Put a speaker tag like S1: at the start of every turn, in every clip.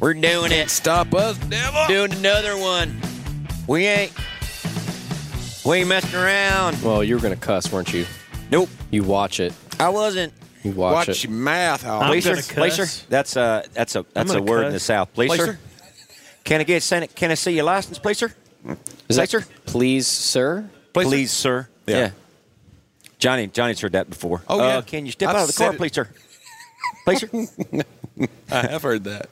S1: We're doing it.
S2: Stop us, devil.
S1: Doing another one. We ain't. We ain't messing around.
S3: Well, you were gonna cuss, weren't you?
S1: Nope.
S3: You watch it.
S1: I wasn't.
S3: You
S2: Watch
S3: watch, it.
S2: your mouth,
S4: I'm
S2: homie.
S4: gonna
S1: Placer.
S4: cuss.
S1: Placer. That's a that's a that's a
S4: gonna
S1: word
S4: cuss.
S1: in the South. Placer.
S2: Placer.
S1: Can I get Senate? Can I see your license, placer?
S3: Is that-
S1: Placer?
S3: please, sir?
S2: Placer.
S1: Please, sir.
S2: Yeah.
S1: Johnny, Johnny's heard that before.
S2: Oh,
S1: Uh,
S2: yeah.
S1: can you step
S2: I've
S1: out of the car,
S2: said it.
S1: please, sir? Please, sir.
S2: I have heard that.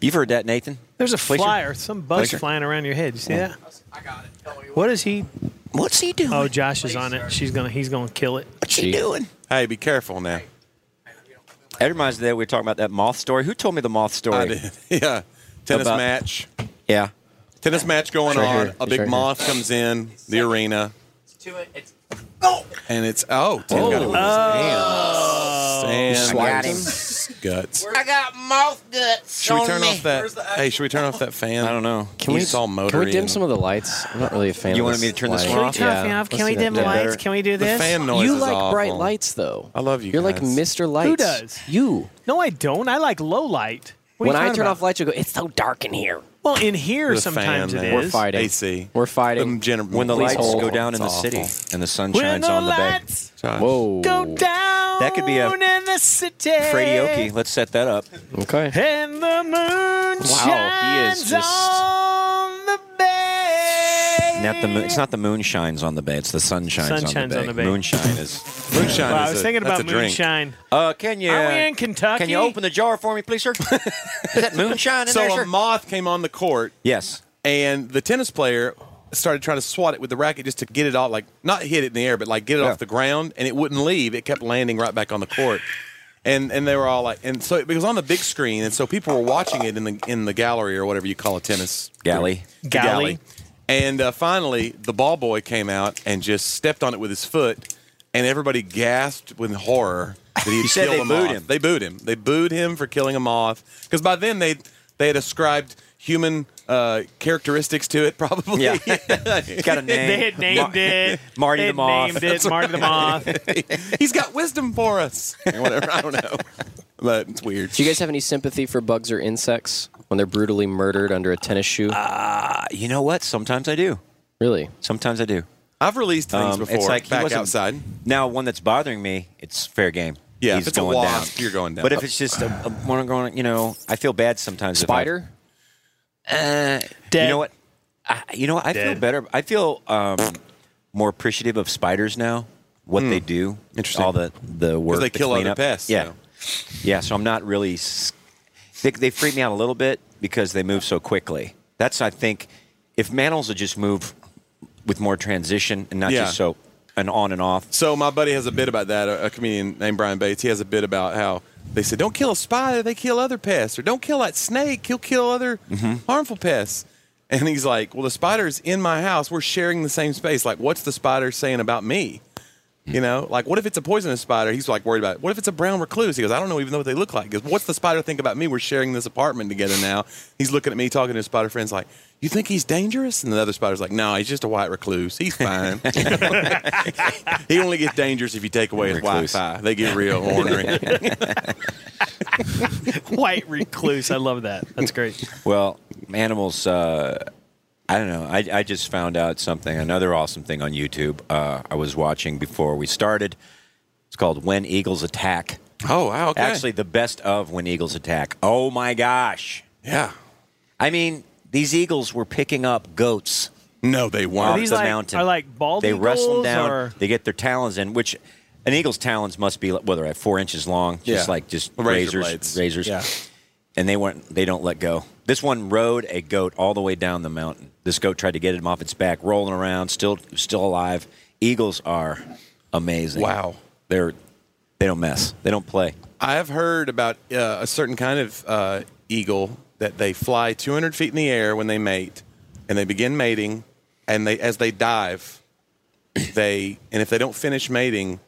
S1: You've heard that, Nathan.
S4: There's a
S1: Placer.
S4: flyer, some bug
S2: Placer.
S4: flying around your head. You
S3: Oh.
S4: see that? I got it. What is he?
S1: What's he doing?
S4: Oh, Josh is on it. She's gonna. He's gonna kill it.
S1: What's he
S3: Gee.
S1: doing?
S2: Hey, be careful now.
S1: That reminds me that we were talking about that moth story. Who told me the moth story?
S2: I did. Yeah. Tennis
S1: About-
S2: match.
S1: Yeah.
S2: Tennis match going
S3: right
S2: on.
S3: here.
S2: A big
S3: It's right here.
S2: moth comes in the arena,
S5: to it. It's
S2: and it's oh, Tim got it with his hand. Sam
S3: Swat
S2: got
S3: Oh. him.
S2: his Guts.
S5: I got mouth guts.
S2: Should we
S5: on
S2: turn
S5: me.
S2: off that? Hey, should we turn off that fan?
S1: I don't know.
S3: Can we
S2: He's all
S3: Can we
S2: motory
S3: dim
S2: and-
S3: some of the lights? I'm not really a fan.
S1: You
S3: of
S1: wanted me to turn this
S3: lighting.
S1: one off?
S4: Can we turn it off? Can
S3: Let's
S4: we
S3: do that.
S4: dim
S3: Yeah.
S4: lights?
S1: better.
S4: Can we do
S2: The
S4: this?
S2: fan noise
S3: You
S2: is
S3: like
S2: awful.
S3: bright lights, though.
S2: I love you
S3: You're like
S2: guys.
S3: Mr. Lights.
S4: does?
S3: You.
S4: No, I don't. I like low light. What are
S3: when
S4: you
S3: I
S4: talking
S3: turn
S4: about?
S3: off lights, you go. It's so dark in here.
S4: well, in here
S2: The
S4: sometimes
S2: fan,
S4: it
S2: man. We're
S4: is.
S3: fighting.
S2: AC.
S3: We're
S2: Them
S3: fighting.
S2: gener-
S1: When the
S3: Please
S1: lights
S3: hold.
S1: go down in the
S2: It's awful.
S1: city and the sun
S4: When
S1: shines
S4: the
S1: on the bay.
S4: lights
S2: Josh.
S3: Whoa.
S4: go down,
S1: That could be a
S4: in the city.
S1: Karaoke. Let's set that up.
S3: Okay.
S4: And the moon
S1: Oh,
S3: Wow, he is
S4: shines
S3: just-
S4: on the bay.
S1: Not the moon. It's not the moon shines on the bay. It's the sun shines,
S4: Sun
S1: on,
S4: shines
S1: the bay.
S4: on the bay.
S1: Moonshine is.
S2: Moonshine.
S4: Wow,
S2: is
S4: I was
S2: a-
S4: thinking about
S2: that's a drink.
S4: moonshine.
S1: Uh, can you?
S4: Are we in Kentucky?
S1: Can you open the jar for me, please, sir? is that moonshine in
S2: So
S1: there,
S2: a
S1: sir?
S2: moth came on the court,
S1: yes.
S2: and the tennis player started trying to swat it with the racket just to get it off, like not hit it in the air, but like get it
S1: Yeah.
S2: off the ground, and it wouldn't leave. It kept landing right back on the court, and and they were all like, and so it was on the big screen, and so people were watching it in the in the gallery or whatever you call a tennis
S1: Galley.
S2: the
S4: Galley.
S2: And uh, finally, the ball boy came out and just stepped on it with his foot, and everybody gasped with horror that he
S1: You said
S2: killed
S1: they
S2: a
S1: booed
S2: moth.
S1: him.
S2: They booed him. They booed him for killing a moth because by then they they had ascribed human uh, characteristics to it, probably.
S1: Yeah. it's got a name.
S4: They had named it
S1: Marty
S4: they
S1: the Moth.
S4: Named it Marty the Moth.
S2: He's got wisdom for us. Or whatever. I don't know, but it's weird.
S3: Do you guys have any sympathy for bugs or insects when they're brutally murdered under a tennis shoe?
S1: Uh, You know what? Sometimes I do.
S3: really?
S1: Sometimes I do.
S2: I've released things
S1: Um,
S2: before.
S1: It's like he
S2: back
S1: wasn't-
S2: outside.
S1: Now, one that's bothering me, it's fair game.
S2: Yeah, if
S1: He's
S2: it's a
S1: going
S2: wasp,
S1: down.
S2: you're going down.
S1: But if it's just a, a one I'm going, you know, I feel bad sometimes. if I- Uh,
S3: Spider?
S4: Dead.
S1: You know what? I, you know what? I feel
S4: Dead.
S1: better. I feel um, more appreciative of spiders now. What they do,
S2: Interesting.
S1: All the the work
S2: they
S1: the
S2: kill other
S1: cleanup.
S2: pests,
S1: Yeah,
S2: so.
S1: yeah. So I'm not really. s- They, they freak me out a little bit because they move so quickly. That's I think if mammals would just move with more transition and not
S2: Yeah.
S1: just so and on and off.
S2: So my buddy has a bit about that. A, a comedian named Brian Bates. He has a bit about how they said, "Don't kill a spider; they kill other pests." Or "Don't kill that snake; he'll kill other
S1: Mm-hmm.
S2: harmful pests." And he's like, "Well, the spider's in my house. We're sharing the same space. Like, what's the spider saying about me?"
S1: Hmm.
S2: You know, like what if it's a poisonous spider? He's like worried about. It. What if it's a brown recluse? He goes, I don't know even know what they look like. He goes, what's the spider think about me? We're sharing this apartment together now. He's looking at me, talking to his spider friends, like, you think he's dangerous? And the other spider's like, no, he's just a white recluse. He's fine. he only gets dangerous if you take away his
S1: Recluse.
S2: Wi-Fi. They get real ornery.
S4: White recluse. I love that. That's great.
S1: Well, animals. Uh, I don't know. I, I just found out something. Another awesome thing on YouTube. Uh, I was watching before we started. It's called "When Eagles Attack."
S2: oh wow, okay.
S1: Actually, the best of "When Eagles Attack." Oh my gosh!
S2: yeah.
S1: I mean, these eagles were picking up goats
S2: No, they
S4: Are
S1: off
S2: weren't.
S4: these
S1: the
S4: like-
S1: mountain.
S4: are like bald
S1: They wrestle them
S4: eagles,
S1: down.
S4: or-
S1: They get their talons in, which an eagle's talons must be like, well, they're at four inches long,
S2: Yeah.
S1: just like just
S2: Razor
S1: razors,
S2: blades.
S1: razors.
S2: Yeah.
S1: And they weren't. They don't let go. This one rode a goat all the way down the mountain. This goat tried to get him off its back, rolling around, still still alive. Eagles are amazing.
S2: Wow.
S1: they're they don't mess. They don't play.
S2: I have heard about uh, a certain kind of uh, eagle that they fly 200 feet in the air when they mate, and they begin mating, and they as they dive, they and if they don't finish mating,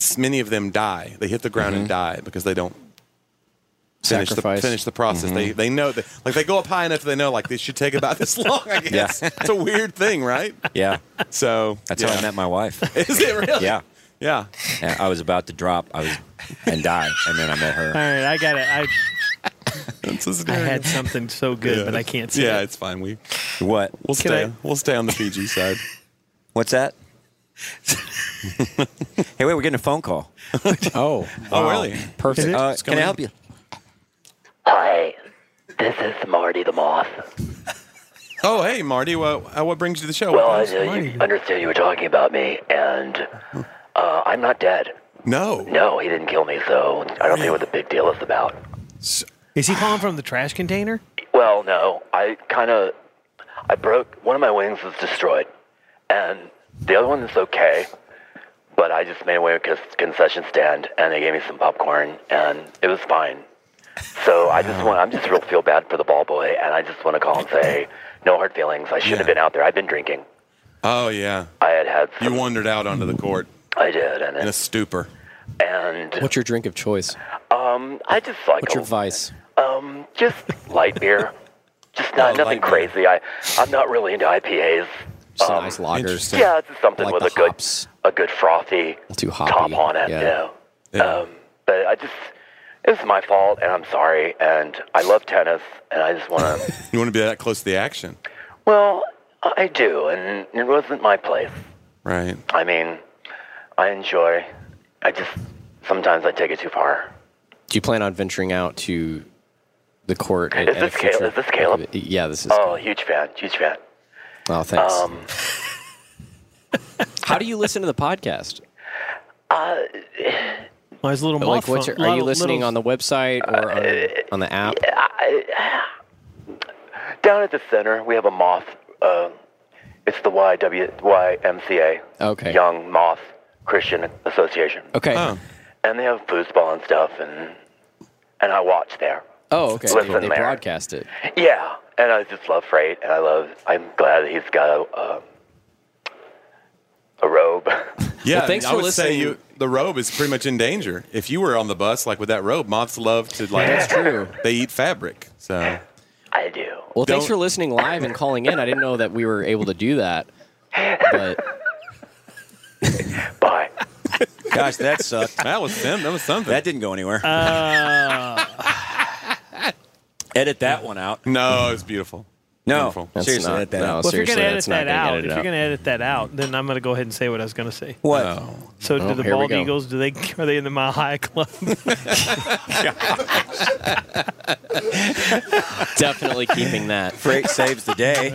S2: s- many of them die. They hit the ground and die because they don't finish the,
S3: Sacrifice.
S2: finish the process. They they know that like they go up high enough they know like this should take about this long. I guess it's a weird thing, right?
S1: Yeah,
S2: So
S1: that's
S2: yeah.
S1: how I met my wife.
S2: Is it really?
S1: Yeah.
S2: yeah.
S1: And I was about to drop. I was and die, and then I met her.
S4: All right, I got it. I
S2: That's his
S4: I
S2: narrative.
S4: had something so good,
S2: Yeah,
S4: but I
S2: it's-
S4: can't say
S2: Yeah,
S4: it.
S2: it's fine. We
S1: What?
S2: we'll
S4: Can
S2: stay
S4: I-
S2: we'll stay on the PG side.
S1: What's that? hey, wait, we're getting a phone call.
S3: Oh,
S2: Oh, really?
S3: perfect.
S1: Uh,
S2: It's
S1: can I
S2: coming.
S1: help you?
S6: Hi, this is Marty the Moth.
S2: Oh, hey, Marty. What uh, what brings you to the show?
S6: Well, I
S2: What's
S6: uh,
S2: Marty?
S6: you understood you were talking about me, and uh, I'm not dead.
S2: no.
S6: No, he didn't kill me, so I don't know what the big deal is about.
S4: Is he calling from the trash container?
S6: Well, no, I kind of, I broke one of my wings was destroyed, and the other one is okay. But I just made a way to a concession stand, and they gave me some popcorn, and it was fine. So I just want, I'm just real feel bad for the ball boy, and I just want to call and say, no hard feelings. I shouldn't have
S2: Yeah.
S6: been out there. I've been drinking.
S2: Oh, yeah.
S6: I had had
S2: You
S6: some,
S2: wandered out onto the court
S6: I did, and
S2: in a
S6: it,
S2: stupor.
S6: and
S3: What's your drink of choice?
S6: um, I just like
S3: What's your
S6: a-
S3: vice?
S6: Um, just light beer. Just not
S2: Oh, light
S6: nothing
S2: beer.
S6: crazy. I I'm not really into IPAs.
S3: Just a
S6: Um,
S3: nice lagers.
S2: interesting.
S6: yeah, just something
S3: Like
S6: with
S3: the
S6: a good
S3: hops.
S6: a good frothy
S3: Too hoppy,
S6: top on it.
S3: yeah.
S6: You know.
S2: Yeah.
S6: Um, but I just it was my fault, and I'm sorry. And I love tennis, and I just want to.
S2: You want to be that close to the action,
S6: well, I do, and it wasn't my place.
S2: right?
S6: I mean, I enjoy. I just sometimes I take it too far.
S3: Do you plan on venturing out to the court?
S6: Is this Caleb- is this Caleb?
S3: Yeah, this is.
S6: Oh, huge fan, huge fan.
S3: Oh, thanks.
S6: Um,
S3: How do you listen to the podcast?
S6: Uh,
S4: Well, his little
S3: Like,
S4: moth
S3: what's
S4: phone-
S3: your, are you
S4: little-
S3: listening
S4: little-
S3: on the website or on,
S6: Uh,
S3: on the app?
S6: Down at the center, we have a moth. Uh, it's the YW, YMCA,
S3: Okay.
S6: Young Moth Christian Association,
S3: Okay.
S2: Oh,
S6: and they have foosball and stuff, and and I watch there.
S3: Oh, okay.
S6: Listen
S3: they
S6: there.
S3: broadcast it.
S6: Yeah, and I just love Freight, and I love. I'm glad that he's got a uh, a robe.
S2: yeah.
S3: Well, thanks
S2: I
S3: for
S2: would say
S3: listening.
S2: you, the robe is pretty much in danger. If you were on the bus, like with that robe, moths love to like.
S3: That's true.
S2: They eat fabric, so
S6: I do.
S3: Well, thanks
S2: Don't-
S3: for listening live and calling in. I didn't know that we were able to do that. But
S6: Bye.
S1: Gosh, that sucked.
S2: that was them. That was something.
S1: That didn't go anywhere. Oh. Edit that one out.
S2: no, it's beautiful.
S1: No,
S2: Beautiful.
S3: That's
S1: seriously,
S3: not-
S1: edit that
S3: no,
S1: out.
S4: Well, if you're
S3: Seriously,
S4: gonna edit
S3: that's not
S4: that
S3: gonna get
S4: out,
S3: it
S4: if
S3: out.
S4: you're gonna edit that out, then I'm gonna go ahead and say what I was gonna say.
S1: What?
S2: Oh.
S4: So,
S3: Oh,
S4: do the
S3: here we
S4: bald
S3: go.
S4: eagles? Do they are they in the Mile High Club?
S3: definitely keeping that.
S1: Freight saves the day.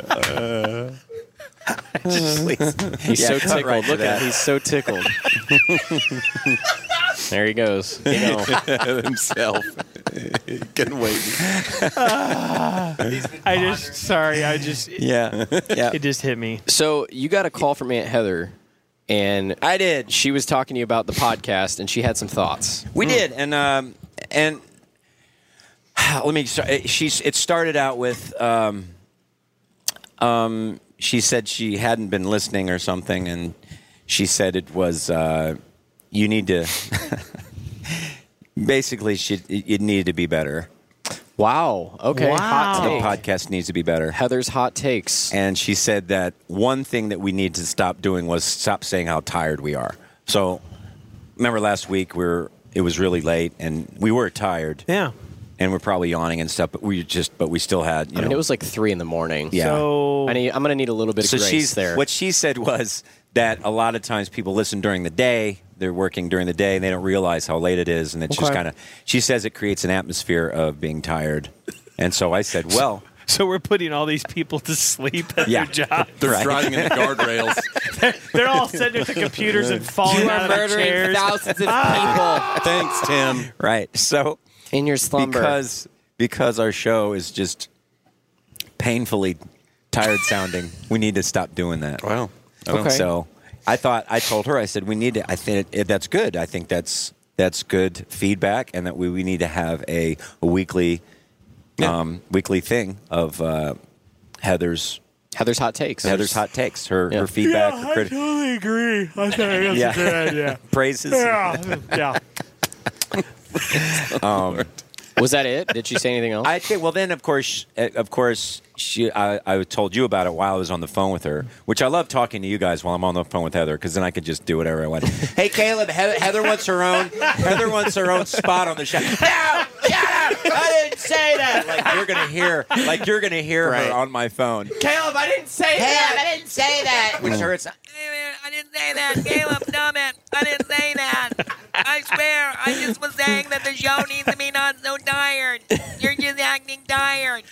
S3: He's
S1: Yeah,
S3: so
S1: cut
S3: tickled.
S1: right to
S3: Look at
S1: that.
S3: him. He's so tickled. there he goes. You know,
S2: himself. he couldn't wait.
S4: I just sorry, I just it,
S1: yeah, yeah.
S4: just hit me.
S3: So you got a call from Aunt Heather, and
S1: I did.
S3: she was talking to you about the podcast, and she had some thoughts.
S1: We did, and um, and let me. Start, it- she's. It started out with. Um, um, she said she hadn't been listening or something, and she said it was. Uh, you need to. basically, she it, it needed to be better.
S3: Wow. Okay. Hot
S1: The
S3: take.
S1: podcast needs to be better.
S3: Heather's hot takes.
S1: And she said that one thing that we need to stop doing was stop saying how tired we are. So, remember last week we were it was really late and we were tired.
S4: Yeah.
S1: and we're probably yawning and stuff, but we just, but we still had, you
S3: I
S1: know.
S3: mean, it was like three in the morning.
S1: Yeah.
S4: So
S3: I need, I'm gonna need a little bit of
S1: so
S3: grace
S1: she's
S3: there.
S1: What she said was that a lot of times people listen during the day, they're working during the day, and they don't realize how late it is, and it's just
S4: Okay.
S1: kind of. She says it creates an atmosphere of being tired, and so I said, well,
S4: so we're putting all these people to sleep at
S1: Yeah.
S4: their job.
S2: They're
S1: Right.
S2: driving in the guardrails.
S4: They're all sitting at the computers and falling out of the chairs. Ah.
S3: thousands of
S2: Thanks, Tim.
S1: right, so
S3: people in your slumber.
S1: because because our show is just painfully tired sounding, we need to stop doing that.
S2: Wow. I don't
S3: Okay.
S1: So I thought I told her I said we need to. I think it, that's good. I think that's that's good feedback, and that we, we need to have a, a weekly
S2: Yeah.
S1: um, weekly thing of uh, Heather's
S3: Heather's hot takes.
S1: Heather's hot takes, her
S3: Yeah.
S1: her feedback, her crit-
S4: totally agree. I think that's
S1: Yeah. good
S4: idea.
S1: praises.
S4: Yeah, yeah.
S3: Was that it? Did she say anything else?
S1: Um, I think. Well, then of course, uh, of course, she. I, I told you about it while I was on the phone with her, which I love talking to you guys while I'm on the phone with Heather because then I could just do whatever I want. hey, Caleb, Heather, Heather wants her own. Heather wants her own spot on the show. No, shut up. I didn't say that. Like you're gonna hear, like you're gonna hear her on my phone. Caleb, I didn't say
S5: Damn, I didn't say that. Mm.
S1: Which hurts.
S7: I didn't say that, Caleb. Dumb it. I didn't say that. I swear. I just was saying that the show needs to be not so tired. You're just acting tired.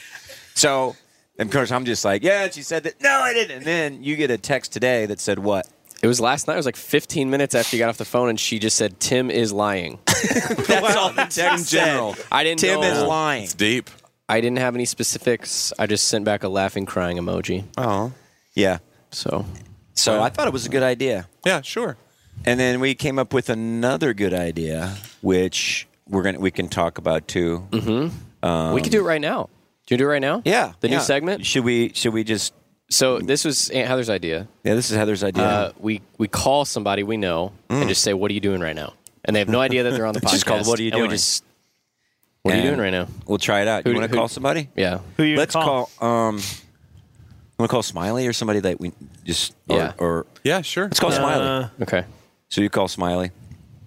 S1: So, of course, I'm just like, yeah. And she said that. No, I didn't. And then you get a text today that said what?
S3: It was last night. It was like 15 minutes after you got off the phone, and she just said, "Tim is lying."
S1: That's all the text
S2: general.
S1: Said.
S3: I didn't.
S1: Tim
S3: know-
S1: is lying.
S2: It's deep.
S3: I didn't have any specifics. I just sent back a laughing, crying emoji.
S2: Oh.
S1: Yeah.
S3: So
S1: So I thought it was a good idea.
S2: Yeah, sure.
S1: And then we came up with another good idea, which we're gonna we can talk about too.
S3: Mm-hmm.
S1: Um,
S3: we could do it right now. Do you do it right now?
S1: Yeah,
S3: The
S1: yeah.
S3: new segment.
S1: Should we? Should we just?
S3: So this was Aunt Heather's idea.
S1: Yeah, this is Heather's idea. Mm.
S3: Uh, we we call somebody we know and just say, "What are you doing right now?" And they have no idea that they're on the podcast.
S1: Just called, "What are you
S3: and
S1: doing?"
S3: We just, what are you
S1: And
S3: doing right now?
S1: We'll try it out.
S3: Who
S1: Uh, you
S3: do-
S1: want to
S3: who-
S1: call somebody?
S3: Yeah.
S4: Who you
S1: Let's
S4: call?
S1: call. um, you want to call Smiley or somebody that we just? Or,
S3: Yeah.
S1: Or
S2: Yeah, sure.
S1: let's call Smiley.
S4: Uh,
S3: Okay.
S1: So you call Smiley,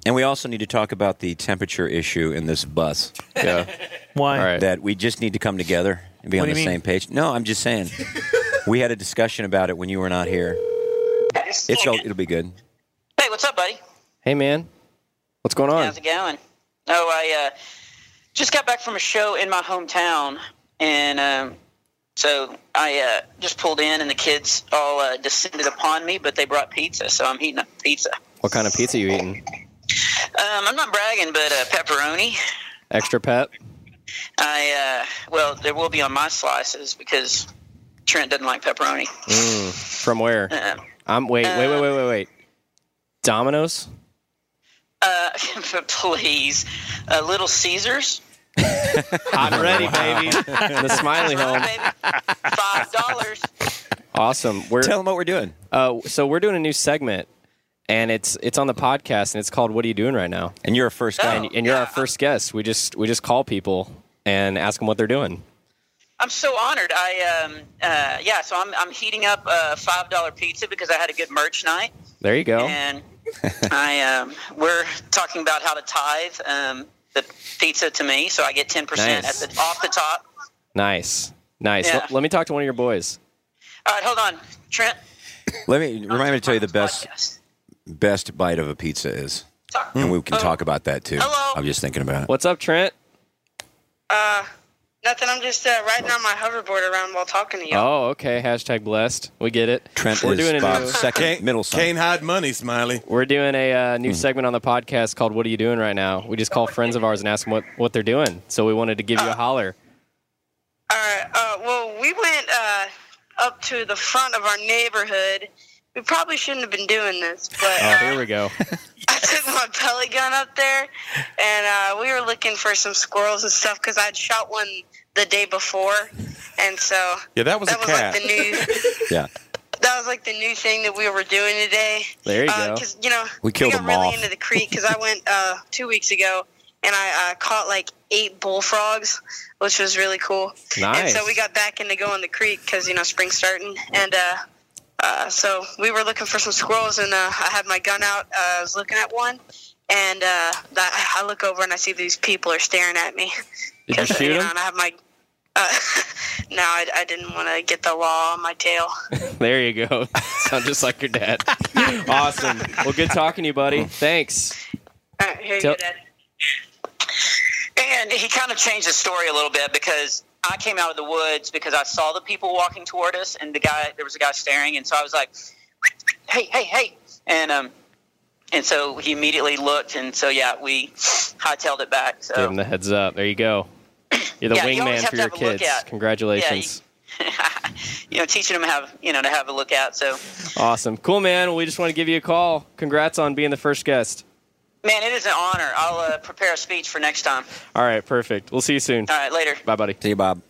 S1: and we also need to talk about the temperature issue in this bus.
S3: Yeah.
S4: why?
S3: All right.
S1: That we just need to come together and be
S4: What
S1: on
S4: do
S1: the
S4: you mean?
S1: same page. No, I'm just saying. we had a discussion about it when you were not here. It's all, it'll be good.
S8: Hey, what's up, buddy?
S3: Hey, man. What's going on?
S8: How's it going? Oh, I uh, just got back from a show in my hometown, and um, so I uh, just pulled in, and the kids all uh, descended upon me, but they brought pizza, so I'm eating up pizza.
S3: What kind of pizza you eating?
S8: Um, I'm not bragging, but uh, pepperoni.
S3: Extra pep.
S8: I uh, well, there will be on my slices because Trent doesn't like pepperoni.
S3: Mm, From where?
S8: Um,
S3: I'm wait, wait, wait, wait, wait, wait. Domino's.
S8: uh, please, uh, Little Caesars.
S3: I'm ready, baby. the Smiley Home.
S8: Right, baby? Five dollars.
S3: Awesome. We're
S1: Tell them what we're doing.
S3: uh, so we're doing a new segment, and it's it's on the podcast, and it's called "What Are You Doing Right Now?"
S1: And you're a first guy.
S3: And you're our first guest. We just we just call people and ask them what they're doing.
S8: I'm so honored. I um uh yeah, so I'm I'm heating up a five dollar pizza because I had a good merch night,
S3: There you go.
S8: and I um we're talking about how to tithe um the pizza to me, so I get ten percent
S3: Nice.
S8: at the off the top.
S3: Nice, nice.
S8: Yeah.
S3: Let- let me talk to one of your boys.
S8: All right, hold on, Trent.
S1: Let me remind me to tell you the best
S8: Podcast.
S1: best bite of a pizza is. And we
S9: Oh.
S1: can talk about that too.
S8: Hello?
S1: I'm just thinking about it.
S3: What's up, Trent?
S9: Nothing. I'm just uh, riding on my hoverboard around while talking to you.
S3: Oh, okay. Hashtag blessed. We get it.
S1: Trent
S3: we're
S1: is
S3: doing a new,
S1: Bob's second middle son. Hmm.
S2: Can't hide money, Smiley.
S3: we're doing a uh, new segment on the podcast called "What Are You Doing Right Now?" We just call friends of ours and ask them what what they're doing. So we wanted to give you a holler.
S9: All right. Uh, well, we went uh, up to the front of our neighborhood. We probably shouldn't have been doing this, but
S3: Oh,
S9: uh,
S3: here we go.
S9: I took my pellet gun up there, and uh, we were looking for some squirrels and stuff because I'd shot one the day before, and so
S2: Yeah, that was
S9: that
S2: a
S9: was
S2: cat.
S9: like the new
S1: Yeah.
S9: that was like the new thing that we were doing today.
S3: There you go.
S9: Because Uh, you know
S1: We killed
S9: got
S1: a
S9: really
S1: moth.
S9: into the creek because I went uh, two weeks ago and I uh, caught like eight bullfrogs, which was really cool. And
S3: Nice.
S9: so we got back into going the creek because you know spring's starting, and uh, uh, so we were looking for some squirrels, and uh, I had my gun out. Uh, I was looking at one, and uh, that, I look over and I see these people are staring at me.
S3: Did you
S9: 'Cause,
S3: shoot
S9: know,
S3: him?
S9: and I have my. Uh, no, I, I didn't want to get the law on my tail.
S3: There you go. Sound just like your dad. awesome. Well, good talking to you, buddy. Thanks.
S9: All right, here you
S3: Tell-
S9: go, Dad.
S8: And he kind of changed the story a little bit because I came out of the woods because I saw the people walking toward us, and the guy there was a guy staring, and so I was like, "Hey, hey, hey!" And um, and so he immediately looked, and so yeah, we hightailed it back. So
S3: Give him the heads up. There you go. You're the
S8: Yeah, you always
S3: wingman
S8: have to
S3: for your
S8: have a
S3: kids.
S8: lookout.
S3: Congratulations.
S8: you know, teaching them how you know to have a look out. So
S3: Awesome. Cool, man. Well, we just want to give you a call. Congrats on being the first guest.
S8: man, it is an honor. I'll uh, prepare a speech for next time.
S3: All right, perfect. We'll see you soon.
S8: All right, later.
S3: Bye, buddy.
S1: See you, Bob.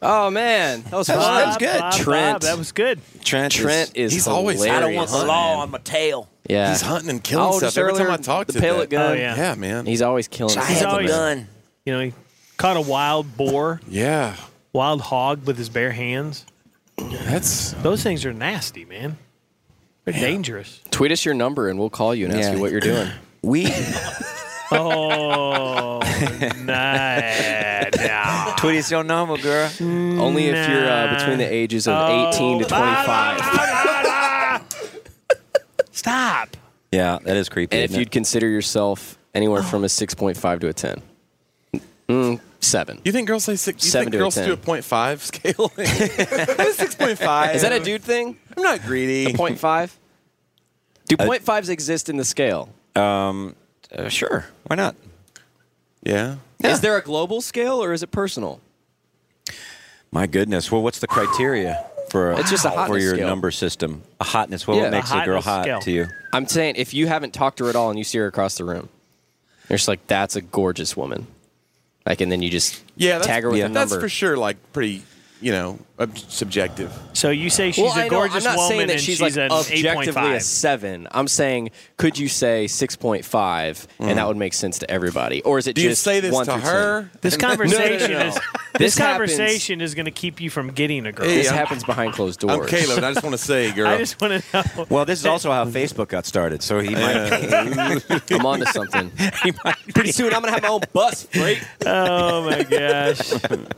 S3: Oh, man. That was fun.
S1: was good.
S4: Bob,
S3: Trent.
S4: Bob, that was good.
S1: Trent.
S3: Trent is
S2: He's always-
S3: hilarious.
S2: I
S1: don't want
S5: Law on my tail.
S3: Yeah.
S2: He's hunting and killing
S3: oh,
S2: stuff
S3: just
S2: every
S3: earlier,
S2: time I talk
S3: the
S2: to
S3: pellet
S2: that.
S3: gun.
S4: Oh, yeah.
S2: Yeah, man.
S3: He's always killing stuff.
S4: have always-
S3: man.
S5: Done.
S4: You know, he caught a wild boar,
S2: yeah,
S4: wild hog with his bare hands.
S2: that's
S4: Those things are nasty, man. They're dangerous.
S3: Tweet us your number and we'll call you and ask
S1: Yeah.
S3: you what you're doing.
S1: We
S4: Oh, nah, nah.
S1: Tweety's your normal girl.
S3: Only if you're uh, between the ages of 18 to
S4: Oh,
S3: 25.
S4: Stop.
S1: Yeah, that is creepy.
S3: And if
S1: isn't it?
S3: you'd consider yourself anywhere from a 6.5 to a 10. Mm, seven.
S2: You think girls say six? You
S3: Seven
S2: think
S3: to a
S2: girls
S3: ten.
S2: do a point five scale? Six point five.
S3: Is that a dude thing?
S2: I'm not greedy.
S3: Point five? Do point fives exist in the scale?
S1: Uh, sure, why not?
S2: Yeah.
S3: Is there a global scale or is it personal?
S1: My goodness. Well, what's the criteria for uh,
S3: It's just a
S1: for
S3: hotness
S1: your
S3: scale.
S1: number system? A hotness. Well,
S3: Yeah.
S1: what
S3: A
S1: makes a, girl
S4: hotness
S1: hot
S4: scale.
S1: to you?
S3: I'm saying if you haven't talked to her at all and you see her across the room, you're just like, that's a gorgeous woman. Like, and then you just
S2: Yeah. That's,
S3: tag her with
S2: yeah.
S3: a
S2: That's
S3: number.
S2: for sure. Like pretty, you know, ob- subjective.
S4: So you say she's
S3: Well, I
S4: a
S3: know,
S4: gorgeous
S3: I'm not
S4: woman
S3: saying that
S4: and
S3: she's,
S4: she's,
S3: like
S4: an
S3: objectively a
S4: 8.5.
S3: seven. I'm saying, could you say 6.5 and that would make sense to everybody? Or is it
S2: Mm. Do you
S3: just
S2: say this
S3: one
S2: to
S3: through
S2: her?
S3: 10?
S4: This conversation
S3: no, no.
S4: is
S3: This
S4: this,
S3: happens-
S4: conversation is going to keep you from getting a girl.
S2: Hey,
S3: This
S2: I'm-
S3: happens behind closed doors.
S2: I'm Caleb. and I just want to say, girl.
S4: I just want to know.
S1: Well, this is also how Facebook got started. So he might.
S3: I'm onto something.
S1: he might
S3: Pretty soon, I'm gonna have my own bus. Right?
S4: Oh my gosh!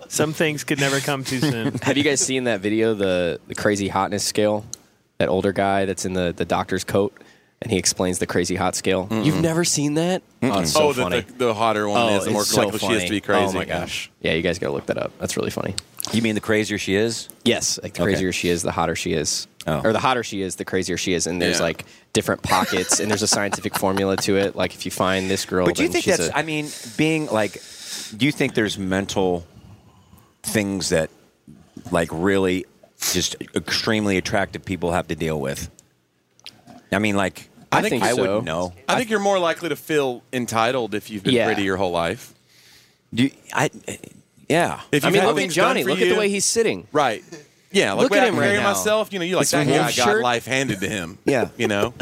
S4: Some things could never come too soon.
S3: Have you guys seen that video, the the crazy hotness scale? That older guy that's in the the doctor's coat, and he explains the crazy hot scale. You've never seen that? Oh, it's so
S2: oh, the,
S3: funny.
S2: the, the hotter one
S3: oh,
S2: is, the more
S3: it's so
S2: likely she is to be
S3: funny.
S2: crazy.
S3: Oh my gosh! Yeah, you guys gotta look that up. That's really funny.
S1: you mean the crazier she is?
S3: Yes, like the
S1: Okay.
S3: crazier she is, the hotter she is,
S1: Oh.
S3: or the hotter she is, the crazier she is. And there's
S2: Yeah.
S3: like different pockets, and there's a scientific formula to it. Like if you find this girl,
S1: But do you
S3: then
S1: think
S3: she's
S1: that's?
S3: a-
S1: I mean, being like, do you think there's mental things that like really just extremely attractive people have to deal with? I mean, like,
S3: I think
S1: I
S3: so.
S1: wouldn't know.
S2: I think you're more likely to feel entitled if you've been
S3: Yeah.
S2: pretty your whole life.
S1: Do you, I? Yeah.
S2: If
S3: I
S2: you've
S3: mean,
S2: had
S3: look at
S2: things done
S3: Johnny.
S2: for
S3: Look at
S2: you-
S3: the way he's sitting.
S2: Right. Yeah, like
S3: Look
S2: when
S3: at
S2: I
S3: him
S2: compare
S3: right
S2: to
S3: now.
S2: myself, you know, you like
S3: His
S2: that guy
S3: wolf
S2: got
S3: shirt.
S2: life handed to him.
S1: Yeah.
S2: You know?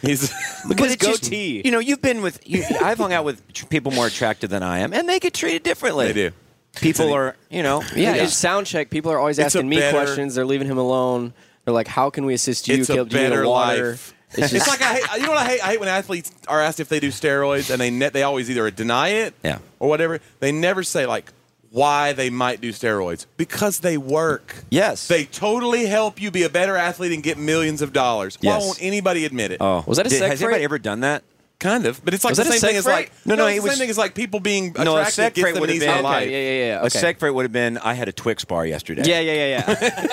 S2: He's
S1: Look
S3: his goatee.
S1: you know, you've been with. You, I've hung out with tr- people more attractive than I am, and they get treated differently.
S2: They do.
S1: People are, you know.
S3: Yeah, in sound check, people are always
S2: It's
S3: asking
S2: a
S3: me
S2: better-
S3: questions. They're leaving him alone. They're like, "How can we assist you?
S2: It's a
S3: Caleb, do you need
S2: better
S3: water?"
S2: life.
S3: It's
S2: It's
S3: just
S2: like I hate, you know what I hate? I hate when athletes are asked if they do steroids and they net they always either deny it
S1: Yeah.
S2: or whatever. They never say like why they might do steroids because they work.
S1: Yes.
S2: They totally help you be a better athlete and get millions of dollars.
S1: Yes.
S2: Why won't anybody admit it?
S1: Oh,
S3: Was that a
S1: Did-
S3: sex
S1: Has
S3: freight?
S1: anybody ever done that?
S2: kind of. But it's like
S3: Was
S2: the
S3: that a
S2: same thing
S3: sex
S2: as like
S3: break?
S1: No, no,
S2: it's
S1: it
S2: the
S1: was-
S2: same thing as like people being
S1: No, a
S2: attracted
S1: sex
S2: gets
S1: break
S2: them an
S1: would've
S2: easy
S1: been-
S3: okay,
S1: okay,
S2: life.
S3: yeah, yeah, yeah.
S1: A sex freight would have been. I had a Twix bar yesterday.
S3: yeah, yeah, yeah,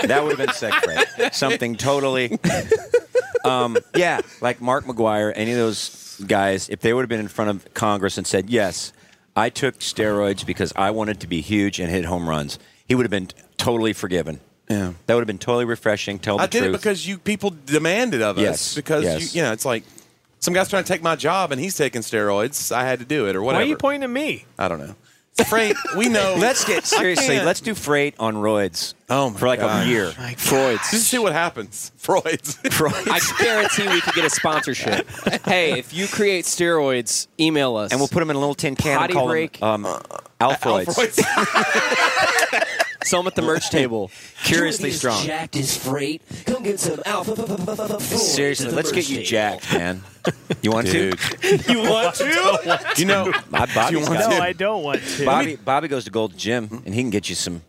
S3: yeah.
S1: that would have been sex freight. Something totally. Um, yeah, like Mark McGuire, any of those guys, if they would have been in front of Congress and said, "Yes, I took steroids because I wanted to be huge and hit home runs," he would have been totally forgiven.
S2: Yeah.
S1: that would have been totally refreshing. Tell the
S2: I did
S1: truth.
S2: it because you people demanded of
S1: Yes,
S2: us. Because
S1: yes.
S2: you, you know, it's like some guy's trying to take my job and he's taking steroids. I had to do it or
S4: Why
S2: whatever.
S4: are you pointing at me?
S2: I don't know. Frank, we know.
S1: Let's get seriously.
S2: can't.
S1: Let's do freight on roids.
S2: Oh my
S1: for like
S2: gosh.
S1: a year.
S3: Freud's.
S2: just see what happens. Freud's.
S3: I guarantee we could get a sponsorship. hey, if you create steroids, email us.
S1: And we'll put them in a little tin can and
S3: Potty
S1: call
S3: break. Uh,
S1: them um, Alfroids.
S2: Freud's.
S3: sell them at the merch table.
S1: Curiously strong.
S5: Jacked is freight. Come get some alpha.
S1: Seriously, let's get you jacked, man. You want
S2: Dude.
S1: to?
S4: You want to?
S2: you know,
S1: My Bobby's
S2: want
S1: got
S4: No,
S1: it.
S4: I don't want to.
S1: Bobby, Bobby goes to Gold Gym, and he can get you some.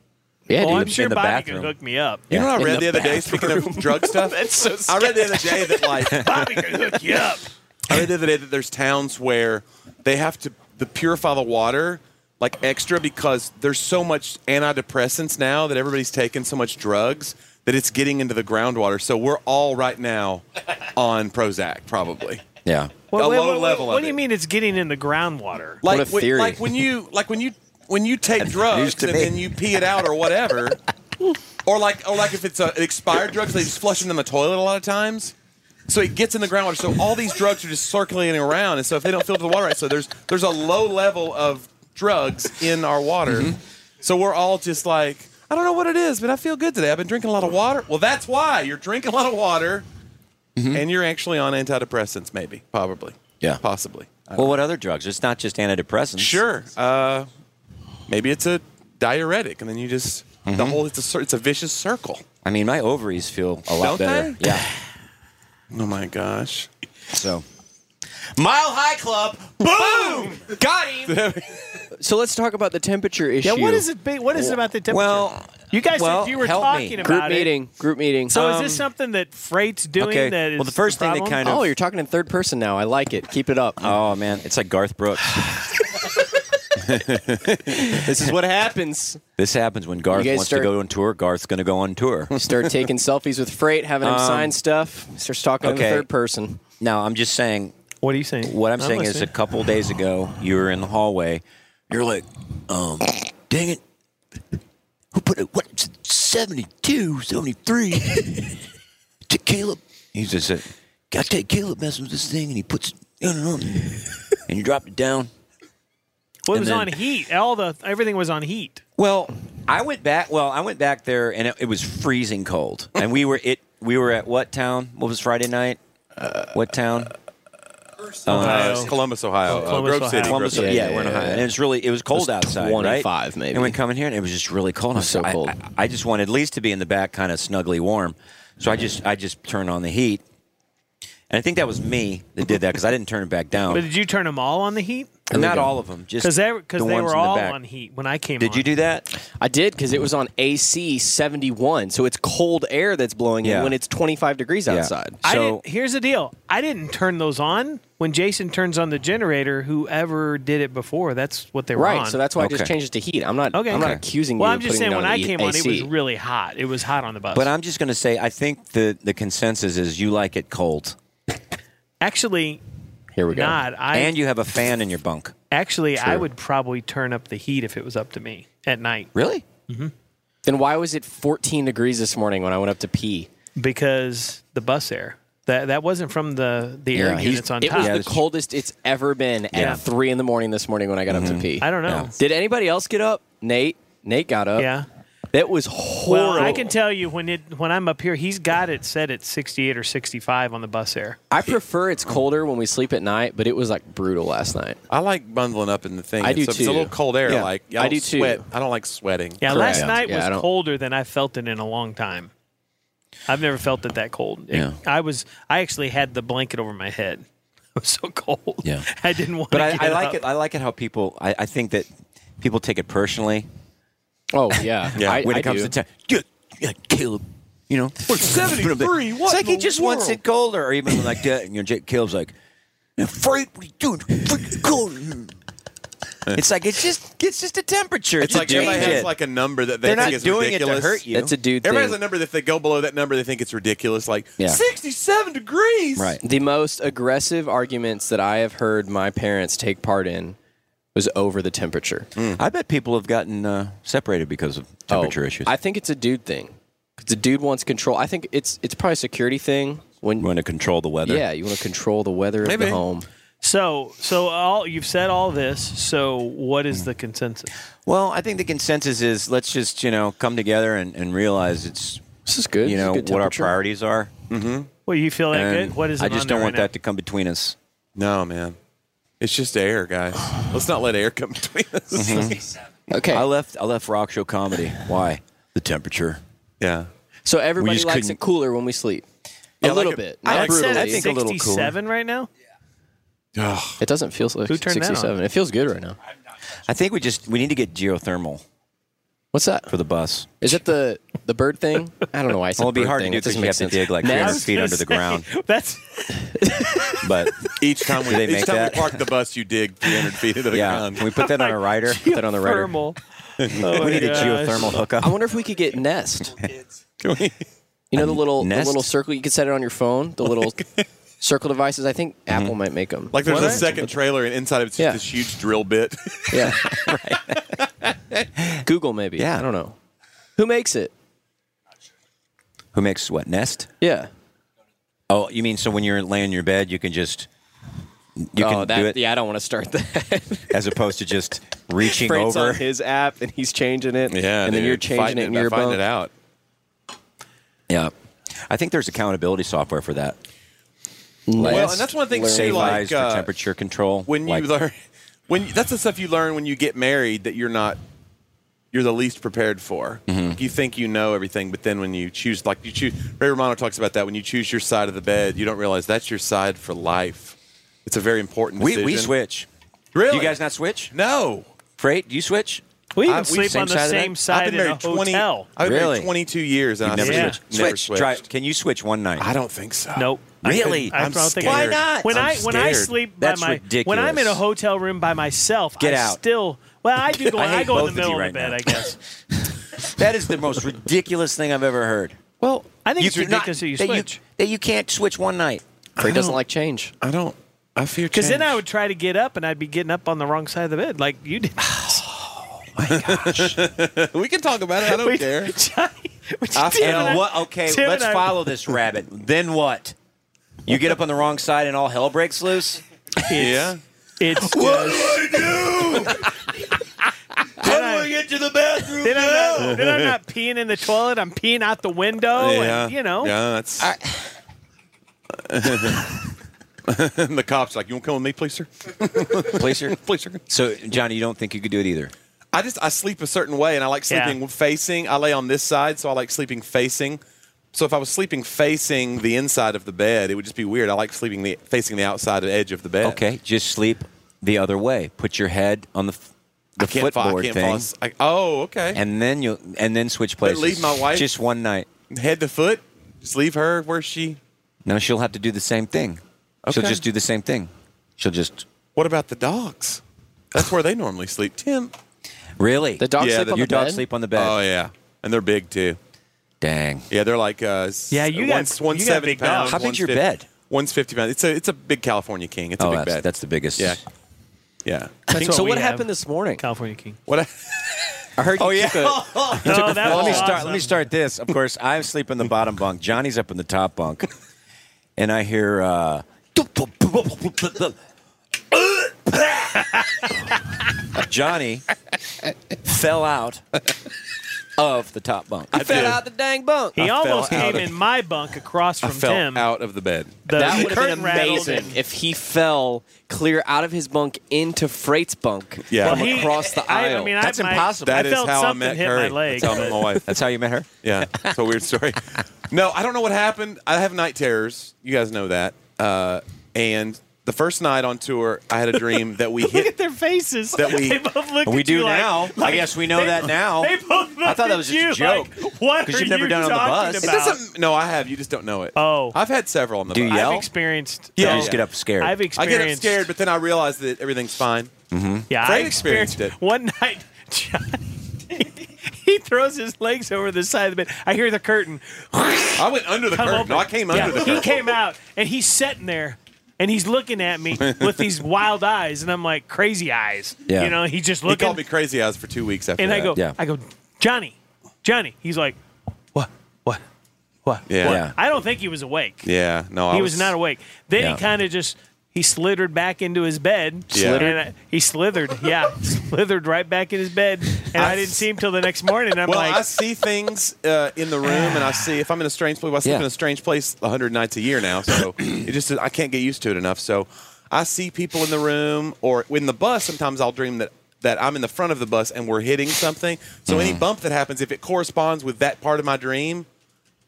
S3: Yeah,
S4: well,
S3: dude.
S4: Hmm. Oh, I'm
S1: in
S4: sure
S1: the
S4: Bobby
S1: bathroom.
S4: can hook me up.
S2: you know what I
S3: In
S2: read the,
S3: the
S2: other day, speaking of drug stuff?
S4: That's so
S2: I
S4: scary.
S2: read the other day that, like,
S4: Bobby can hook you up.
S2: I read the other day that there's towns where they have to the purify the water like extra because there's so much antidepressants now that everybody's taking so much drugs that it's getting into the groundwater. So we're all right now on Prozac probably.
S1: Yeah.
S2: A low level
S4: What
S2: of
S4: do you
S2: it.
S4: mean it's getting in the groundwater?
S2: Like
S3: a
S2: when-
S3: theory.
S2: like when you like when you when you take drugs
S1: to
S2: and
S1: me.
S2: then you pee it out or whatever. or like or like if it's a, expired drugs they just flush them in the toilet a lot of times. So it gets in the groundwater. So all these drugs are just circulating around, and so if they don't filter the water right, so there's there's a low level of drugs in our water. So we're all just like, I don't know what it is, but I feel good today. I've been drinking a lot of water. Well, that's why you're drinking a lot of water, and you're actually on antidepressants, maybe, probably,
S1: Mm-hmm. Yeah.
S2: possibly.
S1: Well, what other drugs? It's not just antidepressants.
S2: Sure. Uh, maybe it's a diuretic, and then you just the
S1: Mm-hmm.
S2: whole it's a cir- it's a vicious circle.
S1: I mean, my ovaries feel a
S2: Don't
S1: lot better.
S2: they?
S1: Yeah.
S2: Oh my gosh.
S1: So,
S10: Mile High Club. Boom!
S3: Got him. so let's talk about the temperature issue.
S4: Yeah, what is it? Be, what is it about the temperature?
S1: Well,
S4: you guys,
S1: well,
S4: if you were
S1: help
S4: talking
S1: me.
S4: about
S3: Group
S4: it-
S3: meeting. Group meeting.
S4: So is
S1: Um,
S4: this something that freight's doing?
S1: okay.
S4: That is
S1: Well, the first thing that
S4: problem?
S1: kind of-
S3: oh, you're talking in third person now. I like it. Keep it up.
S1: Oh man, it's like Garth Brooks.
S3: this is what happens.
S1: This happens when Garth
S3: guys
S1: wants
S3: start-
S1: to go on tour. Garth's going to go on tour.
S3: Start taking selfies with Freight, having him sign stuff. Starts talking in
S1: Um, okay.
S3: the third person.
S1: now, I'm just saying.
S4: What are you saying?
S1: What I'm, saying is, a couple days ago, you were in the hallway. You're like, um, dang it, who put it? What? 72, 73 to Caleb. He just said, I take Caleb messes with this thing, and he puts it on and on, and you drop it down.
S4: well, it
S1: and
S4: was
S1: then-
S4: on heat. All the everything was on heat.
S1: Well, I went back. Well, I went back there, and it, it was freezing cold. And we were it. We were at what town? What was Friday night? what town?
S2: Uh, Columbus, Ohio. Uh,
S4: Columbus,
S2: Grove
S4: Ohio.
S2: City.
S1: Columbus.
S2: Grove
S1: Yeah,
S2: City.
S1: we're in Ohio. And it was really it was cold outside. right?
S3: 25 maybe.
S1: And we come in here, and it was just really cold. I was
S3: so cold.
S1: I, I just wanted at least to be in the back, kind of snugly warm. So I just I just turned on the heat, and I think that was me that did that because I didn't turn it back
S3: Oh.
S1: down.
S4: But did you turn them all on the heat?
S1: Not all of them, just
S4: Because they
S1: the
S4: because they
S1: ones
S4: were
S1: in the
S4: all
S1: back.
S4: on heat when I came.
S1: Did
S4: on.
S1: you do that?
S3: I did because it was on AC 71, so it's cold air that's blowing
S1: Yeah.
S3: in when it's 25 degrees outside.
S4: I
S1: So-
S4: didn't, here's the deal. I didn't turn those on. When Jason turns on the generator, whoever did it before, that's what they were on.
S3: Right, so that's why I
S1: Okay.
S3: just changed it to heat. I'm not.
S4: Okay.
S3: I'm not
S4: Okay.
S3: accusing
S4: well,
S3: you.
S4: I'm
S3: of
S4: just saying
S3: putting it
S4: when
S3: on E-
S4: I
S3: the
S4: came on, it was
S3: AC.
S4: really hot. It was hot on the bus.
S1: But I'm just going to say I think the the consensus is you like it cold,
S4: actually
S3: Here we go.
S4: not. I
S1: and you have a fan in your bunk.
S4: actually I would probably turn up the heat if it was up to me at night
S1: Really?
S4: Mm-hmm.
S3: Then why was it 14 degrees this morning when I went up to pee?
S4: because the bus air that that wasn't from the the
S1: Yeah,
S4: air
S1: he's-
S4: units on
S3: It
S4: top.
S3: was
S1: Yeah,
S3: the
S1: that's true.
S3: coldest it's ever been
S4: Yeah.
S3: at three in the morning this morning when I got up to pee.
S4: I don't know.
S3: Did anybody else get up? Nate. Nate got up.
S4: Yeah.
S3: That was horrible.
S4: Well, I can tell you when it when I'm up here, he's got it set at 68 or 65 on the bus air.
S3: I prefer it's colder when we sleep at night, but it was like brutal last night.
S2: I like bundling up in the thing.
S3: I do
S2: so If it's a
S3: too.
S2: little cold air.
S1: Yeah.
S2: Like
S3: I
S2: don't
S3: do too.
S2: sweat. I don't like sweating.
S4: Yeah,
S3: Correct.
S4: last night
S3: Yeah, I
S4: was
S3: don't-
S4: colder than I felt it in a long time. I've never felt it that cold. It-
S1: Yeah.
S4: I was I actually had the blanket over my head. It was so cold.
S1: Yeah.
S4: I didn't want
S1: But
S4: to
S1: I, I
S4: get
S1: like
S4: up.
S1: it. I like it how people. I, I think that people take it personally
S3: Oh yeah,
S2: Yeah,
S3: I,
S1: when
S3: I
S1: it comes
S3: do.
S1: to time. Yeah, yeah, Caleb. You know, seventy-three. What it's like he just wants it colder, or even like that. And you know, Jake Caleb's like, "Now, "Freight, what are you doing? It's freaking cold." in here." it's like it's just it's just a temperature.
S2: It's
S1: a
S2: like everybody
S1: change
S2: has
S1: it.
S2: like a number that they
S1: they're
S2: think
S1: not
S2: is
S1: doing
S2: ridiculous.
S1: it to hurt you.
S3: That's a dude
S2: Everybody
S3: thing.
S2: has a number that if they go below that number, they think it's ridiculous. Like
S1: Yeah.
S2: 67 degrees.
S1: right.
S3: The most aggressive arguments that I have heard my parents take part in was over the temperature.
S1: I bet people have gotten uh, separated because of temperature
S3: Oh,
S1: issues.
S3: I think it's a dude thing. It's a dude wants control. I think it's it's probably a security thing. When
S1: you want to control the weather.
S3: yeah, you want to control the weather of
S2: Maybe.
S3: the home.
S4: So, so all you've said all this. So, what is the consensus?
S1: Well, I think the consensus is let's just you know come together and, and realize it's
S3: This is good.
S1: you
S3: This is
S1: know
S3: good
S1: what our
S3: temperature.
S1: priorities are.
S2: Mm-hmm.
S4: Well, you feel that
S1: And
S4: good. What is?
S1: I
S4: it
S1: just
S4: on
S1: don't
S4: there
S1: want
S4: right
S1: that to come between us.
S2: No, man. It's just air, guys. Let's not let air come between us.
S3: Okay,
S1: I left. I left rock show comedy. Why? The temperature.
S2: Yeah.
S3: so everybody
S1: just
S3: likes
S1: couldn't-
S3: it cooler when we sleep.
S2: Yeah,
S3: a
S2: like
S3: little
S2: a-
S3: bit.
S4: now?
S3: Not
S4: Alex said
S3: brutally.
S4: it's
S1: I think a little cooler.
S4: 67 right now.
S2: Ugh.
S3: it doesn't feel like
S4: Who turned that on?
S3: 67. It feels good right now.
S1: I think we just we need to get geothermal
S3: What's that?
S1: for the bus.
S3: Is it the the bird thing? I don't know why. I said
S1: Well, it'd be
S3: bird
S1: hard
S3: thing.
S1: to do
S3: It
S1: because
S3: doesn't
S1: you
S3: make
S1: have
S3: sense.
S1: to dig like
S3: Now-
S1: 300 feet under the ground.
S4: That's
S1: But
S2: Each time we
S1: Do they make
S2: each time
S1: that?
S2: we park the bus, you dig 300 feet into the
S1: yeah,
S2: ground.
S1: can we put that on a rider?
S3: Put that on the writer.
S4: thermal.
S3: Oh,
S2: Oh
S1: We need a
S4: gosh.
S1: geothermal hookup.
S3: I wonder if we could get Nest.
S2: Can we-
S3: You know the little the
S1: Nest?
S3: little circle you could set it on your phone. The little circle devices. I think
S1: Mm-hmm.
S3: Apple might make them.
S2: Like there's a second trailer, and inside of it's just
S3: Yeah.
S2: this huge drill bit.
S3: yeah, Google maybe.
S1: Yeah.
S3: I don't know. Who makes it?
S1: Who makes what nest?
S3: Yeah.
S1: Oh, you mean so when you're laying in your bed, you can just you
S3: oh,
S1: can
S3: that.
S1: do it
S3: Yeah, I don't want to start that.
S1: as opposed to just reaching
S3: Frank's
S1: over.
S3: on his app and he's changing it. and then
S2: dude.
S3: you're changing
S2: Fighting
S3: it in
S2: by
S3: your
S2: finding it
S3: phone.
S2: out.
S1: Yeah, I think there's accountability software for that.
S2: Well, and that's one of the things too,
S1: Save eyes
S2: like
S1: for
S2: uh,
S1: temperature control.
S2: when you
S1: like-
S2: learn when you- that's the stuff you learn when you get married that you're not you're the least prepared for.
S1: Mm-hmm.
S2: Like, you think you know everything, but then when you choose, like you choose, Ray Romano talks about that. When you choose your side of the bed, you don't realize that's your side for life. It's a very important
S1: We,
S2: decision.
S1: we switch.
S2: Really?
S1: You guys not switch?
S2: No.
S1: Freight, do you switch?
S4: We even
S2: I- we-
S4: sleep
S1: same
S4: on the
S1: side of that?
S4: same
S2: I've
S4: side
S2: been
S4: in a
S2: married 20
S4: hotel.
S2: I've been
S1: Really?
S2: married 22 years and
S1: You
S2: I
S1: never
S4: Yeah.
S1: switch.
S2: Never
S1: switch. Try- can you switch one night?
S2: I don't think so.
S4: Nope. I
S1: Really?
S4: couldn't- I
S2: I'm
S4: don't think I
S2: scared.
S4: could.
S1: Why not?
S4: When
S2: I'm
S4: i when I
S2: scared.
S4: sleep
S1: That's
S4: by my when
S1: ridiculous.
S4: I'm in a hotel room by myself,
S1: Get
S4: I
S1: out.
S4: still well, I do go.
S1: I
S4: I,
S1: hate
S4: go in
S1: both
S4: the
S1: of
S4: middle
S1: you
S4: of,
S1: right
S4: the bed,
S1: now.
S4: I guess.
S1: That is the most ridiculous thing I've ever heard.
S2: Well,
S4: I think it's
S1: cannot-
S4: ridiculous that you switch.
S1: That you can't switch one night.
S3: Craig doesn't
S2: don't-
S3: like change.
S2: I don't. I fear
S4: Because then
S2: change.
S4: I would try to get up, and I'd be getting up on the wrong side of the bed, like you did.
S2: we can talk about it. I don't
S4: We-
S2: care.
S4: Johnny, which
S1: I
S4: Tim and I-
S1: and what? Okay,
S4: Tim
S1: let's
S4: and I-
S1: follow this rabbit. Then what? You get up on the wrong side and all hell breaks loose.
S2: Yeah.
S4: It's just,
S1: How do I get to the bathroom
S4: then, I'm not, then I'm not peeing in the toilet. I'm peeing out the window,
S2: yeah.
S4: Oh, and you know.
S2: Yeah, that's. and the cops like, you want to come with me, please, sir?
S1: Please, sir.
S2: Please, sir.
S1: So, Johnny, you don't think you could do it either?
S2: I just I sleep a certain way, and I like
S4: Yeah.
S2: sleeping facing. I lay on this side, so I like sleeping facing. So if I was sleeping facing the inside of the bed, it would just be weird. I like sleeping the facing the outside edge of the
S4: Uh,
S2: bed.
S1: Okay, just sleep the other way. Put your head on the f- the
S2: I can't fall. I
S1: footboard
S2: can't fall.
S1: thing,
S2: as- I- oh, okay.
S1: and then you will and then switch
S2: But
S1: places.
S2: leave my wife-
S1: just one night.
S2: Head to foot. Just leave her where she.
S1: No, she'll have to do the same thing. She'll
S2: Okay.
S1: just do the same thing. She'll just
S2: What about the dogs? That's where they normally sleep. Tim.
S1: really.
S3: The dogs
S2: Yeah,
S3: sleep
S2: the-
S3: on
S1: your
S3: the
S1: dogs
S3: bed?
S1: sleep on the bed.
S2: Oh yeah, and they're big too.
S1: Dang.
S2: Yeah, they're like uh, s-
S4: Yeah, you got-
S2: one-
S4: you got
S2: 170
S4: big dogs.
S2: pounds.
S1: How big's your
S2: 150
S1: bed?
S2: One's fifty pounds. It's a it's a big California king. It's a
S1: Oh,
S2: big
S1: that's,
S2: bed.
S1: that's the biggest.
S2: yeah, yeah.
S4: That's
S3: so
S4: we
S3: what
S4: have.
S3: happened this morning?
S4: California King.
S2: What? I-
S3: I heard you
S1: Oh, yeah.
S3: took a-
S4: No, that was
S1: let me
S4: awesome.
S1: start. Let me start this. Of course, I sleep in the bottom bunk. Johnny's up in the top bunk, and I hear. Uh, Johnny fell out of the top bunk.
S2: I did.
S3: the dang bunk.
S4: He
S2: I
S4: almost
S2: fell out
S4: came
S2: of-
S4: in my bunk across
S2: I
S4: from
S2: fell
S4: Tim.
S2: out of the bed.
S4: The
S3: that would have been
S4: curtain rattled
S3: amazing
S4: and-
S3: if he fell clear out of his bunk into Freight's bunk
S2: Yeah.
S3: from
S2: Well,
S4: he-
S3: across the
S4: I- I
S3: aisle.
S4: mean, I-
S1: That's
S4: my-
S1: impossible.
S2: That
S4: I
S2: is
S4: felt
S2: how I
S4: something
S2: met
S4: hit my
S2: Curry.
S4: leg,
S2: That's how I met my wife.
S1: That's how you met her.
S2: Yeah, it's a weird story. No, I don't know what happened. I have night terrors. You guys know that. Uh, and the first night on tour, I had a dream that we
S4: Look at
S2: hit.
S4: their faces.
S2: That we-
S4: they both looked
S1: We
S4: at you
S1: do
S4: like-
S1: now. I
S4: like,
S1: guess we know
S4: they-
S1: that now.
S4: They both looked
S1: I thought
S4: at
S1: that was
S4: you
S1: just a joke.
S4: Like, what
S1: 'Cause
S4: are
S1: you've never
S4: you
S1: done it on the
S4: talking
S1: bus.
S2: It
S4: about?
S2: doesn't. No, I have. You just don't know it.
S4: Oh.
S2: I've had several on the.
S1: Do you
S2: bus.
S1: yell?
S4: I've experienced.
S1: Yeah,
S2: Yeah.
S1: I just get up scared.
S4: I've
S2: I
S4: experienced.
S2: get up scared, but then I realize that everything's fine.
S4: Yeah,
S2: Mm-hmm. Fred
S4: I
S2: experienced it.
S4: One night, Johnny, he throws his legs over the side of the bed. I hear the curtain
S2: I went under the
S4: come
S2: curtain.
S4: open.
S2: No, I came
S4: Yeah,
S2: under the curtain.
S4: He came out and he's sitting there. And he's looking at me with these wild eyes, and I'm like crazy eyes.
S1: Yeah.
S4: You know, he just
S2: He
S4: looking.
S2: called me crazy eyes for two weeks after
S4: and
S2: that.
S4: I go,
S1: Yeah.
S4: I go, Johnny, Johnny. He's like, what, what, what?
S2: Yeah.
S4: what?"
S1: Yeah.
S4: I don't think he was awake.
S2: Yeah. No, I
S4: He was, not awake. Then
S1: Yeah.
S4: he kind of just he slithered back into his bed.
S2: Yeah. Slithered?
S4: And I- he slithered. Yeah, slithered right back in his bed, and I, didn't see him till the next morning. And I'm
S2: Well,
S4: like,
S2: I see things uh, in the room, and I see if I'm in a strange place. Well, I sleep
S1: Yeah.
S2: in a strange place 100 nights a year now, so it just I can't get used to it enough. So I see people in the room or in the bus. Sometimes I'll dream that that I'm in the front of the bus and we're hitting something. So any bump that happens, if it corresponds with that part of my dream,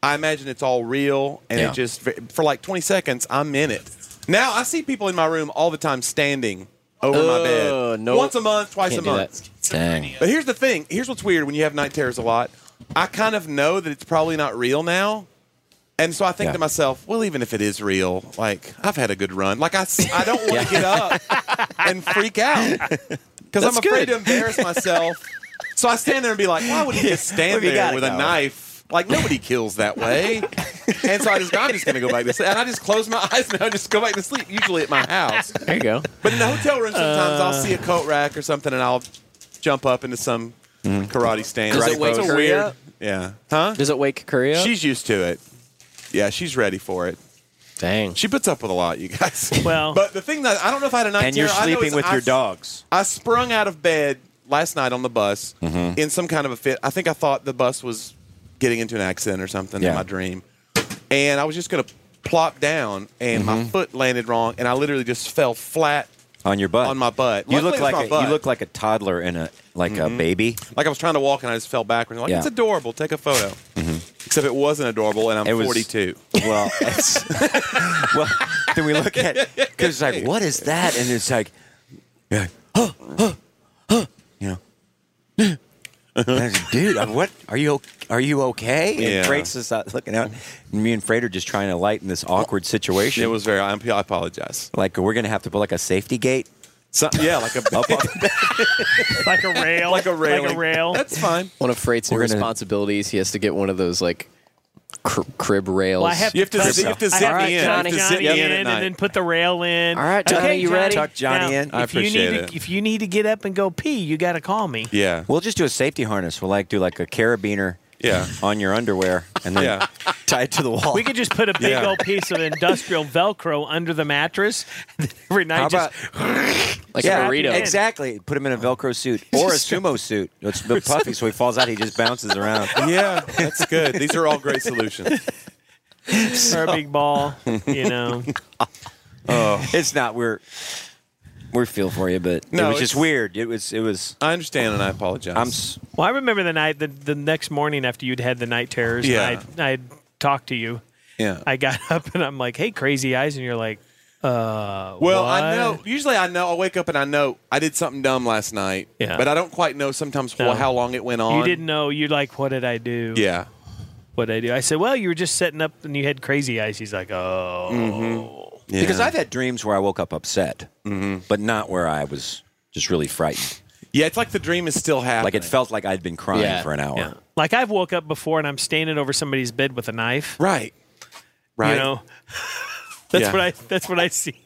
S2: I imagine it's all real, and
S1: Yeah.
S2: it just for like 20 seconds I'm in it. Now I see people in my room all the time standing over my
S1: Oh,
S2: bed,
S3: no.
S2: Oh, once a month, twice
S3: Can't
S2: a
S3: do
S2: month.
S3: that.
S1: Dang.
S2: But here's the thing. Here's what's weird when you have night terrors a lot. I kind of know that it's probably not real now. And so I think
S1: Yeah.
S2: to myself, well, even if it is real, like I've had a good run. Like I, s- I don't want to get up and freak out because I'm
S3: That's
S2: afraid
S3: good.
S2: to embarrass myself. So I stand there and be like, why would he just stand
S1: What have you
S2: there
S1: got,
S2: with a
S1: Kyle?
S2: knife? Like nobody kills that way. and so I just, I'm just going to go back to sleep. And I just close my eyes and I just go back to sleep, usually at my house.
S3: There you go.
S2: But in the hotel room, sometimes I'll see a
S3: Uh.
S2: coat rack or something, and I'll jump up into some karate stand.
S3: Does
S2: Karate
S3: it wake
S2: pose.
S3: her Weird. up?
S2: Yeah. Huh?
S3: Does it wake Korea? up?
S2: She's used to it. Yeah, she's ready for it.
S3: Dang.
S2: She puts up with a lot, you guys.
S4: Well-
S2: but the thing that I don't know if I had a night
S1: And you're
S2: terror, I know
S1: sleeping
S2: is
S1: with
S2: I
S1: your
S2: s-
S1: dogs.
S2: I sprung out of bed last night on the bus
S1: Mm-hmm.
S2: in some kind of a fit. I think I thought the bus was getting into an accident or something
S1: Yeah.
S2: in my dream. And I was just going to plop down, and my foot landed wrong, and I literally just fell flat
S1: Mm-hmm. on your butt.
S2: On my butt.
S1: You
S2: Luckily,
S1: look
S2: it's
S1: like
S2: my
S1: a,
S2: butt.
S1: you look like a toddler and a like a
S2: Mhm.
S1: baby.
S2: Like I was trying to walk and I just fell backwards. Like
S1: Yeah. Mm-hmm.
S2: it's adorable. Take a photo. Except it wasn't adorable, and I'm
S1: It was-
S2: 42.
S1: Well, it's, well, then we look at because it's like, what is that? And it's like, yeah, huh, huh, huh, you know, And I was like, dude, I'm, what are you? ok- Are you okay?
S2: Yeah.
S1: And Freight's just out looking out. And me and Freight are just trying to lighten this awkward situation.
S2: It was very. I'm, I apologize.
S1: Like we're gonna have to put like a safety gate.
S2: yeah, like a
S4: like a rail,
S2: like a rail,
S4: like a rail.
S2: That's fine.
S3: One of Freight's new
S1: We're gonna-
S3: responsibilities, he has to get one of those like cr- crib rails.
S4: Well, I have
S2: You have to
S4: to, touch-
S2: zip- you have to
S4: I
S2: zip
S4: have
S2: me
S4: to
S2: in. You have
S4: tuck
S2: to
S4: Johnny,
S2: zip me in
S4: in,
S2: at
S4: and
S2: night.
S4: then put the rail in.
S3: All right, Johnny,
S4: okay,
S3: you ready?
S1: Tuck Johnny
S4: Now,
S1: in.
S2: I
S4: if you need
S2: appreciate
S4: to-
S2: it.
S4: If you need to get up and go pee, you got to call me.
S2: Yeah.
S1: We'll just do a safety harness. We'll like do like a carabiner.
S2: Yeah.
S1: On your underwear and then
S2: Yeah.
S1: tie it to the wall.
S4: We could just put a big
S2: Yeah.
S4: old piece of industrial Velcro under the mattress. Every night,
S1: How
S4: just
S1: about
S3: like
S1: yeah,
S3: a burrito.
S1: Exactly. Put him in a Velcro suit or a sumo suit. It's the puffy, so he falls out. He just bounces around.
S2: Yeah, that's good. These are all great solutions.
S4: or a big ball, you know.
S1: It's not. We're we feel for you, but
S2: Oh. No,
S1: it was just
S2: it's-
S1: weird. It was. It was.
S2: I understand, and I apologize.
S1: I'm. s-
S4: Well, I remember the night, the, the next morning after you'd had the night terrors,
S2: Yeah.
S4: and I I talked to you.
S2: yeah.
S4: I got up and I'm like, "Hey, crazy eyes," and you're like, "Uh,
S2: well,
S4: what?"
S2: I know. Usually, I know. I wake up and I know I did something dumb last night.
S4: Yeah.
S2: But I don't quite know sometimes
S4: No.
S2: wh- how long it went on.
S4: You didn't know. You're like, "What did I do?
S2: Yeah.
S4: What did I do?" I said, "Well, you were just setting up, and you had crazy eyes." He's like, "Oh,
S2: Mm-hmm. yeah.
S1: Because I've had dreams where I woke up upset, but not where I was just really frightened.
S2: Mm-hmm. Yeah, it's like the dream is still happening.
S1: Like it felt like I'd been crying
S3: Yeah.
S1: for an hour.
S4: Yeah. Like I've woke up before and I'm standing over somebody's bed with a knife.
S2: Right. Right.
S4: You know, that's
S2: Yeah.
S4: what I that's what I see.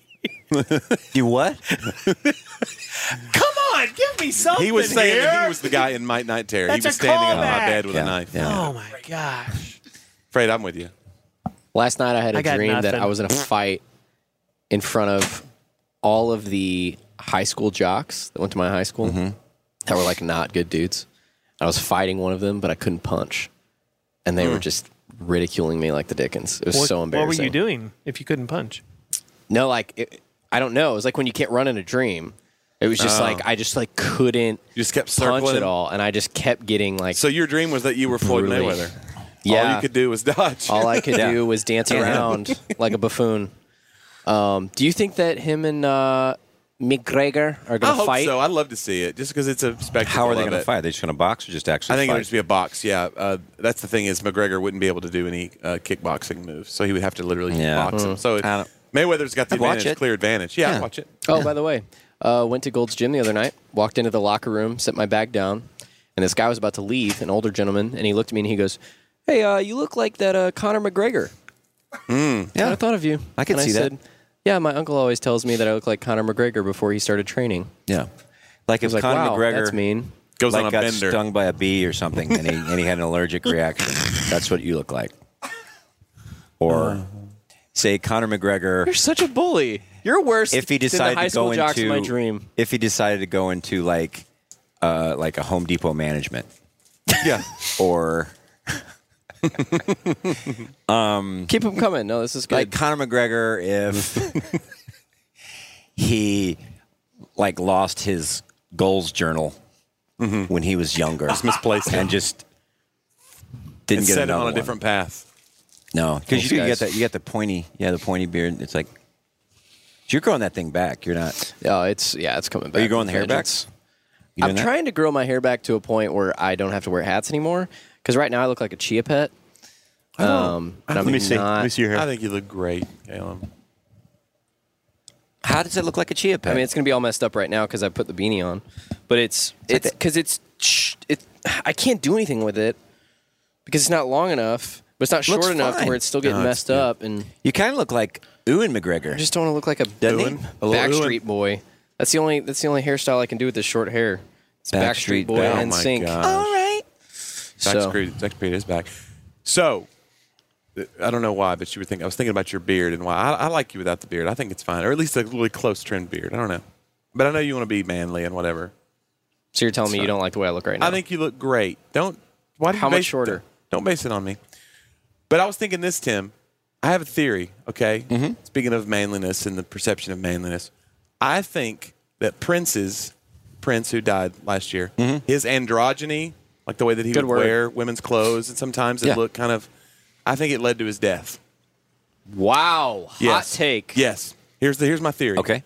S1: You what?
S4: Come on, give me something.
S2: He was saying
S4: here.
S2: that he was the guy in Might Night Terror. he
S4: That's
S2: was
S4: a
S2: standing on my
S4: callback.
S2: bed with
S1: Yeah,
S2: a knife.
S1: yeah.
S4: Oh my gosh!
S2: Afraid I'm with you.
S3: Last night I had a
S4: I got
S3: dream that
S4: nothing.
S3: I was in a fight in front of all of the high school jocks that went to my high school
S2: Mm-hmm.
S3: that were like not good dudes. I was fighting one of them, but I couldn't punch, and they were just ridiculing me like the Dickens. It was
S4: Mm. What,
S3: so
S4: what
S3: embarrassing.
S4: were you doing if you couldn't punch?
S3: No, like it, I don't know. It was like when you can't run in a dream. It was just like I just like couldn't
S2: Oh. You just kept circling.
S3: punch at
S2: him.
S3: all, and I just kept getting like
S2: So your dream was that you were Floyd
S3: Brutally.
S2: Mayweather.
S3: yeah.
S2: All you could do was dodge.
S3: All I could
S1: Yeah.
S3: do was dance around like a buffoon. Um, do you think that him and uh, McGregor are
S2: I
S3: going to
S2: hope
S3: fight?
S2: so. I'd love to see it, just because it's a spectacle.
S1: How are they
S2: going to
S1: fight? Are they just going to box or just actually?
S2: I think it
S1: fight?
S2: would just be a box. Yeah, uh, that's the thing is McGregor wouldn't be able to do any uh, kickboxing moves, so he would have to literally
S1: Yeah. Hmm.
S2: box him. So it,
S1: I don't-
S2: Mayweather's got the
S1: I'd watch
S2: advantage,
S1: it.
S2: clear advantage. Yeah, I'd
S1: Yeah.
S2: watch it.
S3: Oh, by the way, uh, went to Gold's Gym the other night. Walked into the locker room, set my bag down, and this guy was about to leave, an older gentleman, and he looked at me and he goes, "Hey, uh, you look like that uh, Conor McGregor." Yeah, I thought of you.
S1: Hmm, I could
S3: and
S1: see that.
S3: said, Yeah, my uncle always tells me that I look like Conor McGregor before he started training.
S1: Yeah. Like
S3: I was
S1: if
S3: like,
S1: Conor
S3: wow,
S1: McGregor
S3: that's mean.
S2: Goes
S1: like
S2: on a
S1: got
S2: bender.
S1: stung by a bee or something, and he and he had an allergic reaction. That's what you look like. Or say Conor McGregor,
S3: You're such a bully. You're worse.
S1: if he
S3: than the
S1: decided
S3: high
S1: to go
S3: school jocks
S1: into
S3: in my dream.
S1: if he decided to go into like uh, like a Home Depot management
S2: Yeah,
S1: or
S3: Keep him coming. No, this is good.
S1: like Conor McGregor if he like lost his goals journal when he was younger
S2: Mm-hmm. misplaced
S1: and
S2: him
S1: just didn't
S2: and
S1: get
S2: set him
S1: another
S2: on a
S1: one.
S2: different path.
S1: No, because you,
S3: Those
S1: do- you
S3: guys.
S1: get that you get the pointy, yeah, the pointy beard. It's like you're growing that thing back. You're not.
S3: oh, it's yeah, it's coming back.
S1: Are you
S3: with
S1: growing the hair back?
S3: vengeance.
S1: You
S3: I'm
S1: doing that?
S3: trying to grow my hair back to a point where I don't have to wear hats anymore. Because right now I look like a chia pet. Um, and I'm not-
S2: your hair. I think you look great, Caleb.
S1: How does it look like a chia pet?
S3: I mean, it's gonna be all messed up right now because I put the beanie on, but it's it's because it's sh- it. I can't do anything with it because it's not long enough, but it's not short
S1: Looks
S3: enough to
S1: fine.
S3: where it's still getting
S2: No, it's-
S3: messed up, and
S1: you kind of look like Ewan McGregor.
S3: I just don't want to look like a
S1: Doesn't he?
S2: A little
S3: Backstreet Boy. That's the only that's the only hairstyle I can do with this short hair. It's Backstreet,
S1: Backstreet
S3: Boy
S1: Boy. Oh
S3: and Sync.
S2: All right.
S3: So-
S2: Zach Creed, Zach Creed is back. So, th- I don't know why, but you were thinking. I was thinking about your beard and why. I, I like you without the beard. I think it's fine, or at least a really close trimmed beard. I don't know, but I know you want to be manly and whatever.
S3: So you're telling me you don't like the way I look right now?
S2: I think you look great. Don't. Why do
S3: How
S2: you
S3: much
S2: base it-
S3: shorter?
S2: Don't base it on me. But I was thinking this,
S3: Mm-hmm.
S2: Tim. I have a theory. Okay. Speaking of manliness and the perception of manliness, I think that Prince's Prince, who died last year, his androgyny, like the way that he
S3: Mm-hmm. Good
S2: would
S3: word.
S2: wear women's clothes, and sometimes it
S3: Yeah.
S2: looked kind of. I think it led to his death.
S3: Wow.
S2: Yes.
S3: Hot take.
S2: Yes. Here's the here's my theory.
S1: Okay.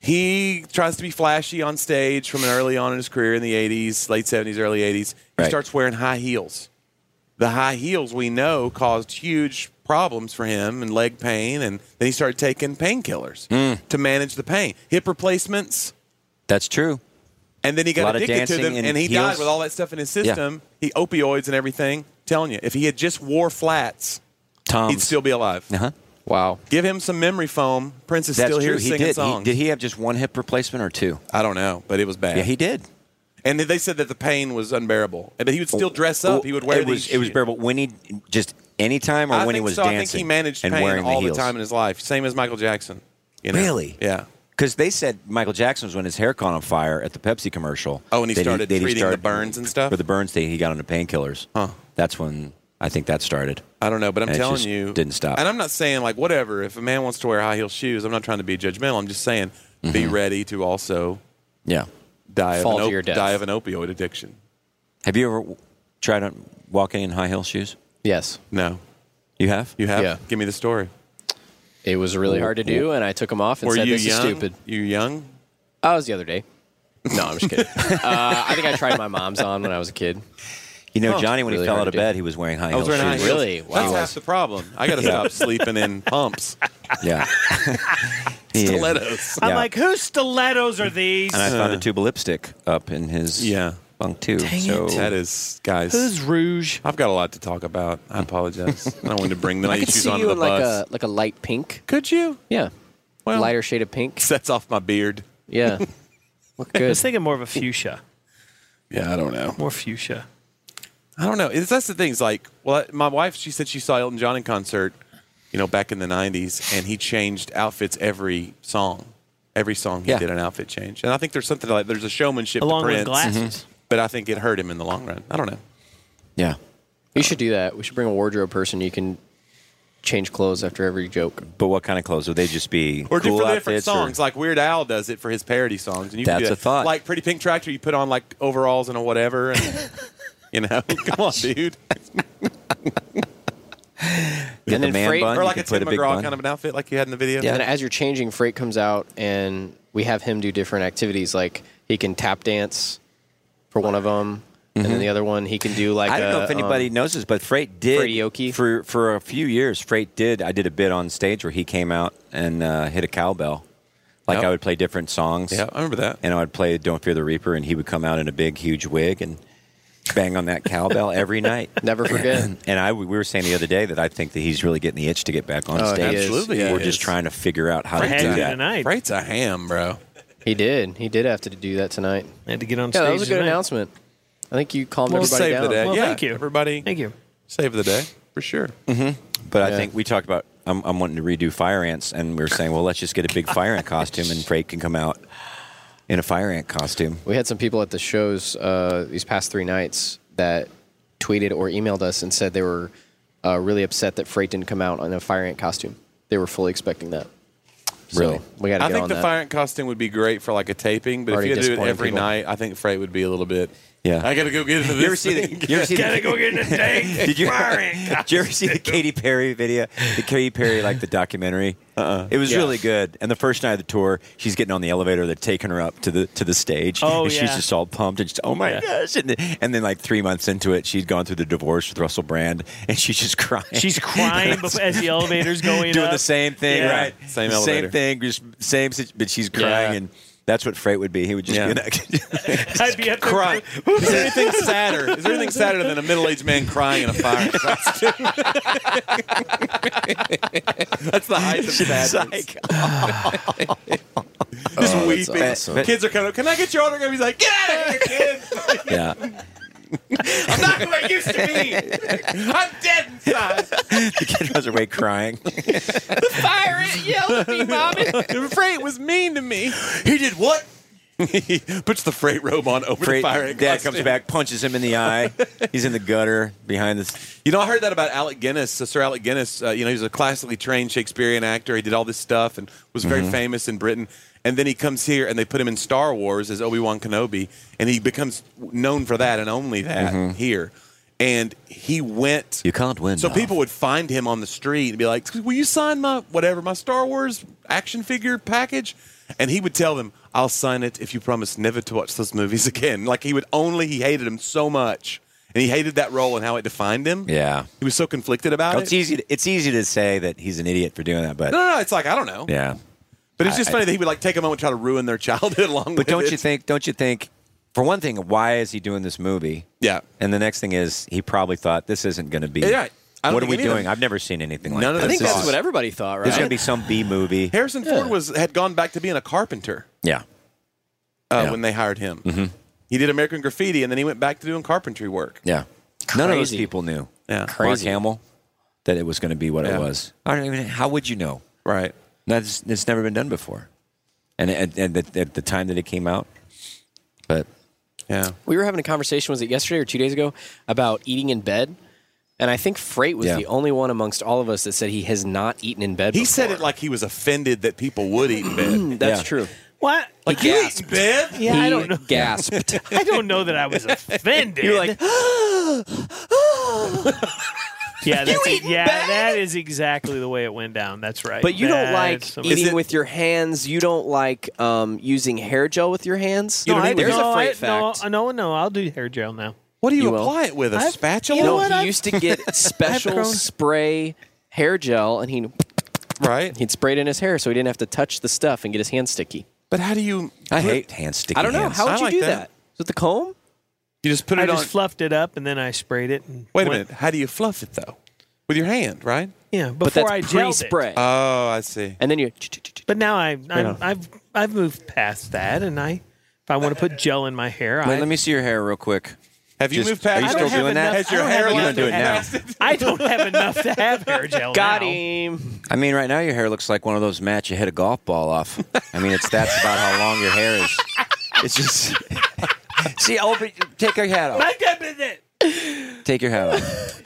S2: He tries to be flashy on stage from an early on in his career in the 80s, late 70s, early 80s. He
S1: Right.
S2: starts wearing high heels. The high heels we know caused huge problems for him and leg pain, and then he started taking painkillers to manage the pain, hip replacements,
S1: Hmm. That's true.
S2: and then he
S1: A lot
S2: got
S1: of
S2: addicted to
S1: dancing
S2: them,
S1: in
S2: and he
S1: heels.
S2: died with all that stuff in his
S1: Yeah.
S2: system. He opioids and everything. Telling you, if he had just wore flats,
S1: Tom.
S2: he'd still be alive.
S1: Uh-huh.
S3: Wow.
S2: Give him some memory foam. Prince is
S1: That's
S2: still
S1: true.
S2: here
S1: he
S2: singing
S1: did. He,
S2: songs.
S1: did he have just one hip replacement or two?
S2: I don't know, but it was bad.
S1: Yeah, he did.
S2: And they said that the pain was unbearable. But he would still dress up. He would wear
S1: it was
S2: these.
S1: it was bearable when he just anytime or
S2: I
S1: when he
S2: think
S1: was
S2: so.
S1: dancing.
S2: I think he managed
S1: and
S2: pain
S1: wearing
S2: all the,
S1: heels.
S2: time in his life, same as Michael Jackson. you know?
S1: Really?
S2: Yeah.
S1: Because they said Michael Jackson was when his hair caught on fire at the Pepsi commercial.
S2: Oh, and he
S1: That
S2: started
S1: that
S2: treating the burns and stuff?
S1: For the burns, that he got into painkillers.
S2: Huh.
S1: That's when I think that started.
S2: I don't know, but I'm
S1: And it
S2: telling
S1: just
S2: you,
S1: didn't stop.
S2: And I'm not saying like whatever. If a man wants to wear high heel shoes, I'm not trying to be judgmental. I'm just saying be
S1: Mm-hmm.
S2: ready to also
S1: yeah.
S2: die of,
S3: Fall
S2: an
S3: to your death.
S2: die of an opioid addiction.
S1: Have you ever w- tried on walking in high heel shoes?
S3: Yes.
S2: No,
S1: You have.
S2: you have.
S3: Yeah.
S2: Give me the story.
S3: It was really hard to do, and I took them off and
S2: Were
S3: said,
S2: you
S3: "This
S2: young?
S3: is stupid."
S2: You young?
S3: I was the other day. No, I'm just kidding. uh, I think I tried my mom's on when I was a kid.
S1: You know, Johnny, when
S3: Really
S1: he fell
S3: hard
S1: out
S3: to do.
S1: of bed, he was wearing high
S2: I
S1: heel
S2: was wearing high
S1: shoes.
S2: heels.
S3: Really?
S2: That's
S3: Wow.
S2: half the problem. I got to stop sleeping in pumps,
S1: Yeah. Yeah.
S2: stilettos.
S4: I'm
S1: Yeah.
S4: like, whose stilettos are these?
S1: And I found a tube of lipstick up in his
S2: Yeah.
S1: bunk too. so
S2: That is, guys.
S4: Who's rouge?
S2: I've got a lot to talk about. I apologize. I don't want to bring the
S3: I could
S2: issues
S3: see
S2: onto
S3: you
S2: the
S3: in like
S2: bus.
S3: a like a light pink.
S2: Could you?
S3: Yeah.
S2: Well-
S3: Lighter shade of pink.
S2: Sets off my beard.
S3: Yeah. Look
S4: I
S3: good.
S4: was thinking more of a fuchsia.
S2: Yeah, I don't know.
S4: More fuchsia.
S2: I don't know. It's, that's the thing. It's like, well, I- my wife, she said she saw Elton John in concert, you know, back in the 90s, and he changed outfits every song. Every song he
S1: Yeah.
S2: did an outfit change. And I think there's something like there's a showmanship
S4: Along
S2: to
S4: with
S2: Prince,
S4: glasses.
S3: Mm-hmm.
S2: but I think it hurt him in the long run. I don't know.
S1: yeah.
S3: You should do that. We should bring a wardrobe person. You can change clothes after every joke.
S1: But what kind of clothes would they just be?
S2: Or
S1: cool
S2: do for different
S1: outfits or-
S2: songs, like Weird Al does it for his parody songs, and you can
S1: That's
S2: do
S1: a
S2: that.
S1: thought.
S2: Like Pretty Pink Tractor, you put on like overalls and a whatever, and you know, come on, dude,
S1: You
S3: And
S1: have the
S3: then
S1: man
S3: freight-
S1: bun,
S2: or
S1: you
S2: like a
S1: could put
S2: Tim
S1: a big
S2: McGraw
S1: bun.
S2: kind of an outfit like you had in the video.
S3: And then as you're changing, Freight comes out and we have him do different activities. Like he can tap dance for one of them, and then the other one he can do like
S1: Mm-hmm. I don't know
S3: a,
S2: uh,
S1: if anybody
S3: um,
S1: knows this, but Freight did
S3: Freitioki?
S1: for for a few years. Freight did. I did a bit on stage where he came out and uh, hit a cowbell. Like
S2: Yep.
S1: I would play different songs.
S2: yeah, I remember that.
S1: And I would play "Don't Fear the Reaper," and he would come out in a big, huge wig and bang on that cowbell every night.
S3: um, never forget.
S1: And I, we were saying the other day that I think that he's really getting the itch to get back on
S3: Oh, he
S1: stage.
S3: is. Absolutely
S1: we're
S2: he is.
S1: just trying to figure out how
S4: I
S1: to
S4: had to
S1: do that.
S4: tonight.
S2: Freight's a ham, bro.
S3: he did. He did have to do that tonight.
S4: I had to get on stage.
S3: Yeah, that was a good
S4: tonight.
S3: announcement. I think you calmed
S4: Well,
S3: everybody
S2: Save
S3: down.
S2: the day.
S4: Well,
S2: yeah,
S4: thank you.
S2: everybody.
S4: Thank you.
S2: Save the day for sure.
S1: Mm-hmm. But I
S3: Yeah.
S1: think we talked about I'm, I'm wanting to redo fire ants, and we were saying, well, let's just get a big fire ant costume, and Freight can come out in a fire ant costume.
S3: We had some people at the shows uh, these past three nights that tweeted or emailed us and said they were uh, really upset that Freight didn't come out in a fire ant costume. They were fully expecting that. So
S1: Really?
S3: we got to
S2: I
S3: get
S2: think
S3: on
S2: the
S3: that.
S2: fire ant costume would be great for like a taping, but
S3: Already
S2: if you had to do it
S3: disappointing
S2: every
S3: people.
S2: night, I think Freight would be a little bit.
S1: Yeah.
S2: I got to go get into this.
S1: You ever see the?
S2: thing.
S1: You ever see
S4: Gotta
S1: the?
S4: go get in the tank.
S1: Did you,
S4: Fire ant
S1: did you ever see the Katy Perry video? The Katy Perry like the documentary. Uh-uh. It was
S3: Yeah.
S1: really good. And the first night of the tour, she's getting on the elevator. They're taking her up to the to the stage.
S4: Oh,
S1: and
S4: yeah.
S1: She's just all pumped and just oh my
S4: Yeah.
S1: gosh. And, then- and then like three months into it, she'd gone through the divorce with Russell Brand, and she's just crying.
S4: She's crying before, as the elevator's going
S1: doing
S4: up.
S1: the same thing,
S4: Yeah.
S1: right?
S2: Same
S1: The
S2: elevator.
S1: same thing, just same. sit- But she's crying,
S3: Yeah.
S1: and that's what Freight would be. He would just
S2: Yeah.
S1: be like,
S4: I'd be up there
S2: crying. Is there anything sadder? Is there anything sadder than a middle-aged man crying in a fire
S1: Oh,
S2: costume? That's the height of sadness.
S1: "Oh."
S2: Just
S3: Oh, that's
S2: weeping.
S3: awesome.
S2: Kids are coming up. Can I get your autograph? He's like, Get out of here, kid!
S1: yeah,
S2: I'm not who I used to be. I'm dead inside.
S1: the kid runs away crying.
S3: fire ant yelled at me, mommy.
S2: The freight was mean to me. He did what? he puts the freight robe on over
S1: Freight,
S2: the fire. ant
S1: dad
S2: costume.
S1: comes back, punches him in the eye. He's in the gutter behind this.
S2: You know, I heard that about Alec Guinness. Uh, So Sir Alec
S1: Mm-hmm.
S2: Guinness, uh, you know, he was a classically trained Shakespearean actor. He did all this stuff and was very famous in Britain. And And then he comes here and they put him in Star Wars as Obi Wan Kenobi, and he becomes known for that and only that
S1: Mhm.
S2: here. And he went.
S1: You can't win.
S2: So
S1: Dolph.
S2: people would find him on the street and be like, "Will you sign my whatever my Star Wars action figure package?" And he would tell them, "I'll sign it if you promise never to watch those movies again." Like he would only he hated him so much, and he hated that role and how it defined him.
S1: Yeah.
S2: he was so conflicted about
S1: Oh,
S2: it.
S1: it's easy. To, it's easy to say that he's an idiot for doing that, but
S2: No, no, no, it's like I don't know.
S1: yeah.
S2: But it's
S1: I-
S2: just
S1: I-
S2: funny that he would like take a moment to try to ruin their childhood along with
S1: But don't
S2: it.
S1: you think? Don't you think? For one thing, why is he doing this movie?
S2: Yeah.
S1: And the next thing is, he probably thought this isn't going to be.
S2: Yeah, right. I don't
S1: What are
S2: think
S1: we
S2: any of them-
S1: doing? I've never seen anything like
S2: None of
S1: this.
S2: them
S1: This
S2: thought.
S1: is-
S2: What
S3: everybody thought,
S1: There's going to be some B movie.
S2: Harrison Ford was had gone back to being a carpenter
S1: Yeah.
S2: uh,
S1: Yeah.
S2: when they hired him.
S1: Mhm.
S2: He did American Graffiti, and then he went back to doing carpentry work.
S1: Yeah. None of those
S2: Crazy.
S1: people knew.
S2: Yeah.
S1: Mark
S2: Crazy.
S1: Hamill, that it was going to be what
S2: Yeah.
S1: it was. I don't even. How would you know?
S2: Right.
S1: That's it's never been done before, and and, and at, at the time that it came out, but
S2: yeah,
S3: We were having a conversation, was it yesterday or two days ago, about eating in bed? And I think Freight was
S1: Yeah.
S3: the only one amongst all of us that said he has not eaten in bed.
S2: He said it like he was offended that people would eat in bed.
S3: That's
S2: Yeah.
S3: true.
S4: What?
S2: Like you eat in bed?
S4: Yeah, I don't know.
S3: gasped.
S4: I don't know that I was offended.
S3: You're like,
S4: yeah, that's
S3: You
S4: it.
S3: eat
S4: yeah,
S3: bad?
S4: that is exactly the way it went down. That's right.
S3: But you don't like
S4: That's some-
S3: eating with your hands. You don't like um, using hair gel with your hands.
S4: No, I,
S3: There's
S4: no,
S3: a freight
S4: I,
S3: fact.
S4: No, no, no, I'll do hair gel now.
S2: What do you,
S3: You will.
S2: apply it with? A
S4: I've-
S2: spatula?
S4: you know
S3: no,
S4: what?
S3: he
S4: I've-
S3: used to get special
S4: grown-
S3: spray hair gel, and he
S2: right.
S3: he'd spray it in his hair, so he didn't have to touch the stuff and get his hands sticky.
S2: But how do you?
S1: I hate hand sticky.
S3: I don't know.
S1: hands.
S3: How would
S2: I
S3: you
S2: like
S3: do
S2: that.
S3: that? Is it the comb?
S2: You just put
S4: I
S2: it
S4: just
S2: on.
S4: fluffed it up and then I sprayed it. And
S2: Wait a
S4: went-
S2: minute. How do you fluff it though? With your hand, right?
S4: Yeah, before
S3: but that's
S4: I gelled
S3: pre-spray,
S2: Oh, I see.
S3: and then you.
S4: it. But now I, I'm,
S3: on.
S4: I've I've moved past that, and I if I want to put gel in my hair,
S1: Wait,
S4: I,
S1: let me see your hair real quick.
S2: Have you
S1: Just-
S2: moved past?
S1: Are you
S4: I
S1: still
S4: don't have
S1: doing
S4: enough-
S1: that?
S2: Has your
S4: I don't
S2: hair
S4: have
S1: You're
S2: left
S1: gonna do it now.
S4: enough to have- I don't have enough to have hair gel.
S3: Got
S4: now.
S3: him.
S1: I mean, right now your hair looks like one of those mats you hit a golf ball off. I mean, it's that's about how long your hair is. It's just. see,
S3: oh,
S1: open. Take your hat off.
S4: Back up in it.
S1: Take your hat off.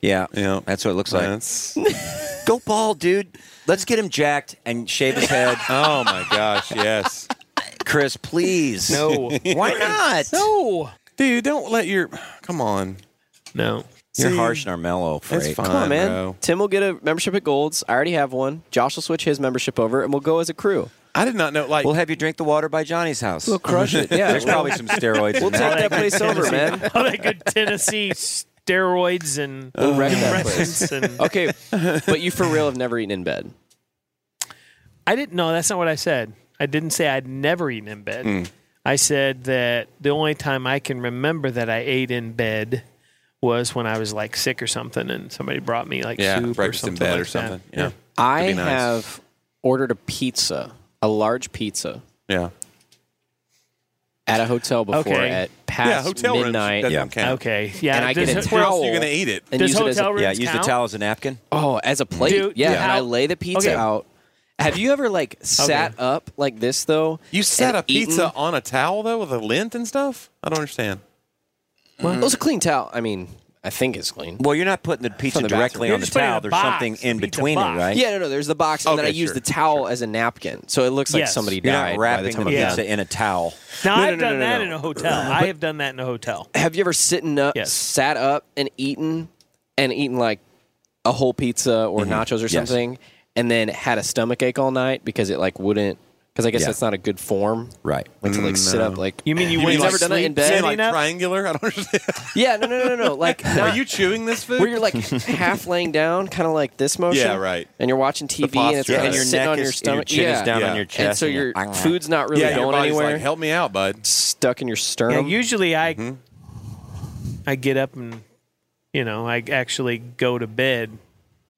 S1: Yeah,
S2: Yeah.
S1: that's what it looks like.
S2: That's-
S1: Go ball, dude. Let's get him jacked and shave his head.
S2: oh my gosh! Yes,
S1: Chris, please.
S4: No,
S1: Why not?
S4: no,
S2: dude. Don't let your. Come on.
S4: no.
S1: You're
S2: See,
S1: harsh and our mellow, Frank.
S2: It's fine,
S3: Come on, man.
S2: bro.
S3: Tim will get a membership at Golds. I already have one. Josh will switch his membership over, and we'll go as a crew.
S2: I did not know. Like,
S1: We'll have you drink the water by Johnny's house.
S3: We'll crush it. Yeah,
S1: There's probably some steroids. in
S3: We'll
S1: that.
S3: take that place over, man.
S4: All that good Tennessee steroids and
S3: We'll wreck that place.
S4: presents and
S3: Okay, but you for real have never eaten in bed.
S4: I didn't. No, that's not what I said. I didn't say I'd never eaten in bed. I said that the only time I can remember that I ate in bed was when I was like sick or something, and somebody brought me like
S2: yeah,
S4: soup or
S2: breakfast in
S4: something
S2: bed
S4: like
S2: or something.
S4: That. Yeah.
S3: I
S2: nice.
S3: have ordered a pizza, a large pizza,
S2: Yeah.
S3: at a hotel before
S4: Okay.
S3: at
S2: Yeah.
S3: past
S2: yeah hotel rooms.
S3: midnight.
S2: That
S1: Yeah.
S2: don't count.
S4: Okay. Yeah.
S3: And I get
S4: does-
S3: a
S2: Where else
S3: towel.
S2: are you gonna eat it?
S3: And
S4: Does
S3: use it as a,
S4: hotel room-
S1: Yeah,
S4: Rooms
S1: use the
S4: count?
S1: towel as a napkin.
S3: oh, as a plate.
S4: Dude,
S3: yeah,
S4: yeah.
S3: and I
S4: Out.
S3: lay the pizza
S4: Okay.
S3: out. Have you ever like sat up like this though?
S2: You set
S3: and
S2: a pizza
S3: eaten-
S2: on a towel though with a lint and stuff. I don't understand.
S3: Well, it was a clean towel. I mean, I think it's clean.
S1: Well, you're not putting the pizza
S3: From the
S1: directly
S3: bathroom.
S4: You're
S1: on the
S4: just putting it in
S1: towel.
S4: a
S1: There's
S4: box,
S1: something
S4: the
S1: in
S4: pizza
S1: between it,
S4: box.
S1: right?
S3: Yeah, no, no. There's the box, and then
S2: Okay,
S3: I use
S2: sure,
S3: the towel as a napkin, so it looks like
S4: Yes.
S3: somebody died
S1: You're not
S3: by the
S1: wrapping
S3: time
S1: the
S3: I'm
S4: Yeah.
S1: pizza in a towel.
S4: Now
S3: No, no,
S4: I've
S3: no,
S4: done
S3: no, no,
S4: that
S3: no.
S4: in a hotel. I have done that in a hotel.
S3: Have you ever sitting up,
S4: Yes.
S3: sat up and eaten, and eaten like a whole pizza or nachos or
S1: Mm-hmm. Yes.
S3: something, and then had a stomach ache all night because it like wouldn't? Because I guess
S1: Yeah.
S3: that's not a good form,
S1: Right.
S3: Like to like sit up, like
S4: Mm, You mean you,
S2: You
S4: went
S2: mean
S3: you've
S2: like
S3: never done it in
S2: sleep- you mean
S3: bed?
S2: like
S4: up?
S2: triangular? I don't understand.
S3: yeah, no, no, no, no, no. Like
S2: Are
S3: not,
S2: you chewing this food?
S3: where you're like half laying down, kind of like this motion.
S2: Yeah, right.
S3: And you're watching TV, and it's
S2: posture.
S3: kind
S2: And
S3: of
S2: your
S3: sitting
S1: neck
S3: on
S1: is-
S3: your
S1: and
S3: stomach.
S1: chin is
S3: yeah.
S1: down
S2: Yeah.
S1: on your
S2: And
S1: chest.
S3: and so your
S1: you're- "Ah."
S3: food's not really
S2: yeah, your
S3: going
S2: body's
S3: anywhere.
S2: Like, Help me out, bud.
S3: Stuck in your
S4: Yeah,
S3: sternum.
S4: usually I, I get up and, you know, I actually go to bed.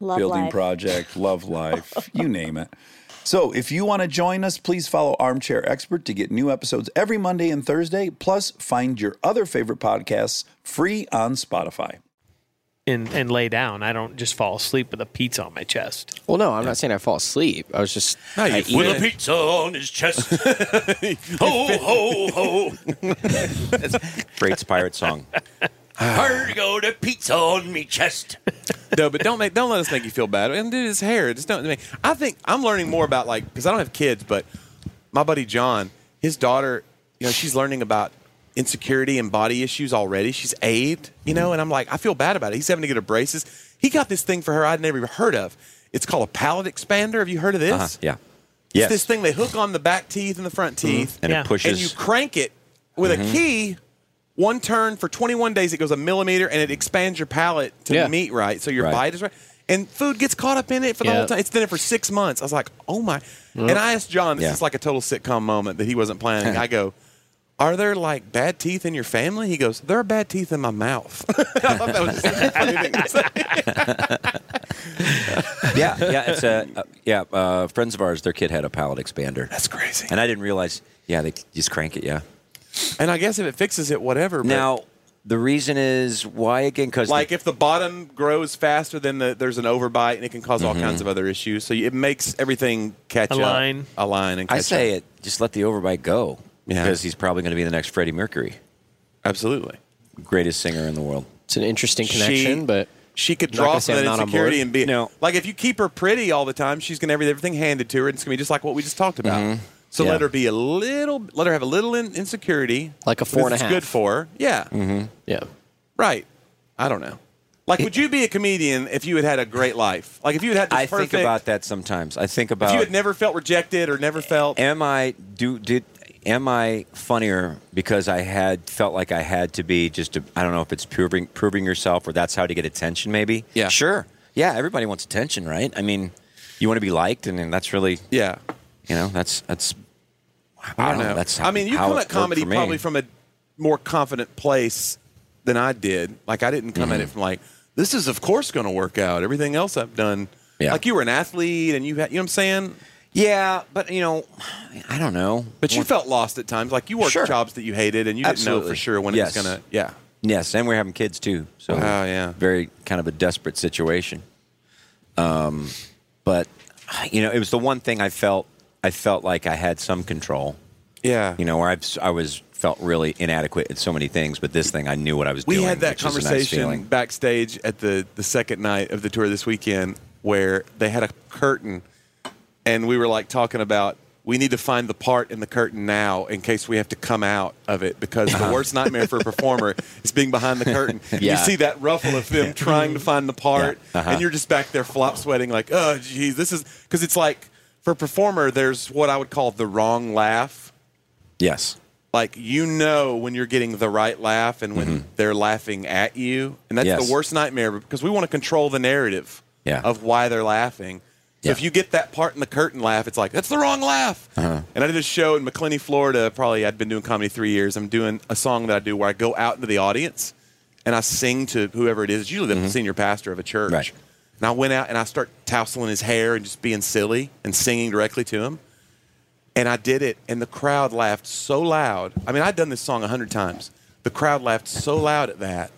S11: Love
S12: building
S11: life.
S12: project, love life, you name it. So if you want to join us, please follow Armchair Expert to get new episodes every Monday and Thursday. Plus, find your other favorite podcasts free on Spotify.
S4: and and lay down. I don't just fall asleep with a pizza on my chest.
S3: Well, no, I'm not saying I fall asleep. I was just
S4: No, you
S3: I
S4: would.
S3: eat it.
S11: pizza on his chest. ho, ho, ho.
S1: Freight's pirate song.
S5: Ah.
S11: Here go the pizza on me chest.
S2: no, but don't make don't let us make you feel bad. And dude, his hair. Just don't. I, mean, I think I'm learning more about like because I don't have kids, but my buddy John, his daughter, you know, she's learning about insecurity and body issues already. She's eight, you know, and I'm like, I feel bad about it. He's having to get her braces. He got this thing for her I'd never even heard of. It's called a palate expander. Have you heard of this?
S1: Uh-huh, yeah.
S2: It's
S1: Yes. Mm-hmm.
S2: this thing they hook on the back teeth and the front teeth,
S1: And it Yeah. pushes-
S2: And you crank it with a
S1: Mhm.
S2: key, one turn for 21 days. It goes a millimeter, and it expands your palate to
S1: Yeah.
S2: meet right, so your
S1: Right.
S2: bite is right. And food gets caught up in it for the
S1: Yeah.
S2: whole time. It's been there for six months. I was like, oh my!
S1: Yep.
S2: And I asked John. This
S1: Yeah.
S2: is like a total sitcom moment that he wasn't planning. I go. Are there like bad teeth in your family? He goes, There are bad teeth in my mouth. I thought that was just a funny thing to say.
S1: yeah, yeah, it's a uh, yeah. Uh, friends of ours, their kid had a palate expander. That's
S2: crazy.
S1: And I didn't realize. Yeah, they just crank it. Yeah.
S2: And I guess if it fixes it, whatever. but-
S1: Now the reason is why again? Because
S2: like if the bottom grows faster then the, there's an overbite and it can because
S1: Mm-hmm.
S2: all kinds of other issues so it makes everything catch up.
S1: Align.
S2: a line and catch
S1: I say
S2: up.
S1: it, just let the overbite go. Because he's probably going to be the next Freddie Mercury.
S2: Absolutely.
S1: Greatest singer in the world.
S3: It's an interesting
S2: She- connection, but she could draw from that insecurity and be
S1: No.
S2: like if you keep her pretty all the time she's going to have everything handed to her and it's going to be just like what we just talked about
S1: Mhm.
S2: so
S1: Yeah.
S2: let her be a little let her have a little in, insecurity
S3: Like a
S2: because
S3: four and a
S2: it's
S3: half.
S2: good for her yeah
S1: Mm-hmm.
S3: Yeah.
S2: right i don't know like would you be a comedian if you had had a great life like if you had had this
S1: I
S2: perfect
S1: think about that sometimes. I think
S2: if
S1: about
S2: you had never felt rejected or never felt
S1: am I do did am I funnier because I had felt like I had to be just to, I don't know if it's proving proving yourself or that's how to get attention maybe. Yeah. Sure. Yeah, everybody wants attention, right? I mean, you want to be liked and, and that's really
S2: Yeah.
S1: You know, that's that's I don't know. That's how,
S2: I mean, you
S1: how
S2: come
S1: it
S2: at
S1: worked
S2: comedy
S1: for me.
S2: probably from a more confident place than I did. Like I didn't come at
S1: Mm-hmm.
S2: it from like this is of course going to work out. Everything else I've done.
S1: Yeah.
S2: Like you were an athlete and you had, you know what I'm saying?
S1: Yeah, but you know, I don't know.
S2: But you felt lost at times. Like you worked jobs that you hated and you didn't know for
S1: Absolutely.
S2: sure when
S1: yes.
S2: it was going to. Yeah.
S1: Yes, and we're having kids too. So
S2: Oh, yeah.
S1: very kind of a desperate situation. Um, but you know, it was the one thing I felt I felt like I had some control.
S2: Yeah.
S1: You know, where I've, I was felt really inadequate at so many things, but this thing I knew what I was
S2: we
S1: doing.
S2: had that
S1: which was a nice
S2: conversation
S1: feeling.
S2: backstage at the the second night of the tour this weekend where they had a curtain and we were like talking about we need to find the part in the curtain now in case we have to come out of it because the
S1: Uh-huh.
S2: worst nightmare for a performer is being behind the curtain. You
S1: Yeah.
S2: see that ruffle of them trying to find the part
S1: Yeah. Uh-huh.
S2: and you're just back there flop sweating like, "Oh geez, this is cuz it's like for a performer there's what I would call the wrong laugh
S1: Yes.
S2: like you know when you're getting the right laugh and when they're laughing at you and that's
S1: Mm-hmm. Yes.
S2: the worst nightmare because we want to control the narrative
S1: Yeah.
S2: of why they're laughing so
S1: Yeah.
S2: if you get that part in the curtain laugh it's like that's the wrong laugh Uh-huh. and i did a show in mclenny florida probably i'd been doing comedy three years i'm doing a song that i do where i go out into the audience and i sing to whoever it is it's usually the
S1: Mm-hmm.
S2: senior pastor of a church and i went out and i start tousling his hair and just being silly and singing directly to him and I did it, and the crowd laughed so loud. I mean, I'd done this song a hundred times. The crowd laughed so loud at that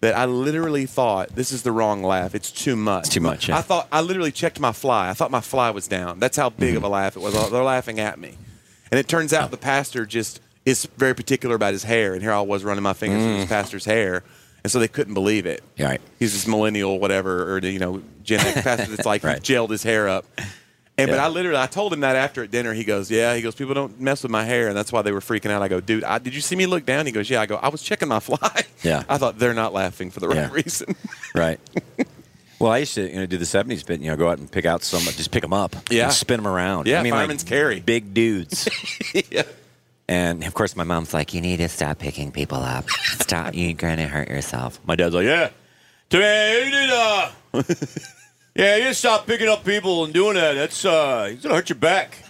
S2: that I literally thought this is the wrong laugh. It's too much. It's
S1: too much, yeah.
S2: I thought I literally checked my fly. I thought my fly was down. That's how big
S1: Mm-hmm.
S2: of a laugh it was. They're laughing at me, and it turns out the pastor just is very particular about his hair. And here I was running my fingers through
S1: Mm.
S2: his pastor's hair, and so they couldn't believe it.
S1: Yeah, right.
S2: He's this millennial, whatever, or you know, Gen X pastor that's like
S1: Right.
S2: gelled his hair up. And but
S1: Yeah.
S2: I literally I told him that after at dinner. He goes, Yeah, he goes, People don't mess with my hair, and that's why they were freaking out. I go, dude, I, did you see me look down? He goes, Yeah, I go, I was checking my fly.
S1: Yeah.
S2: I thought they're not laughing for the right
S1: Yeah.
S2: reason.
S1: Right. well, I used to you know do the '70s bit. You know, go out and pick out some, just pick them up,
S2: Yeah.
S1: and spin them around.
S2: Yeah,
S1: I mean,
S2: fireman's
S1: like carry, big dudes. And of course, my mom's like, "You need to stop picking people up. Stop. You're going to hurt yourself." My dad's like, "Yeah,
S11: Today, you did, uh, yeah, you stop picking up people and doing that. That's uh, it's gonna hurt your back.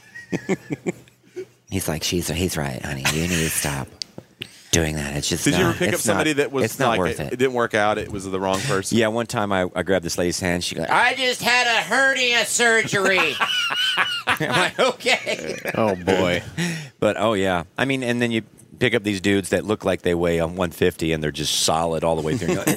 S1: He's like, she's he's right, honey. You need to stop doing that. It's just
S2: Did you
S1: not-
S2: ever pick up
S1: it's not-
S2: somebody that was
S1: it's not
S2: like
S1: worth
S2: it, didn't work out, it was the wrong person?
S1: Yeah, one time I, I grabbed this lady's hand. She like,
S11: I just had a hernia surgery.
S1: okay.
S3: Oh boy.
S1: but oh yeah. I mean, and then you pick up these dudes that look like they weigh on 150 and they're just solid all the way through. You're like,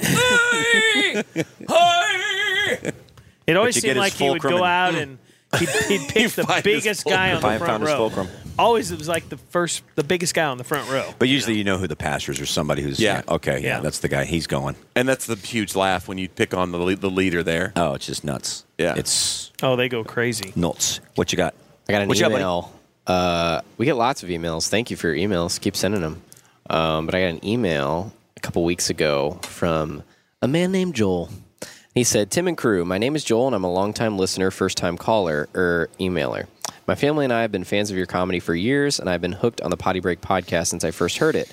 S4: It always
S1: But you get
S4: seemed
S1: his
S4: like he would
S1: fulcrum
S4: go out
S1: and-
S4: and he'd, he'd pick the biggest guy on the
S1: fulcrum. Five
S4: front
S1: pound is
S4: row.
S1: fulcrum.
S4: Always it was like the first, the biggest guy on the front row.
S1: but usually you know who the passers or somebody who's
S2: Yeah.
S1: okay, yeah,
S2: Yeah.
S1: that's the guy. He's going.
S2: And that's the huge laugh when you pick on the le- the leader there.
S1: Oh, it's just nuts.
S2: Yeah,
S1: it's
S4: Oh, they go crazy.
S1: nuts. What you got?
S3: I got an
S1: What you got, buddy?
S3: email. uh, we get lots of emails. Thank you for your emails. Keep sending them. Um, but I got an email a couple weeks ago from a man named Joel. He said, Tim and crew, my name is Joel, and I'm a longtime listener, first time caller, or emailer. My family and I have been fans of your comedy for years, and I've been hooked on the Potty Break podcast since I first heard it.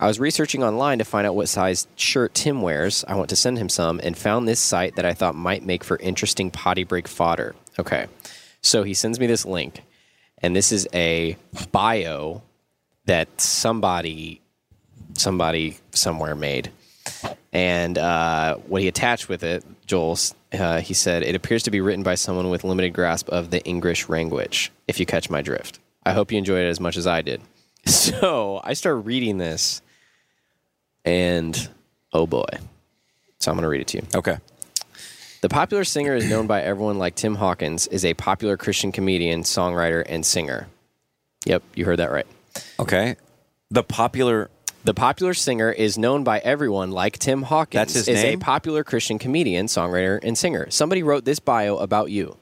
S3: I was researching online to find out what size shirt Tim wears. I want to send him some, and found this site that I thought might make for interesting potty break fodder. Okay. So he sends me this link, and this is a bio that somebody somebody somewhere made. And uh, what he attached with it, Joel, uh, he said, it appears to be written by someone with limited grasp of the English language, if you catch my drift. I hope you enjoyed it as much as I did. So I start reading this, and oh boy. So I'm going to read it to you.
S1: Okay.
S3: The popular singer is known by everyone like Tim Hawkins, is a popular Christian comedian, songwriter, and singer. Yep, you heard that right.
S1: Okay. The popular
S3: The popular singer is known by everyone like Tim Hawkins.
S1: That's his
S3: is
S1: name?
S3: a popular Christian comedian, songwriter, and singer. Somebody wrote this bio about you.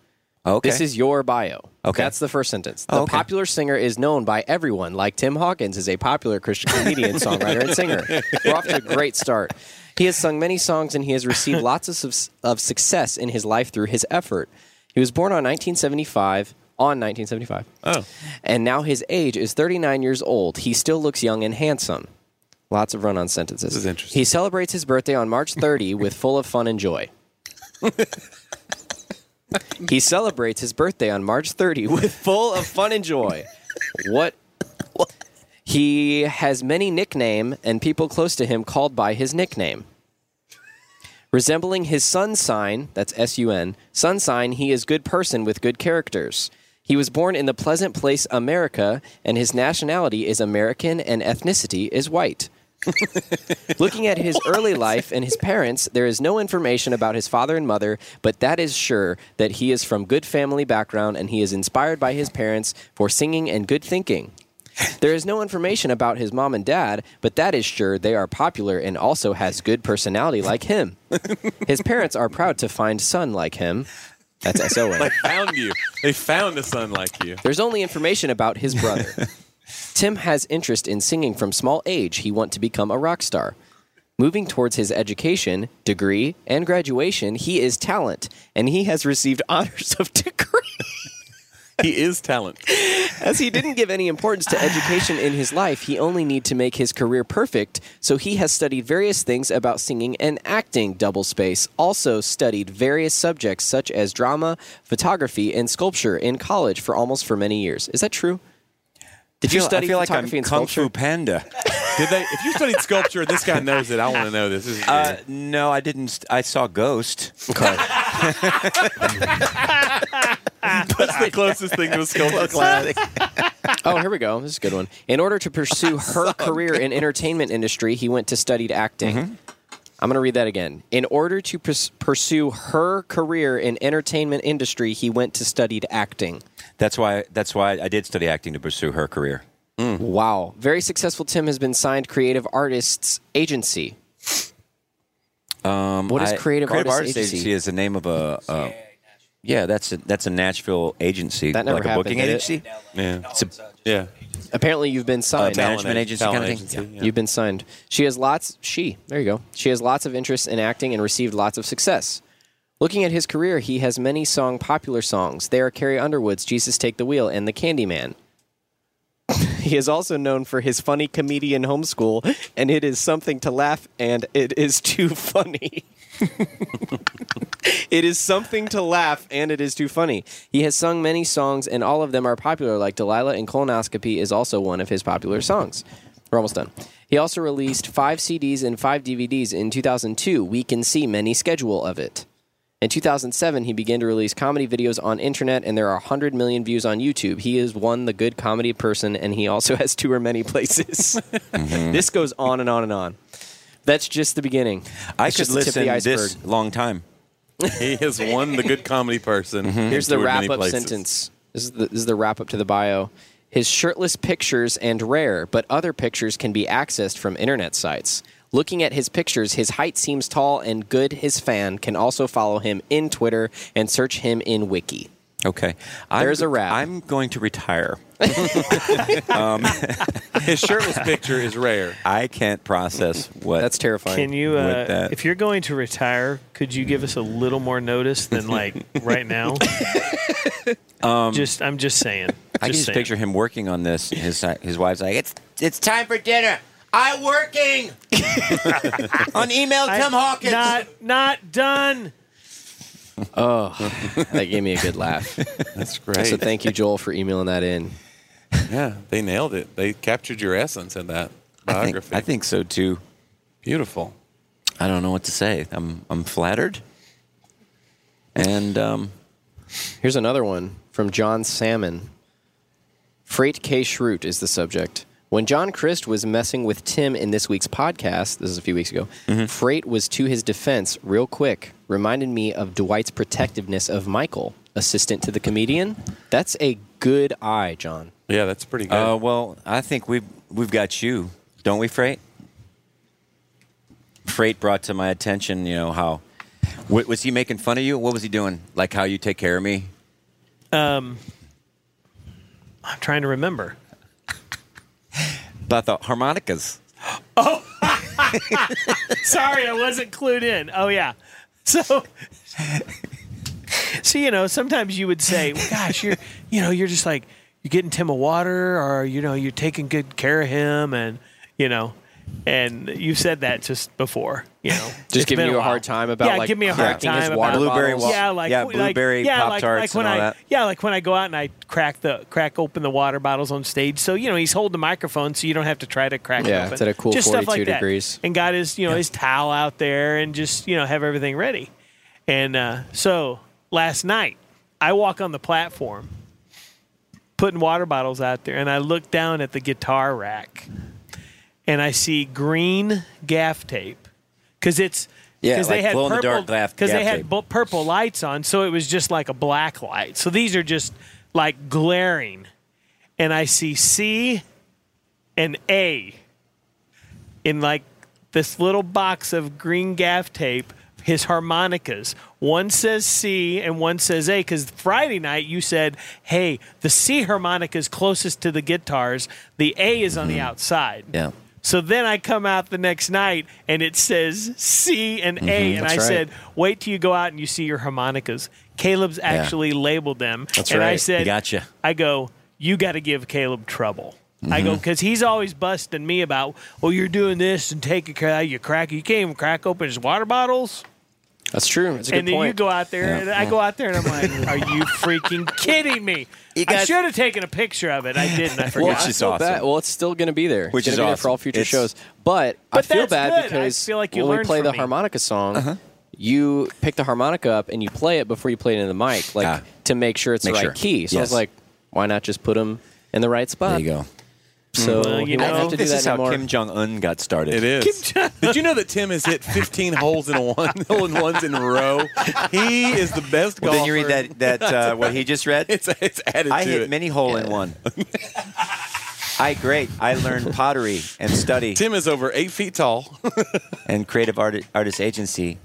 S1: Okay.
S3: This is your bio.
S1: Okay.
S3: That's the first sentence. The
S1: Oh, okay.
S3: popular singer is known by everyone like Tim Hawkins is a popular Christian comedian, songwriter, and singer. We're off to a great start. He has sung many songs and he has received lots of, su- of success in his life through his effort. He was born on 1975 on 1975. Oh. And now his age is 39 years old. He still looks young and handsome. Lots of run-on sentences. This is interesting. He celebrates his birthday on March 30 with full of fun and joy. He celebrates his birthday on March 30 with full of fun and joy. What? He has many nickname and people close to him called by his nickname. Resembling his sun sign, that's S U N, sun sign, he is good person with good characters. He was born in the pleasant place America and his nationality is American and ethnicity is white. Looking at his early life and his parents, there is no information about his father and mother, but that is sure that he is from good family background and he is inspired by his parents for singing and good thinking. There is no information about his mom and dad, but that is sure they are popular and also has good personality like him. His parents are proud to find son like him. That's S O
S2: they
S3: N.
S2: found you. They found a son like you.
S3: There's only information about his brother. Tim has interest in singing from small age. He want to become a rock star. Moving towards his education, degree, and graduation, he is talent, and he has received honors of degree.
S2: he is talent.
S3: As he didn't give any importance to education in his life, he only need to make his career perfect, so he has studied various things about singing and acting, double space. Also studied various subjects such as drama, photography, and sculpture in college for almost for many years. Is that true? Did
S1: I feel-
S3: you study
S1: I feel like I'm
S3: photography and
S1: Kung
S3: sculpture?
S1: Fu Panda.
S2: Did they? If you studied sculpture, this guy knows it. I want to know this. this is
S1: Uh, no, I didn't. St- I saw Ghost. Okay.
S2: That's the closest thing to a sculpture
S1: class.
S3: oh, here we go. This is a good one. In order to pursue her career in entertainment industry, he went to studied acting.
S1: Mm-hmm.
S3: I'm going to read that again. In order to pers- pursue her career in entertainment industry, he went to studied acting.
S1: That's why. That's why I did study acting to pursue her career.
S3: Mm. Wow. Very successful Tim has been signed Creative Artists Agency.
S1: Um,
S3: What is
S1: I-
S3: Creative Artists
S1: Agency?
S3: Agency?
S1: Is the name of a. Uh, yeah, that's a, that's a Nashville agency,
S3: That never
S1: like a
S3: happened,
S1: booking
S3: did it?
S1: agency.
S2: Yeah,
S1: it's a,
S2: yeah.
S3: Apparently, you've been signed.
S1: Uh, management agency kind of thing? Yeah.
S3: You've been signed. She has lots. She there you go. She has lots of interest in acting and received lots of success. Looking at his career, he has many song popular songs. They are Carrie Underwood's "Jesus Take the Wheel" and "The Candyman." he is also known for his funny comedian homeschool, and it is something to laugh, and it is too funny. it is something to laugh and it is too funny. He has sung many songs and all of them are popular, like Delilah and Colonoscopy is also one of his popular songs. We're almost done. He also released five CDs and five DVDs in 2002. We can see many schedule of it. In 2007, he began to release comedy videos on internet, and there are 100 million views on YouTube. He has won the Good Comedy Person, and he also has two or many places.
S1: Mm-hmm.
S3: This goes on and on and on. That's just the beginning.
S1: I
S3: It's
S1: could
S3: just the tip of
S1: listen
S3: the iceberg.
S1: this long time.
S2: He has won the good comedy person.
S1: Mm-hmm. Hmm,
S3: Here's the
S2: Toured many
S3: wrap up
S2: places.
S3: sentence. This is, the, this is the wrap up to the bio. His shirtless pictures and rare, but other pictures can be accessed from internet sites. Looking at his pictures, his height seems tall and good. His fan can also follow him in Twitter and search him in Wiki.
S1: Okay.
S3: There's a wrap.
S1: I'm going to retire.
S3: um,
S1: His shirtless picture is rare. I can't process what. That's
S3: terrifying.
S4: Can you,
S1: With
S4: uh,
S1: that.
S4: if you're going to retire, could you give us a little more notice than like right now?
S1: Um,
S4: just, I'm just saying.
S1: I can
S4: Just
S1: just
S4: saying.
S1: picture him working on this. His his wife's like, it's
S10: It's time for dinner. I'm working. On email,
S4: I-
S10: Tim Hawkins.
S4: Not, not done.
S3: Oh, that gave me a good laugh.
S2: That's great.
S3: So thank you, Joel, for emailing that in.
S2: Yeah, they nailed it. They captured your essence in that
S1: I
S2: biography.
S1: think, I think so too.
S2: Beautiful.
S1: I don't know what to say. I'm I'm flattered. And um,
S3: here's another one from John Salmon. Freight K. Schrute is the subject. When John Christ was messing with Tim in this week's podcast, this is a few weeks ago,
S1: Mm-hmm.
S3: Freight was to his defense real quick, reminded me of Dwight's protectiveness of Michael, assistant to the comedian. That's a good eye, John.
S2: Yeah, that's pretty good.
S1: Uh, well, I think we've we've got you, don't we, Freight? Freight brought to my attention, you know how wa- was he making fun of you? What was he doing? Like how you take care of me?
S4: Um, I'm trying to remember.
S1: About the harmonicas.
S4: Oh, sorry, I wasn't clued in. Oh yeah, so so you know, sometimes you would say, well, "Gosh, you're you know, you're just like you're getting Tim a water, or you know, you're taking good care of him, and you know." And you've said that just before, you know.
S3: Just
S4: It's
S3: giving
S4: been
S3: you a
S4: while.
S3: hard time about,
S4: yeah,
S3: like,
S4: give me a hard
S3: cracking his
S4: time about
S3: water Blueberry bottles.
S4: yeah, like
S1: yeah,
S4: like-
S1: blueberry
S4: yeah, like,
S1: Pop-Tarts
S4: like when
S1: and all
S4: I
S1: that.
S4: yeah, like when I go out and I crack the crack open the water bottles on stage. So you know he's holding the microphone, so you don't have to try to crack. it
S3: Yeah,
S4: open.
S3: it's at a cool
S4: just stuff
S3: 42
S4: like that.
S3: degrees.
S4: And got his you know his towel out there and just you know have everything ready. And uh, so last night I walk on the platform, putting water bottles out there, and I look down at the guitar rack, and I see green gaff tape because it's.
S1: Yeah,
S4: because
S1: like
S4: they had
S1: glow-in-the-dark
S4: purple
S1: gaff-
S4: because they
S1: gaff
S4: had
S1: tape.
S4: bu- purple lights on, so it was just like a black light. So these are just like glaring, and I see C and A in like this little box of green gaff tape. His harmonicas. One says C and one says A. Because Friday night you said, "Hey, the C harmonica is closest to the guitars. The A is on the outside."
S1: Mm-hmm. Yeah.
S4: So then I come out the next night and it says C and A.
S1: Mhm.
S4: And I
S1: That's right.
S4: said, wait till you go out and you see your harmonicas. Caleb's actually labeled them.
S1: That's
S4: and I
S1: right.
S4: said,
S1: He gotcha.
S4: I go, you got to give Caleb trouble. I go,
S3: Mm-hmm.
S1: Mhm.
S4: because he's always busting me about, well, you're doing this and taking care of you crack. You can't even crack open his water bottles.
S3: That's true. That's a good
S4: and then you
S3: point.
S4: go out there,
S3: Yeah.
S4: and I go out there, and I'm like, "Are you freaking kidding me? I
S3: guys-
S4: should have taken a picture of it. I didn't. I
S3: Well,
S4: forgot.
S3: I feel bad- Well, it's still going to be there.
S1: Which
S3: it's
S1: is
S3: gonna be there
S1: awesome.
S3: for all future
S1: It's-
S3: shows. But, I
S4: But
S3: feel
S4: that's
S3: bad
S4: good. I
S3: because
S4: feel like you
S3: when we
S4: learned
S3: play
S4: from
S3: the
S4: me.
S3: harmonica song,
S1: Uh-huh.
S3: you pick the harmonica up and you play it before you play it into the mic, like to make sure it's
S1: Make
S3: the right
S1: sure.
S3: key. So I was
S1: Yes.
S3: like, why not just put them in the right spot? There you
S1: go.
S3: So
S1: Well,
S3: you
S1: you
S3: he won't
S1: know-
S3: have to do
S1: This
S3: that
S1: is how
S3: anymore.
S1: Kim Jong Un got started.
S2: It is. Did you know that Tim has hit 15 holes in a one, hole in ones in a row? He is the best
S1: Well,
S2: golfer.
S1: then you read that that uh, what he just read.
S2: It's, it's added
S1: I
S2: to
S1: hit
S2: it.
S1: many hole in one. I great. I learned pottery and study.
S2: Tim is over eight feet tall.
S1: and creative art, artist agency.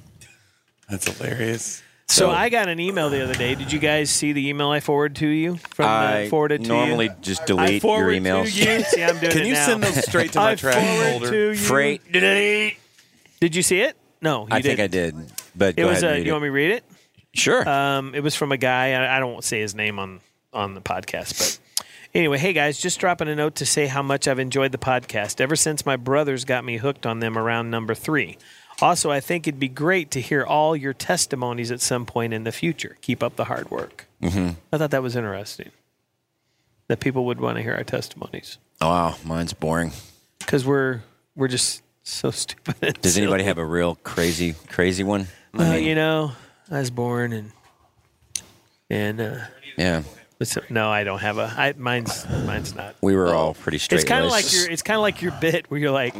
S2: That's hilarious.
S4: So, I got an email the other day. Did you guys see the email I forwarded to you? From
S1: I
S4: the, forwarded to
S1: normally
S4: you?
S1: just
S4: I
S1: delete your
S4: forward
S1: emails.
S4: To you. See, I'm doing
S2: Can
S4: it
S2: you
S4: now.
S2: send those straight to my
S4: I
S2: trash
S4: forward
S2: folder?
S4: To you.
S1: Freight.
S4: Delete. Did you see it? No, you
S1: I think I
S4: didn't.
S1: did, but
S4: It
S1: go
S4: was.
S1: ahead and
S4: uh,
S1: read
S4: you
S1: it.
S4: want me to read it?
S1: Sure.
S4: Um, it was from a guy. I, I don't say his name on on the podcast, but anyway, hey guys, just dropping a note to say how much I've enjoyed the podcast ever since my brothers got me hooked on them around number three. Also, I think it'd be great to hear all your testimonies at some point in the future. Keep up the hard work.
S1: Mm-hmm.
S4: I thought that was interesting that people would want to hear our testimonies
S1: Oh, wow, mine's boring.
S4: because we're we're just so stupid. and
S1: Does anybody
S4: silly.
S1: have a real crazy, crazy one?
S4: Uh, you know, I was born and and uh,
S1: Yeah.
S4: what's up? no, I don't have a. I, mine's mine's not.
S1: We were all pretty straight.
S4: It's kind of like your. It's kind of like your bit where you're like,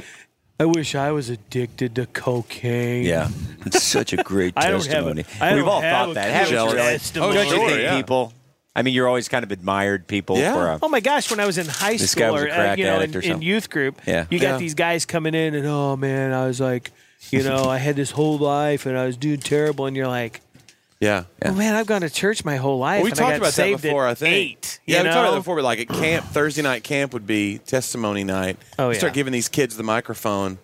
S4: I wish I was addicted to cocaine.
S1: Yeah, it's such a great
S4: I don't have a-
S1: testimony.
S4: I
S1: We've
S4: don't
S1: all
S4: have
S1: thought
S4: a
S1: that, haven't
S4: great
S1: you? Really?
S4: testimony.
S1: Don't you
S4: Sure,
S1: think
S4: Oh, yeah.
S1: people? I mean, you're always kind of admired people
S4: Yeah.
S1: for. A,
S4: oh my gosh, when I was in high
S1: This
S4: school
S1: guy was a
S4: or, uh,
S1: crack
S4: you know,
S1: addict
S4: in,
S1: or
S4: in
S1: something.
S4: youth group,
S1: Yeah.
S4: you got
S1: Yeah.
S4: these guys coming in and oh man, I was like, you know, I had this whole life and I was doing terrible, and you're like,
S2: Yeah.
S4: oh man, I've gone to church my whole life.
S2: Well, we
S4: and I
S2: talked
S4: got
S2: about that
S4: saved at
S2: before, I think.
S4: Eight,
S2: yeah,
S4: you
S2: we talked about
S4: know?
S2: that before. But like at camp, Thursday night camp would be testimony night.
S4: Oh,
S2: You
S4: yeah.
S2: Start giving these kids the microphone,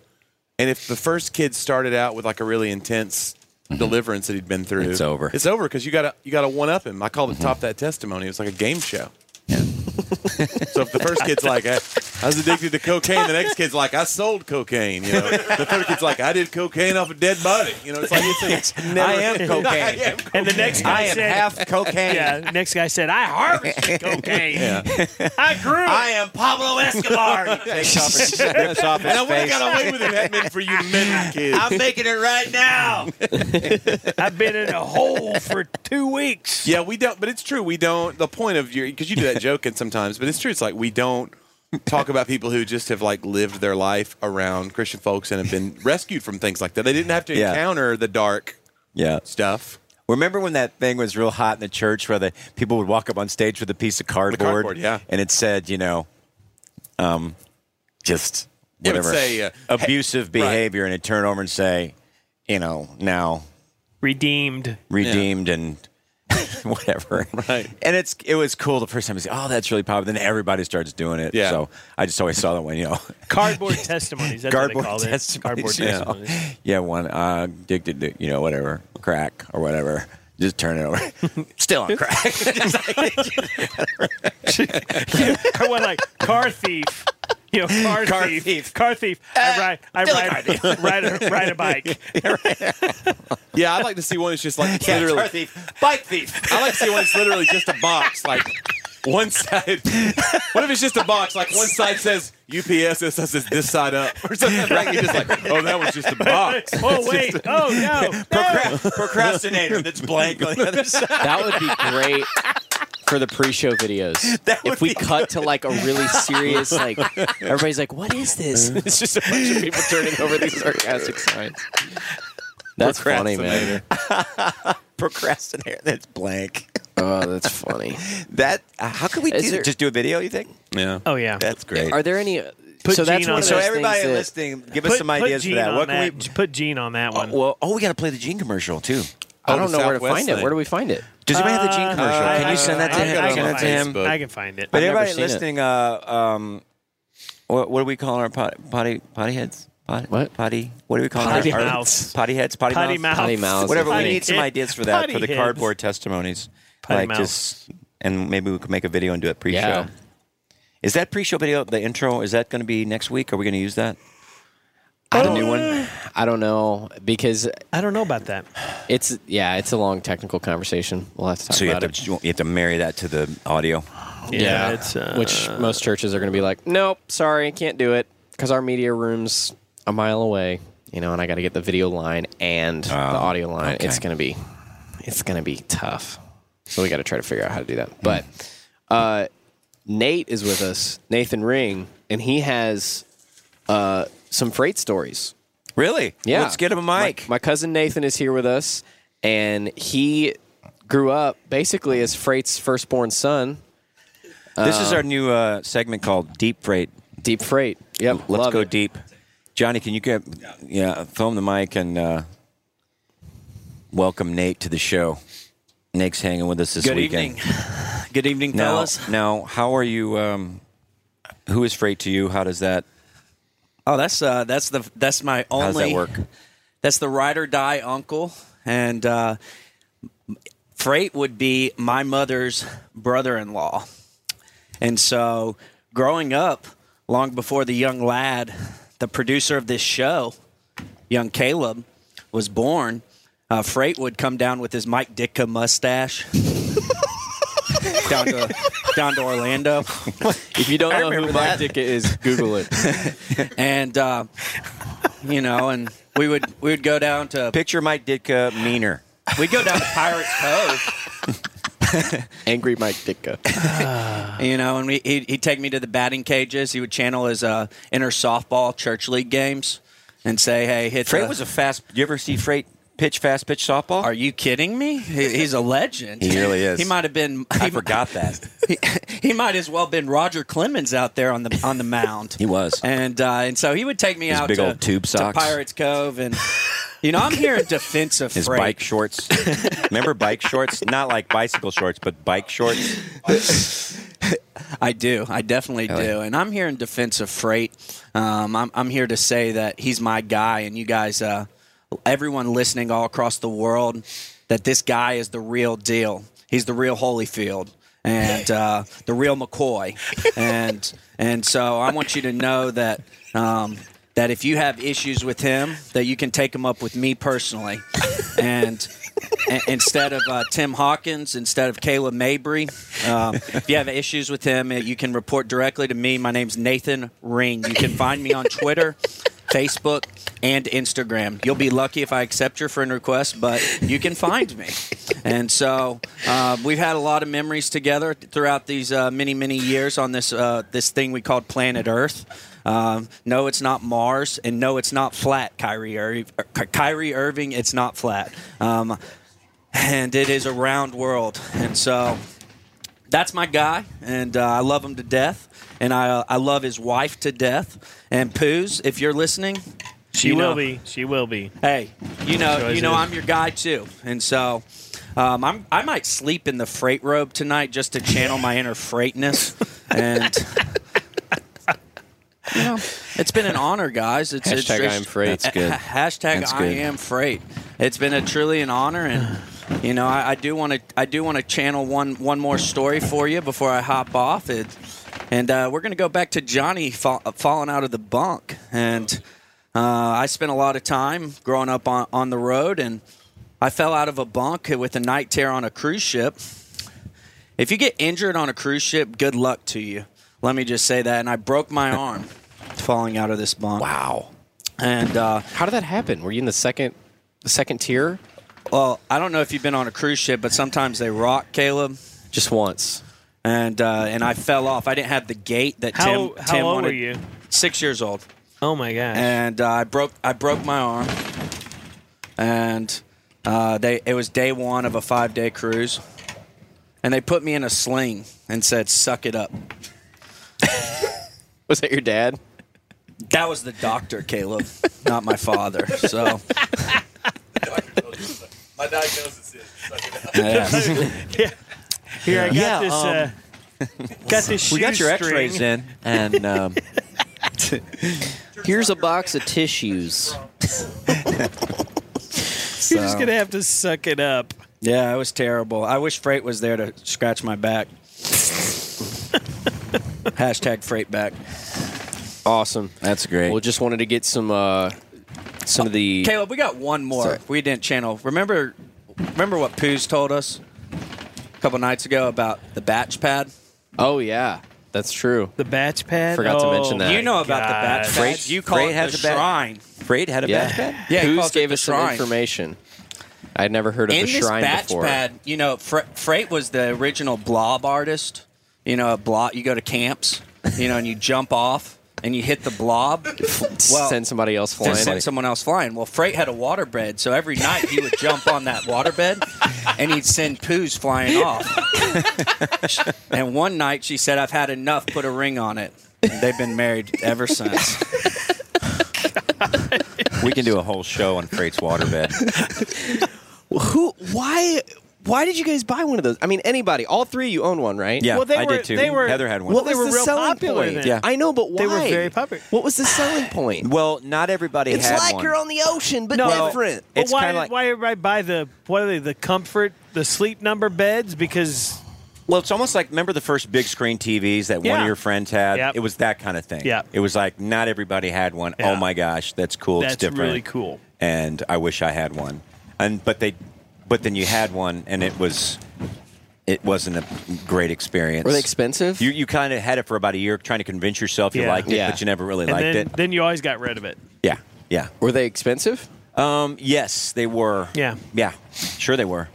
S2: and if the first kid started out with like a really intense deliverance that he'd been through,
S1: Mm-hmm. It's over. Mm-hmm.
S2: It's over because you got to you got to one up him. I called it top that testimony. It was like a game show. Yeah. so if the first kid's like, I, I was addicted to cocaine, the next kid's like, I sold cocaine. You know, the third kid's like, I did cocaine off a dead body. You know, it's like it's, it's never,
S4: I am cocaine.
S2: I am
S4: And the next guy
S2: I am
S4: said,
S2: half cocaine.
S4: Yeah, the next guy said, I harvested cocaine.
S2: Yeah.
S4: I grew. I
S10: am Pablo Escobar. He takes off his- rips off his
S2: and I would have
S10: face.
S2: got away with it had it been for you men kids.
S10: I'm making it right now.
S4: I've been in a hole for two weeks.
S2: Yeah, we don't. But it's true. We don't. The point of your because you do that joking sometimes, but it's true. It's like we don't talk about people who just have like lived their life around Christian folks and have been rescued from things like that. They didn't have to
S1: Yeah.
S2: encounter the dark.
S1: yeah.
S2: Stuff.
S1: Remember when that thing was real hot in the church where the people would walk up on stage with a piece of cardboard,
S2: cardboard, yeah.
S1: and it said, you know, um, just
S2: It would
S1: whatever
S2: say, uh,
S1: abusive
S2: hey- right.
S1: behavior, and it turned over and say, you know, now
S4: redeemed,
S1: redeemed, and whatever. Right. And it's it was cool the first time. I said, oh, that's really popular. Then everybody starts doing it. Yeah. So I just always saw that one. You know,
S4: Cardboard testimonies. That's what
S1: cardboard
S4: they called it. Cardboard
S1: testimonies. you know.
S4: testimonies.
S1: Yeah, one uh, addicted to you know whatever crack or whatever. Just turn it over. Still on crack.
S4: I went like car thief. You know, car,
S1: Car
S4: thief, Car thief. I ride. I
S1: still a
S4: ride.
S1: car thief.
S4: ride, a, ride a bike.
S2: Yeah, I'd like to see one that's just like it's
S1: Yeah,
S2: literally
S1: car thief, bike thief.
S2: I like to see one that's literally just a box, like one side. What if it's just a box? Like one side says UPS, this side says this side up, or something. Right? You're just like, oh, that one's just a box.
S4: Oh wait. Oh no.
S1: procrastinator that's blank on the other side.
S3: That would be great for the pre-show videos. if we cut to like a really serious, like everybody's like, "What is this?" It's just a bunch of people turning over these sarcastic signs. That's funny, man.
S1: Procrastinator that's blank.
S3: Oh, that's funny.
S1: That uh, how could we
S3: Is
S1: do
S3: there-
S1: that? Just do a video? You think?
S2: Yeah.
S4: Oh yeah.
S1: That's great.
S3: Are there any?
S1: Put
S3: so that's
S1: Gene
S3: one
S1: on
S3: of
S1: there.
S3: those
S1: So everybody
S3: things that-
S1: listening, give us
S4: Put-
S1: some ideas
S4: put
S1: for that.
S4: Gene
S1: What
S4: on
S1: can
S4: that. Put Gene on that one.
S1: well, oh, we got to play the Gene commercial too. Oh,
S5: Oh,
S3: I don't know where to find it. Where do we find it?
S1: Does anybody have the Gene
S4: Uh,
S1: commercial?
S4: I-
S1: can
S4: I
S1: you send that to
S4: can-
S1: him?
S4: I
S1: Send
S4: can
S1: that to him.
S4: find it. I can find it.
S1: But
S3: I've never
S1: everybody
S3: seen it.
S1: listening, uh, um, what, what do we call our pot, potty potty heads? Pot, what potty? What do we call
S4: Potty
S1: our, our-
S4: mouths.
S1: potty heads? Potty,
S4: Potty
S1: mouths?
S4: mouths. Potty mouths.
S1: Whatever.
S4: Potty
S1: we need some
S4: head-
S1: ideas for that
S4: potty
S1: for the
S4: heads.
S1: cardboard testimonies.
S4: Potty
S1: like
S4: mouths.
S1: just and maybe we could make a video and do it pre-show.
S3: Yeah.
S1: Is that pre-show video the intro? Is that going to be next week? Are we going to use that?
S3: I
S1: the
S3: don't-
S1: new one.
S3: I don't know because
S4: Oh, I don't know about that.
S3: it's yeah, it's a long technical conversation. We'll have to talk
S1: So you
S3: about
S1: have
S3: it.
S1: to you have to marry that to the audio.
S4: Yeah, it's, uh,
S3: which most churches are going to be like, nope, sorry, can't do it because our media room's a mile away, you know, and I got to get the video line and the audio line.
S1: Oh, okay.
S3: It's going to be, it's going to be tough. So we got to try to figure out how to do
S1: Mm.
S3: that. But uh, Nate is with us, Nathan Ring, and he has uh, some freight stories.
S1: Really?
S3: Yeah.
S1: Let's get him a mic.
S3: My, my cousin Nathan is here with us, and he grew up basically as Freight's firstborn son.
S1: This is our new uh, segment called Deep Freight.
S3: Deep Freight. Yep.
S1: Let's
S3: love
S1: go
S3: it.
S1: deep. Johnny, can you get yeah, film the mic and uh, welcome Nate to the show. Nate's hanging with us this
S13: Good
S1: weekend.
S13: evening. Good evening,
S1: Now,
S13: fellas.
S1: now, how are you? Um, who is freight to you? How does that?
S13: Oh, that's uh, that's the that's my only.
S1: How does that work?
S13: That's the ride or die uncle, and uh, Freight would be my mother's brother-in-law, and so growing up, long before the young lad, the producer of this show, young Caleb, was born, uh, Freight would come down with his Mike Ditka mustache. down to down to Orlando.
S3: If you don't know who Mike Ditka is, Google it.
S13: and uh, you know, and we would we would go down to
S1: Picture Mike Ditka meaner.
S13: We go down to Pirates Cove.
S3: Angry Mike Ditka.
S13: you know, and we, he'd, he'd take me to the batting cages. He would channel his uh, inner softball church league games and say, "Hey, hit."
S1: Freight
S13: the-
S1: was a fast. You ever see Freight pitch fast pitch softball?
S13: Are you kidding me? He, he's a legend.
S1: He really is.
S13: He might have been.
S1: I forgot that.
S13: He might as well been Roger Clemens out there on the on the mound.
S1: He was.
S13: and uh, and so he would take me
S1: His
S13: out
S1: big
S13: to,
S1: old tube
S13: to
S1: socks.
S13: Pirates Cove, and you know, I'm here in defense of
S1: His
S13: Freight.
S1: bike shorts. Remember bike shorts? Not like bicycle shorts, but bike shorts.
S13: I do. I definitely
S1: Hell yeah.
S13: do. And I'm here in defense of Freight. Um, I'm, I'm here to say that he's my guy, and you guys, uh, everyone listening all across the world, that this guy is the real deal. He's the real Holyfield and uh, the real McCoy. And and so I want you to know that. Um, that if you have issues with him, that you can take them up with me personally, and in- instead of uh, Tim Hawkins, instead of Caleb Mabry. Um, if you have issues with him, uh, you can report directly to me. My name's Nathan Ring. You can find me on Twitter, Facebook, and Instagram. You'll be lucky if I accept your friend request, but you can find me. And so uh, we've had a lot of memories together throughout these uh, many, many years on this uh, this thing we called Planet Earth. Um, no, it's not Mars, and no, it's not flat, Kyrie, Ir- Kyrie Irving. It's not flat, um, and it is a round world. And so, that's my guy, and uh, I love him to death, and I uh, I love his wife to death. And Poos, if you're listening,
S4: She
S13: you
S4: will
S13: know-
S4: be. She will be.
S13: Hey, you know,
S4: Enjoys
S13: you know,
S4: it.
S13: I'm your guy too, and so um, I'm I might sleep in the freight robe tonight just to channel my inner freightness, and you know, it's been an honor, guys. It's, it's
S3: Hashtag
S13: just-
S3: I am freight. That's good.
S13: Hashtag
S3: That's
S13: I
S3: good.
S13: am freight. It's been a truly an honor, and you know, I, I do want to I do want to channel one one more story for you before I hop off it, and uh, we're gonna go back to Johnny fall, falling out of the bunk and. Uh, I spent a lot of time growing up on, on the road, and I fell out of a bunk with a night tear on a cruise ship. If you get injured on a cruise ship, good luck to you. Let me just say that. And I broke my arm falling out of this bunk. Wow. And uh,
S3: how did that happen? Were you in the second, the second tier?
S13: Well, I don't know if you've been on a cruise ship, but sometimes they rock, Caleb.
S3: Just once.
S13: And uh, and I fell off. I didn't have the gate that
S4: How-
S13: Tim.
S4: how
S13: Tim
S4: old
S13: wanted.
S4: were you?
S13: Six years old.
S4: Oh my gosh.
S13: And uh, I broke I broke my arm. And uh, they it was day one of a five day cruise, and they put me in a sling and said, "Suck it up."
S3: was that your dad?
S13: That was the doctor, Caleb, not my father. So.
S2: My diagnosis is.
S13: Yeah.
S4: Here I got
S1: Yeah,
S4: this. uh, got this.
S1: We got your
S4: shoestring.
S1: X-rays in, and um,
S14: Here's a box of tissues.
S4: You're just gonna have to suck it up.
S13: Yeah, it was terrible. I wish Freight was there to scratch my back. Hashtag Freight back.
S3: Awesome.
S1: That's great.
S3: Well, just wanted to get some, uh, some of the.
S13: Caleb, we got one more.
S3: Sorry.
S13: We didn't channel. Remember, remember what Poos told us a couple nights ago about the batch pad.
S3: Oh yeah, that's true.
S4: The batch pad. Oh
S3: Forgot to mention that.
S13: You know about the batch pad.
S3: Freight-
S13: you call
S3: Freight
S13: it
S3: has
S13: the
S3: a bat-
S13: shrine.
S1: Freight had
S3: yeah.
S13: Yeah, he
S3: Who's
S13: calls it
S3: gave
S13: the
S3: us some
S13: shrine.
S3: information? I'd never heard of
S13: in
S3: the shrine
S13: this batch
S3: before.
S13: pad, you know, Fre- Freight was the original blob artist. You know, a blob. You go to camps, you know, and you jump off and you hit the blob. Well,
S3: send somebody else
S13: to
S3: flying.
S13: send someone else flying. Well, Freight had a waterbed, so every night he would jump on that waterbed and he'd send poos flying off. and one night she said, I've had enough, put a ring on it. And they've been married ever since.
S1: we can do a whole show on Freight's waterbed.
S3: Who? Why? Why did you guys buy one of those? I mean, anybody. All three of you own one, right?
S1: Yeah, Well, they I did were- too. they were- Heather had one.
S3: What
S1: they
S3: was
S1: were
S3: the
S1: real
S3: selling
S1: popular
S3: point?
S1: then. Yeah.
S3: I know, but why?
S1: They were very popular.
S3: What was the selling point?
S1: Well, not everybody
S3: It's
S1: had
S3: like
S1: one.
S3: you're on the ocean, but different.
S4: But
S1: It's
S4: why?
S1: kinda like-
S4: why everybody buy the what are they? The comfort, the sleep number beds because
S1: Well, it's almost like remember the first big screen TVs that one
S4: Yeah.
S1: of your friends had.
S4: Yep.
S1: It was that kind of thing.
S4: Yep.
S1: It was like not everybody had one.
S4: Yeah.
S1: Oh my gosh, that's cool.
S4: That's
S1: it's different.
S4: really cool.
S1: And I wish I had one. And but they, but then you had one, and it was, it wasn't a great experience.
S3: Were they expensive?
S1: You you kind of had it for about a year, trying to convince yourself you
S4: Yeah.
S1: liked it,
S4: Yeah.
S1: but you never really
S4: and
S1: liked
S4: then,
S1: it.
S4: then you always got rid of it.
S1: Yeah, yeah.
S3: Were they expensive?
S1: Um, yes, they were.
S4: Yeah.
S1: Yeah, sure they were.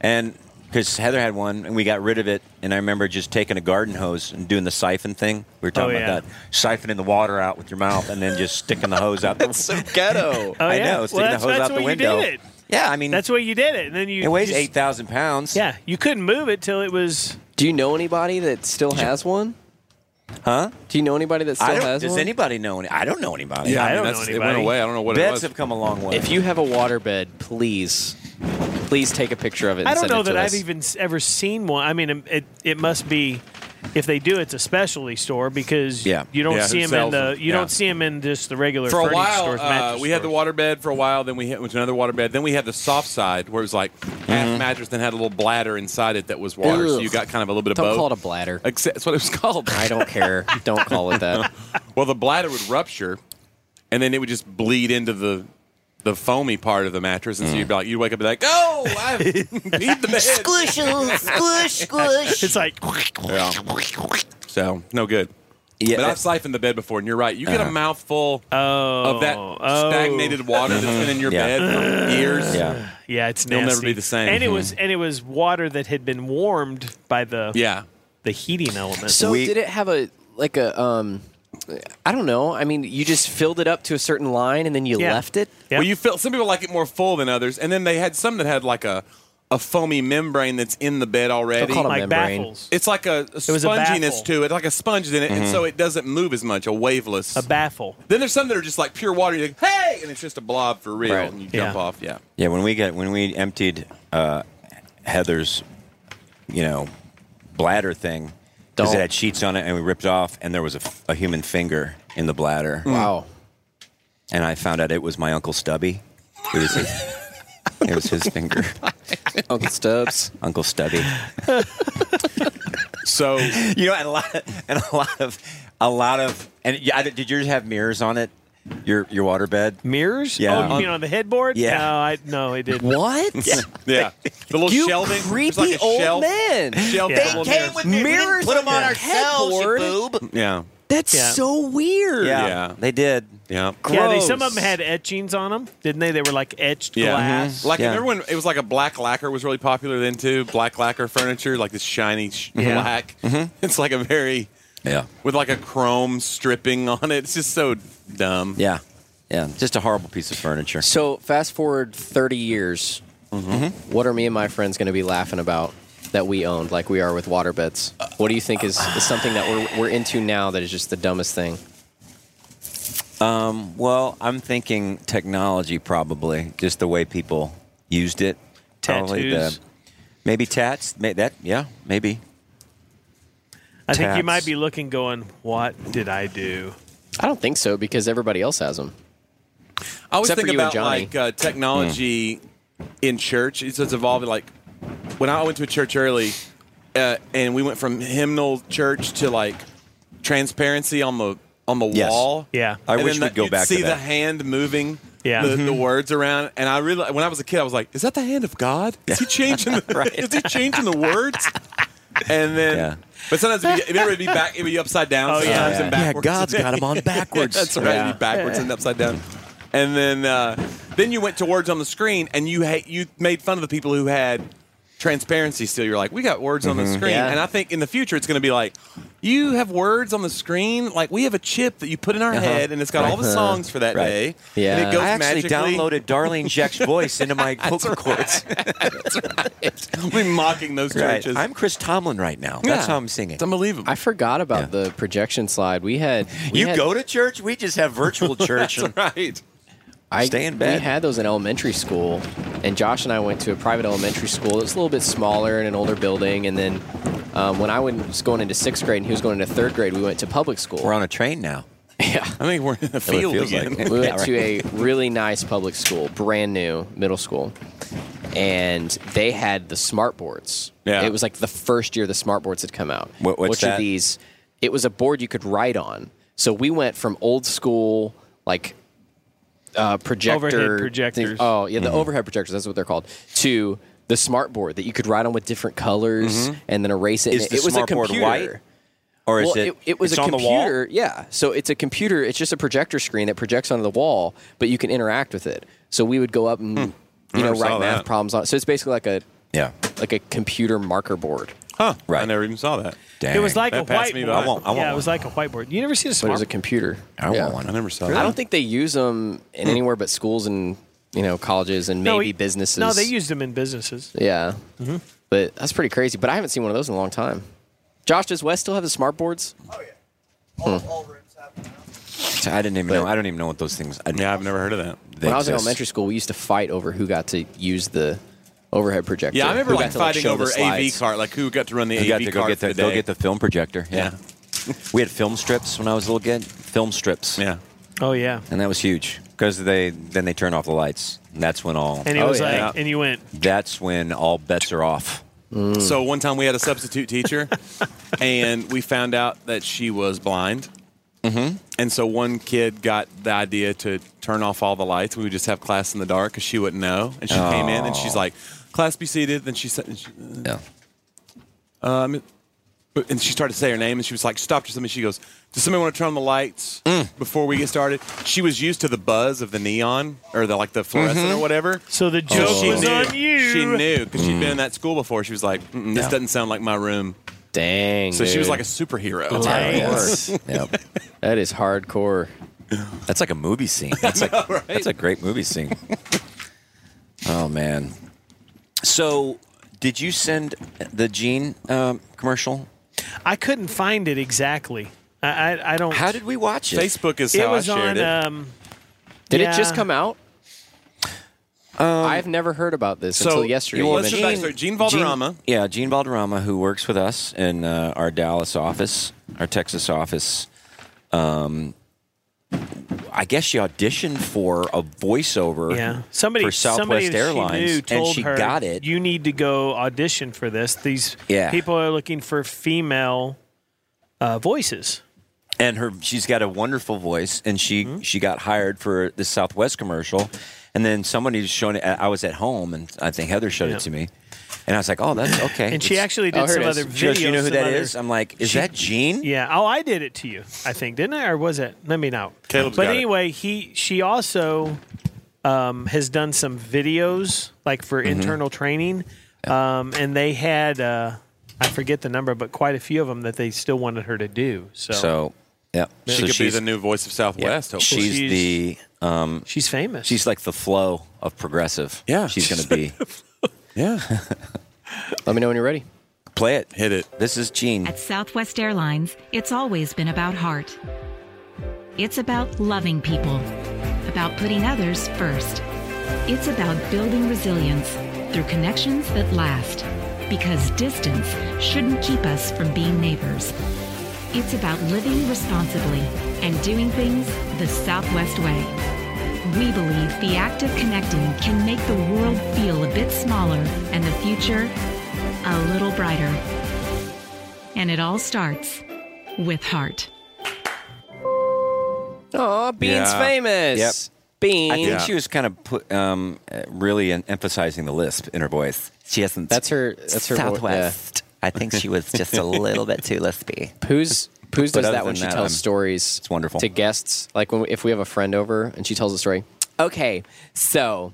S1: And because Heather had one and we got rid of it, and I remember just taking a garden hose and doing the siphon thing. We were talking
S4: Oh, yeah.
S1: about that. Siphoning the water out with your mouth and then just sticking the hose out. That's so ghetto.
S4: Oh,
S1: I
S4: yeah?
S1: know,
S4: Well,
S1: sticking
S4: that's-
S1: the hose
S4: that's
S1: out
S4: why
S1: the
S4: you
S1: window.
S4: did it.
S1: Yeah, I mean,
S4: that's where you did it, and then you
S1: It weighs
S4: just-
S1: 8,000 pounds.
S4: Yeah, you couldn't move it till it was.
S3: Do you know anybody that still has one?
S1: Huh?
S3: Do you know anybody that still
S1: I don't,
S3: has
S1: does
S3: one?
S1: anybody know any? I don't know anybody.
S3: Yeah, I I mean, don't that's- know it went anybody. away. I don't know what it
S1: Beds
S3: was.
S1: have come a long way.
S3: If you have a water bed, please, please take a picture of it. And
S4: I don't
S3: send
S4: know
S3: it to
S4: that I've
S3: us.
S4: even s- ever seen one. I mean, um, it it must be if they do, it's a specialty store because
S2: Yeah.
S4: you don't
S2: Yeah,
S4: see
S2: who
S4: 'em see them in
S2: sells
S4: the
S2: them?
S4: you
S2: Yeah.
S4: don't see them in just the regular
S2: for a
S4: furniture
S2: while,
S4: stores.
S2: uh,
S4: mattress
S2: we had the water bed for a while. Then we hit, went to another water bed. Then we had the soft side where it was like half mattress, then had a little bladder inside it that was water. So
S3: Mm-hmm. Ugh.
S2: you got kind of a little bit of
S3: Don't
S2: both.
S3: call it a bladder.
S2: Except, that's what it was called. I
S3: don't care. don't call it that.
S2: well, the bladder would rupture, and then it would just bleed into the the foamy part of the mattress,
S3: Mm.
S2: and so you'd be like, you wake up and be like, oh, I need the bed.
S7: Squish, squish, squish.
S4: It's like.
S2: Yeah. So no good.
S1: Yeah,
S2: but I've
S1: that's-
S2: siphoned the bed before, and you're right. You get
S1: Uh-huh.
S2: a mouthful of that
S4: oh.
S2: stagnated water that's been in your
S1: Yeah.
S2: bed for years.
S1: Yeah.
S4: yeah, Mm-hmm. it's
S2: You'll
S4: nasty.
S2: never be the same. Mm-hmm.
S4: And it was and it was water that had been warmed by the
S2: yeah
S4: the heating element.
S3: So did it have a like a um? I don't know. I mean, you just filled it up to a certain line and then you left it.
S2: Well, you feel some people like it more full than others, and then they had some that had like a a foamy membrane that's in the bed already.
S3: Don't call it a Like membrane. baffles.
S2: It's like a, a
S4: was a
S2: sponginess
S4: baffle.
S2: to it, like a sponge is in it, and
S4: Mhm.
S2: so it doesn't move as much. A waveless.
S4: A baffle.
S2: Then there's some that are just like pure water. You're like, hey, and it's just a blob for real, and you jump
S4: Yeah.
S2: off. Yeah.
S1: Yeah, when we got when we emptied uh, Heather's, you know, bladder thing because it
S3: Don't.
S1: had sheets on it, and we ripped it off, and there was a, f- a human finger in the bladder.
S3: Wow.
S1: And I found out it was my uncle Stubby. It was his, it was his finger.
S3: Uncle Stubbs.
S1: Uncle Stubby.
S2: so
S1: you know, and a lot, and a lot of, a lot of, and yeah, I- did yours have mirrors on it? Your your waterbed
S4: mirrors?
S1: Yeah.
S4: Oh, you mean on the headboard?
S1: Yeah.
S4: No, I no, it didn't.
S3: What?
S1: Yeah.
S2: Um, Yeah. The little
S4: You
S2: shelving.
S4: creepy
S2: There's like a
S4: old
S2: shelf,
S4: man.
S2: Shelf
S4: They
S2: full of
S4: came
S2: mirrors.
S4: with me. We didn't Mirrors put 'em on on your ourselves, you headboard. boob.
S2: Yeah.
S3: That's
S4: Yeah.
S3: so weird.
S1: Yeah, they did.
S2: Yeah.
S4: Yeah, they, some of them had etchings on them, didn't they? They were like etched glass.
S2: Mm-hmm. Like remember when it was like a black lacquer was really popular then too. Black lacquer furniture, like this shiny sh-
S4: Yeah.
S2: black.
S1: Mm-hmm.
S2: It's like a very
S1: yeah
S2: with like a chrome stripping on it. It's just so dumb.
S1: Yeah, yeah, just a horrible piece of furniture.
S3: So fast forward 30 years.
S1: Mm-hmm.
S3: What are me and my friends going to be laughing about that we owned, like we are with waterbeds? What do you think is, is something that we're, we're into now that is just the dumbest thing?
S1: Um, well, I'm thinking technology probably, just the way people used it. Probably
S4: Tattoos.
S1: maybe tats. May, that yeah, maybe.
S4: I think you
S1: Tats.
S4: might be looking, going, "What did I do?"
S3: I don't think so because everybody else has them.
S2: I always
S3: Except for
S2: think
S3: you and
S2: about
S3: Johnny.
S2: like uh, technology
S1: Hmm.
S2: in church. It's, it's evolving. Like when I went to a church early, uh, and we went from hymnal church to like transparency on the on the
S1: Yes.
S2: wall.
S1: Yeah. I
S2: And
S1: wish
S2: then
S1: we'd
S2: the-
S1: go
S2: you'd
S1: back to
S2: See the
S1: that.
S2: hand moving.
S1: Yeah.
S2: The, the
S1: Mhm.
S2: words around, and I really when I was a kid, I was like, "Is that the hand of God? Is he changing the Is he changing the words?" And then, but sometimes it'd be, it'd be back, it'd be upside down.
S1: Oh, yeah.
S2: sometimes
S1: Yeah.
S2: and
S1: Yeah,
S2: backwards.
S1: God's got 'em on backwards.
S2: That's right.
S1: Yeah.
S2: It'd be backwards and upside down. And then, uh, then you went to words on the screen, and you ha- you made fun of the people who had transparency. Still, you're like, we got words on the
S1: Mhm.
S2: screen,
S1: Yeah.
S2: and I think in the future it's going to be like, you have words on the screen. Like we have a chip that you put in our
S1: Uh-huh.
S2: head, and it's got all the
S1: Uh-huh.
S2: songs for that
S1: Right.
S2: day.
S1: Yeah.
S2: and it goes
S1: I actually
S2: magically-
S1: downloaded Darlene Jeck's voice into my
S2: That's
S1: vocal cords.
S2: We're mocking those
S1: Right.
S2: churches.
S1: I'm Chris Tomlin right now. That's how I'm singing. It's
S2: unbelievable.
S3: I forgot about the projection slide. We had. we
S1: You
S3: had-
S1: go to church? We just have virtual church. and-
S2: right.
S3: I
S1: Stay in bed.
S3: We had those in elementary school, and Josh and I went to a private elementary school. It was a little bit smaller in an older building, and then um, when I went- was going into sixth grade and he was going into third grade, we went to public school.
S1: We're on a train now.
S3: Yeah,
S2: I think we're in the
S1: what it
S2: field
S1: feels
S2: again.
S1: like.
S3: we went
S1: Yeah,
S3: to a
S1: right.
S3: really nice public school, brand new middle school, and they had the smart boards.
S1: Yeah.
S3: It was like the first year the smart boards had come out.
S1: What- what's
S3: which are
S1: that?
S3: these? It was a board you could write on. So we went from old school, like uh, projector
S4: Overhead
S3: thing-
S4: projectors.
S3: Oh yeah, the
S4: Mhm.
S1: Mm-hmm.
S3: overhead projectors. That's what they're called. To the smart board that you could write on with different colors
S1: Mhm.
S3: and then erase it.
S1: Is
S3: And
S1: the
S3: it was a
S1: smart board
S3: computer.
S1: white? Or is
S3: Well,
S1: it,
S3: it, was
S1: it's
S3: a
S1: on the wall?
S3: computer. Yeah. So it's a computer. It's just a projector screen that projects onto the wall, but you can interact with it. So we would go up and
S1: Hmm. I
S3: you know
S1: never saw
S3: write math
S1: that.
S3: problems on. So it's basically like a
S1: Yeah.
S3: like a computer marker board.
S2: Huh. Right. I never even saw that.
S4: It was like a whiteboard.
S3: I won't. I
S4: yeah,
S3: won't.
S4: it was like a whiteboard. You never see a
S3: But it was
S4: smart
S3: a computer.
S1: I want one.
S2: I never saw
S3: I don't think they use them
S1: Hmm.
S3: in anywhere but schools and you know colleges and
S4: No,
S3: maybe
S4: he-
S3: businesses.
S4: No, they used them in businesses.
S3: Yeah.
S1: Mm-hmm.
S3: But that's pretty crazy. But I haven't seen one of those in a long time. Josh, does Wes still have the smart boards? Oh yeah.
S1: I didn't even know. I don't even know what those things. I,
S2: yeah, I've never heard of that.
S3: When I was in elementary school, we used to fight over who got to use the overhead projector.
S2: Yeah, I remember
S3: Who
S2: like
S3: got to,
S2: fighting
S3: show the
S2: over AV
S3: slides.
S2: cart, like who got to run the
S1: You got
S2: AV
S1: to go
S2: cart
S1: get
S2: for
S1: the,
S2: the
S1: go
S2: day.
S1: get the film projector. Yeah. we had film strips when I was a little kid. Film strips.
S2: Yeah.
S4: Oh yeah.
S1: And that was huge because they then they turn off the lights. And that's when all.
S4: And it
S2: Oh,
S4: was like, and you went,
S1: That's when all bets are off.
S2: Mm. So one time we had a substitute teacher, and we found out that she was blind. Mm-hmm. And so one kid got the idea to turn off all the lights. We would just have class in the dark because she wouldn't know. And she came in and she's
S11: Aw.
S2: like, "Class, be seated." Then she said, she, "Yeah." Um, but- and she started to say her name, and she was like, "Stopped or something." She goes, "Does somebody want to turn on the lights before we get started?" She was used to the buzz of the neon or the like the
S1: Mm-hmm.
S2: fluorescent
S4: Mhm.
S2: or whatever.
S4: So
S1: Oh.
S4: the
S2: So
S4: joke
S2: Oh. she
S4: was
S2: knew,
S4: on you.
S2: She knew because she'd
S1: Mm.
S2: been in that school before. She was like, Mm-mm, "This
S4: Yeah.
S2: doesn't sound like my room."
S3: Dang.
S2: So she was
S3: dude.
S2: like a superhero.
S3: That's how it works.
S1: Yep.
S3: That is hardcore.
S1: That's like a movie scene. That's like that's a great movie scene. oh man. So, did you send the Gene um, commercial?
S4: I couldn't find it exactly. I, I, I don't. How did
S1: we watch it?
S2: Facebook is
S4: it
S2: how I
S4: was on,
S2: shared it.
S4: Um,
S3: Did it
S4: yeah.
S3: just come out?
S1: Um,
S3: I've never heard about this
S1: so
S3: until yesterday.
S1: you
S3: You
S1: want
S3: mentioned
S1: Gene-
S3: it.
S1: yeah, Gene Valderrama, who works with us in uh, our Dallas office, our Texas office. Um, I guess she auditioned for a voiceover
S4: Yeah. Somebody,
S1: for Southwest
S4: somebody that
S1: Airlines,
S4: she knew told
S1: and she
S4: her,
S1: got it.
S4: You need to go audition for this. These
S1: Yeah.
S4: people are looking for female uh, voices.
S1: and her she's got a wonderful voice and she
S4: Mm-hmm.
S1: she got hired for the southwest commercial and then somebody was showing it i was at home and i think heather showed
S4: Yeah.
S1: it to me and i was like oh that's okay
S4: And she
S1: It's- Oh,
S4: actually did some other
S1: She goes,
S4: videos.
S1: you know who
S4: some
S1: that
S4: other-
S1: is?" i'm like is
S4: She-
S1: that gene
S4: Yeah. Oh, I did it to you. I think didn't I, or was it? Let me know.
S1: Caleb's
S4: but
S1: got it.
S4: anyway, he she also um, has done some videos like for
S1: Mm-hmm.
S4: internal training, um, and they had uh, I forget the number, but quite a few of them that they still wanted her to do. So,
S1: so yeah
S4: She
S1: So
S4: could be
S1: she's-
S4: the
S2: new voice of Southwest,
S1: yeah.
S4: hopefully.
S1: she's, the um
S4: she's famous
S1: she's like the flow of progressive
S2: yeah
S1: she's gonna be
S2: yeah
S3: Let me know when you're ready.
S1: play it
S2: hit it
S1: this is gene
S15: At Southwest Airlines, it's always been about heart. It's about loving people, about putting others first. It's about building resilience through connections that last, because distance shouldn't keep us from being neighbors. It's about living responsibly and doing things the Southwest way. We believe the act of connecting can make the world feel a bit smaller and the future a little brighter. And it all starts with heart.
S3: Oh, Bean's
S1: Yeah.
S3: famous.
S1: Yep.
S3: Bean.
S1: I think she was kind of put, um, uh, really en- emphasizing the lisp in her voice. She hasn't. That's
S3: her. That's her vo- Southwest.
S1: I think she was just
S3: a little
S1: bit too lispy.
S3: Who's Who's
S1: But
S3: does
S1: other
S3: that when
S1: than
S3: she
S1: that,
S3: tells
S1: I'm-
S3: stories? It's
S1: wonderful
S3: to guests. Like when we, if we have a friend over and she tells a story. Okay, so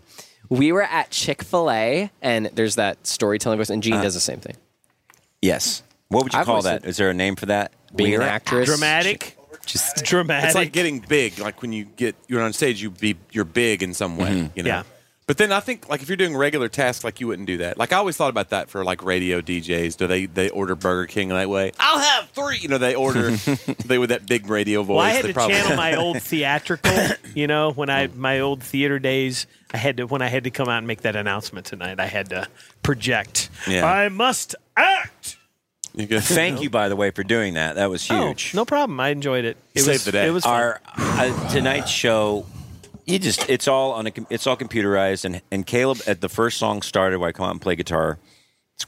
S3: we were at Chick Fil A, and there's that storytelling voice, and Gene does the same thing.
S1: Yes. Uh, What would you
S3: I've
S1: call
S3: always
S1: that?
S3: said-
S1: Is there a name for that?
S3: Being an
S1: Weird?
S3: actress.
S4: dramatic,
S1: just
S4: dramatic.
S2: It's like getting big. Like when you get you're on stage, you be you're big in some way.
S1: Mm-hmm.
S2: You know.
S4: Yeah.
S2: But then I think like if you're doing regular tasks, like you wouldn't do that. Like I always thought about that for like radio DJs. Do they they order Burger King that way? I'll have three. You know, they order they with that big radio voice.
S4: Well, I had
S2: they
S4: to
S2: probably-
S4: channel my old theatrical. You know, when
S1: Oh.
S4: I my old theater days, I had to when I had to come out and make that announcement tonight. I had to project.
S1: Yeah.
S4: I must act.
S1: Thank you, by the way, for doing that. That was
S4: Oh,
S1: huge.
S4: no problem. I enjoyed it. It was, It was fun.
S1: Our uh, tonight's show. You just it's all on a com- it's all computerized and and Caleb at the first song started where I come out and play guitar.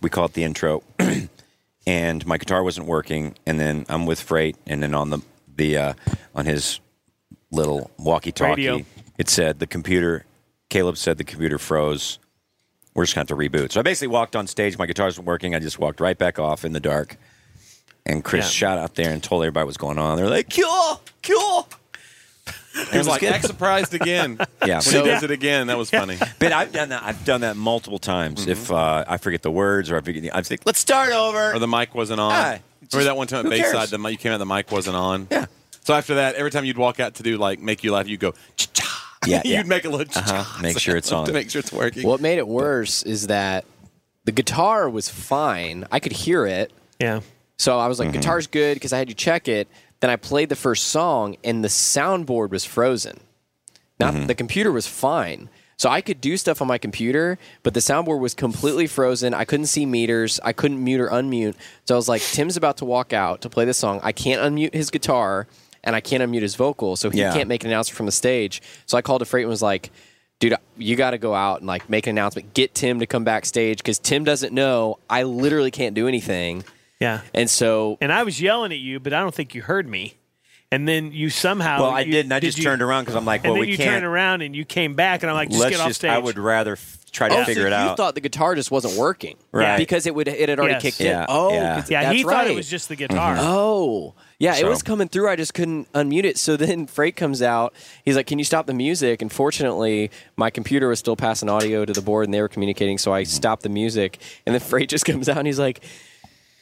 S1: We call it the intro, and my guitar wasn't working. And then I'm with Freight, and then on the the uh, on his little
S4: Radio.
S1: walkie-talkie, it said the computer. Caleb said the computer froze. We're just going to have to reboot. So I basically walked on stage. My guitar wasn't working. I just walked right back off in the dark and Chris shot out there and told everybody what's going on. They're like,
S11: Cool, cool.
S1: It
S2: He
S1: was
S2: was like,
S1: good.
S2: act surprised again.
S1: Yeah.
S2: When
S1: So-
S2: he does it again, that was funny. Mm-hmm.
S1: But I've done that. I've done that multiple times. If uh, I forget the words or I forget, the, I think, let's start over.
S2: Or the mic wasn't on.
S1: Ah,
S2: Remember that one time at
S1: who cares?
S2: Bayside, the mic, you came out, the mic wasn't on. Yeah. So after that, every time you'd walk out to do like make you laugh, you'd go. Cha-cha.
S3: Yeah, yeah.
S2: you'd make a little.
S1: Uh-huh. Make sure it's on.
S2: to make sure it's working.
S3: What made it worse is that the guitar was fine. I could hear it.
S4: Yeah.
S3: So I was
S2: Mm-hmm.
S3: like, guitar's good because I had you check it. Then I played the first song and the soundboard was frozen. Not
S4: Mm-hmm.
S3: the computer was fine. So I could do stuff on my computer, but the soundboard was completely frozen. I couldn't see meters. I couldn't mute or unmute. So I was like, Tim's about to walk out to play this song. I can't unmute his guitar and I can't unmute his vocal, so he
S1: Yeah.
S3: can't make an announcement from the stage. So I called to Freight and was like, dude, you got to go out and like make an announcement. Get Tim to come backstage because Tim doesn't know. I literally can't do anything.
S4: Yeah.
S3: And so
S4: And I was yelling at you, but I don't think you heard me. And then you somehow.
S1: Well, I
S4: you-
S1: didn't. I just
S4: you-
S1: turned around 'cause I'm like,
S4: and
S1: well,
S4: then
S1: we
S4: you
S1: can't-
S4: turned around and you came back, and I'm like, just
S1: let's
S4: get off
S1: just.
S4: stage.
S1: I would rather f- try to
S3: Oh, so
S1: figure it
S3: you
S1: out.
S3: thought the guitar just wasn't working,
S1: Right.
S3: Because it would it had already
S1: Yes.
S3: kicked
S1: Yeah,
S3: in. Oh,
S1: yeah. Mm-hmm.
S3: it's-
S1: Yeah,
S4: he
S3: that's
S4: thought it
S3: right.
S4: was just the guitar. Mhm.
S3: Oh, yeah,
S4: So-
S3: it was coming through. I just couldn't unmute it. So then Freight comes out. He's like, "Can you stop the music?" And fortunately, my computer was still passing audio to the board, and they were communicating. So
S1: Mm-hmm.
S3: I stopped the music, and then Freight just comes out and he's like,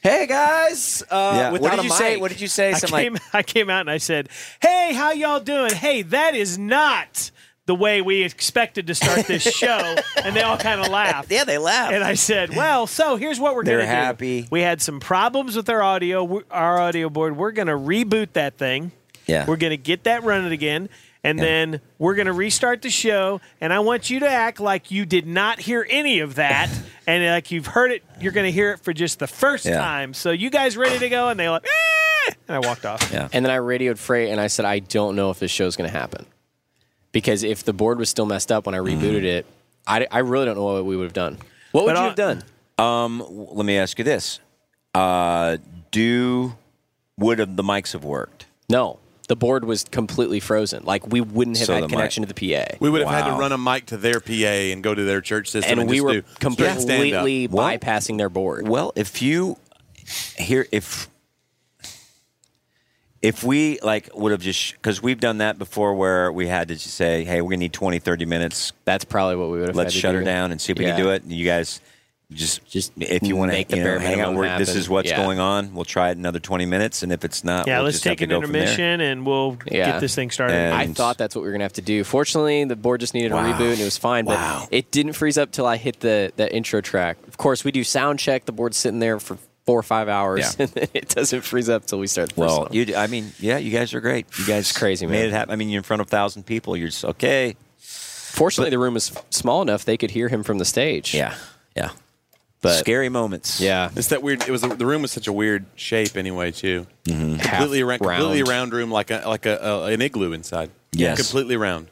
S3: "Hey guys, uh, without a mic.
S4: I
S3: Some, like-
S4: came, I came out and I said, "Hey, how y'all doing? Hey, that is not the way we expected to start this show." and they all kind of laughed. Yeah,
S13: they laughed.
S4: And I said, "Well, so here's what we're
S1: They're
S4: going to do.
S1: happy.
S4: We had some problems with our audio, we- our audio board. We're going to reboot that thing.
S1: Yeah.
S4: we're going to get that running again." And then we're going to restart the show, and I want you to act like you did not hear any of that, and like you've heard it. You're going to hear it for just the first
S3: Yeah.
S4: time. So you guys ready to go? And they like, "Eh," and I walked off.
S3: And then I radioed Freight and I said, I don't know if this show's going to happen. Because if the board was still messed up when I rebooted
S1: Mm-hmm.
S3: it, I, I really don't know what we would have done. What would you have done?
S1: Um, w- let me ask you this: uh, Do would have the mics have worked?
S3: No, the board was completely frozen. Like we wouldn't have
S1: So the
S3: had
S1: mic-
S3: connection to the PA.
S2: We would have had to run a mic to their PA and go to their church system,
S3: And
S2: and,
S3: we
S2: just
S3: were
S2: do
S3: completely
S2: stand up.
S3: bypassing their board.
S1: Well, if you here, if if we like would have just because we've done that before where we had to just say, hey, we're gonna need 20, 30 minutes.
S3: That's probably what we would have. had
S1: Let's
S3: to
S1: shut her
S3: do.
S1: down and see if we can
S3: Yeah.
S1: do it. And you guys just just if you want
S3: make
S1: to
S3: the
S1: you know,
S3: bare
S1: hang out,
S3: minimum
S1: we're, this
S3: happen.
S1: is what's
S3: Yeah.
S1: going on. We'll try it another twenty minutes, and if it's not,
S4: Yeah,
S1: we'll
S4: let's
S1: just have
S4: take
S1: to
S4: an
S1: go from there.
S4: intermission and we'll
S1: Yeah.
S4: get this thing started.
S1: And-
S3: I thought that's what we were gonna have to do. Fortunately, the board just needed a
S1: Wow.
S3: reboot and it was fine. But
S1: Wow.
S3: it didn't freeze up till I hit the that intro track. Of course, we do sound check. The board's sitting there for four or five hours,
S1: Yeah.
S3: and then it doesn't freeze up till we start. The first
S1: Well,
S3: song.
S1: you. d- I mean, yeah, you guys are great. You guys crazy made
S3: man.
S1: it happen. I mean, you're in front of thousand people. You're just okay.
S3: Fortunately, the room was f- small enough they could hear him from the stage.
S1: Yeah, yeah.
S3: But
S1: Scary moments.
S3: Yeah,
S2: it's that weird. It was the room was such a weird shape anyway, too.
S1: Mm-hmm.
S2: Completely round, completely round room, like a like a, a an igloo inside.
S1: Yes. Mm-hmm.
S2: completely round.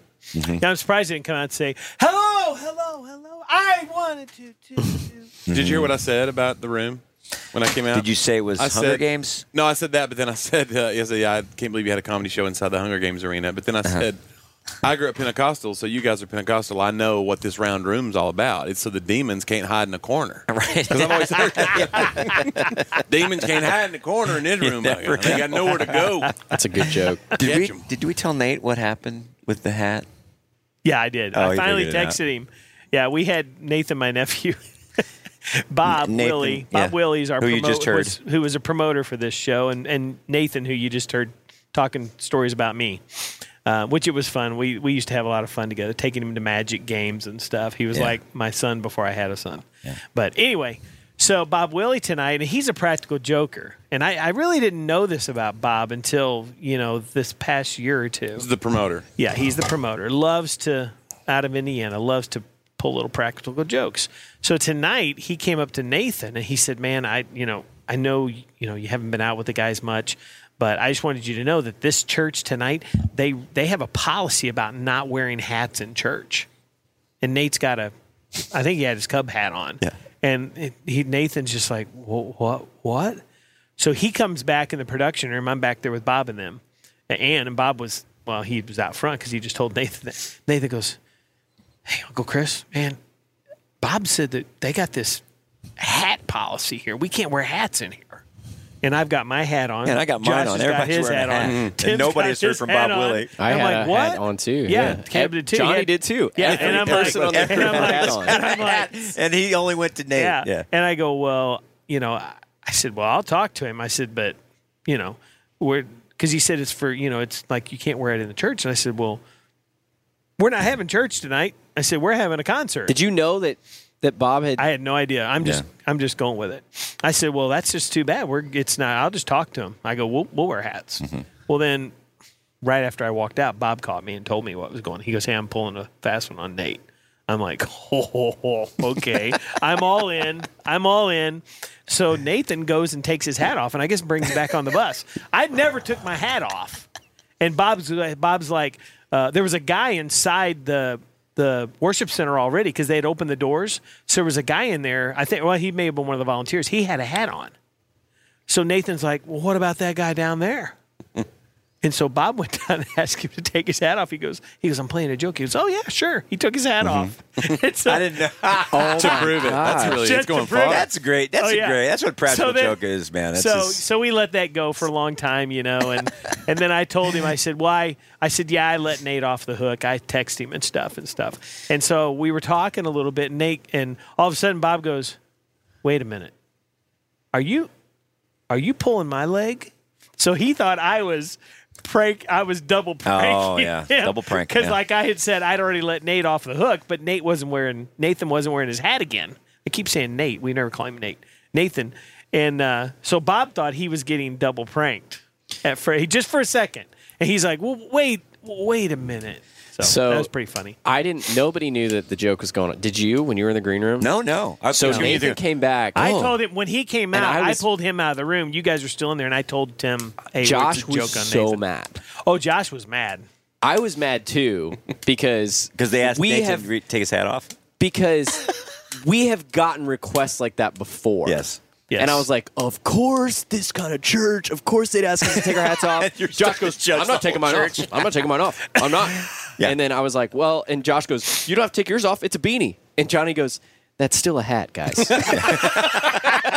S4: Now I'm surprised they didn't come out and say, "Hello, hello, hello." I wanted to.
S2: Did you hear what I said about the room when I came out?
S1: Mm-hmm. Did you say it was
S2: I
S1: Hunger Games?
S2: No, I said that, but then I said, uh, yes, yeah, I can't believe you had a comedy show inside the Hunger Games arena. But then
S1: Uh-huh.
S2: I said, I grew up Pentecostal, so you guys are Pentecostal. I know what this round room's all about. It's so the demons can't hide in a corner. Right. Because I've always heard that. demons can't hide in the corner in this room.
S1: never
S2: They got
S1: know.
S2: nowhere to go.
S3: That's a good joke.
S1: Did we, did we tell Nate what happened with the hat?
S4: Yeah, I did.
S1: Oh,
S4: I
S1: you
S4: finally
S1: figured it out.
S4: texted him. Yeah, we had Nathan, my nephew, Bob
S1: Nathan,
S4: Willie.
S1: yeah.
S4: Bob Willie's our
S1: Who you
S4: promo-
S1: just heard.
S4: was- who was a promoter for this show, and and Nathan, who you just heard talking stories about me. Uh, which it was fun. We we used to have a lot of fun together, taking him to magic games and stuff. He was
S1: Yeah.
S4: like my son before I had a son. But anyway, so Bob Willie tonight, and he's a practical joker. And I, I really didn't know this about Bob until you know this past year or two.
S2: This is the promoter.
S4: Yeah, he's the promoter. Loves to out of Indiana. Loves to pull little practical jokes. So tonight he came up to Nathan and he said, "Man, I you know I know you know you haven't been out with the guys much." But I just wanted you to know that this church tonight, they they have a policy about not wearing hats in church and Nate's got a, I think he had his Cub hat on. Yeah. And it, he Nathan's just like, "Wha- what? What? So he comes back in the production room. I'm back there with Bob and them, and Ann and Bob was well, he was out front because he just told Nathan. That, Nathan goes, "Hey, Uncle Chris, man, Bob said that they got this hat policy here. We can't wear hats in here." and I've got my hat on.
S1: Yeah, and I got mine
S4: Josh
S1: on.
S4: has got
S1: Everybody's
S4: his
S1: wearing
S4: hat
S1: a
S4: on.
S1: hat.
S3: Mm-hmm.
S1: Mhm. And
S4: Tim's
S1: nobody's
S4: got
S1: heard
S4: his
S1: from
S4: hat
S1: Bob
S4: on.
S1: Willie.
S3: I
S4: I'm
S3: had
S4: like,
S3: a
S4: what?
S3: hat on too.
S4: Yeah,
S3: Yeah.
S4: Caleb did too.
S3: Johnny
S4: yeah.
S3: did too.
S4: Yeah,
S3: Every
S4: and I'm like,
S3: person on the
S4: and
S3: crew
S4: I'm
S3: had a hat
S4: like,
S3: on.
S4: and I'm like,
S1: and he only went to Nate.
S4: Yeah.
S1: yeah.
S4: And I go, well, you know, I I said, well, I'll talk to him. I said, but, you know, we're, because he said it's for, you know, it's like you can't wear it in the church. And I said, well, we're not having church tonight. I said, we're having a concert.
S3: Did you know that that Bob had?
S4: I had no idea. I'm just, I'm just going with it. I said, well, that's just too bad. We're, it's not, I'll just talk to him. I go, we'll, we'll wear hats.
S1: Mm-hmm.
S4: Well, then right after I walked out, Bob called me and told me what was going on. He goes, hey, I'm pulling a fast one on Nate. I'm like, oh, okay. I'm all in. I'm all in. So Nathan goes and takes his hat off, and I guess brings it back on the bus. I never took my hat off, and Bob's Bob's like, uh, there was a guy inside the the worship center already because they had opened the doors. So there was a guy in there. I think well, he may have been one of the volunteers. He had a hat on. So Nathan's like, well, what about that guy down there? And so Bob went down and asked him to take his hat off. He goes, he goes, I'm playing a joke. He goes, oh yeah, sure. He took his hat off. And so-
S1: Mm-hmm. I didn't know.
S4: Oh,
S1: to
S4: my
S1: prove it. That's
S4: gosh.
S1: really
S4: Just
S1: it's going
S4: to prove
S1: far.
S4: it.
S1: That's great. That's
S4: Oh,
S1: a
S4: yeah.
S1: great. That's what practical
S4: So then-
S1: joke is, man. That's
S4: so
S1: just-
S4: so we let that go for a long time, you know, and and then I told him, I said, why? I said, yeah, I let Nate off the hook. I text him and stuff and stuff. And so we were talking a little bit, Nate, and all of a sudden Bob goes, wait a minute, are you are you pulling my leg? So he thought I was prank. I was double pranking.
S1: Oh, yeah. Double prank,
S4: Because
S1: yeah.
S4: like I had said, I'd already let Nate off the hook, but Nate wasn't wearing Nathan wasn't wearing his hat again. I keep saying Nate. We never call him Nate. Nathan. And uh, so Bob thought he was getting double pranked at Freddy just for a second, and he's like, "Well, wait, wait a minute." So, that was pretty funny.
S3: I didn't. Nobody knew that the joke was going on. Did you when you were in the green room?
S1: No, no. I
S3: so
S1: was gonna
S3: Nathan
S1: do-
S3: came back.
S4: I
S3: Oh.
S4: told him when he came out,
S3: And
S4: I,
S3: I was-
S4: pulled him out of the room. You guys were still in there, and I told Tim, "Hey,
S3: Josh
S4: what's the
S3: was
S4: joke on
S3: so
S4: Nathan?
S3: mad.
S4: Oh, Josh was mad.
S3: I was mad too because because
S1: they asked
S3: we
S1: Nathan
S3: have
S1: to re- take his hat off.
S3: because we have gotten requests like that before. Yes.
S1: Yes.
S3: And I was like, "Oh, of course, this kind of church. Of course, they'd ask us to take our hats off. Josh goes,
S1: judge
S3: I'm
S1: the
S3: not taking
S1: whole
S3: mine
S1: church."
S3: off. I'm not taking mine off. I'm not. And then I was like, well, and Josh goes, you don't have to take yours off. It's a beanie. And Johnny goes, that's still a hat, guys.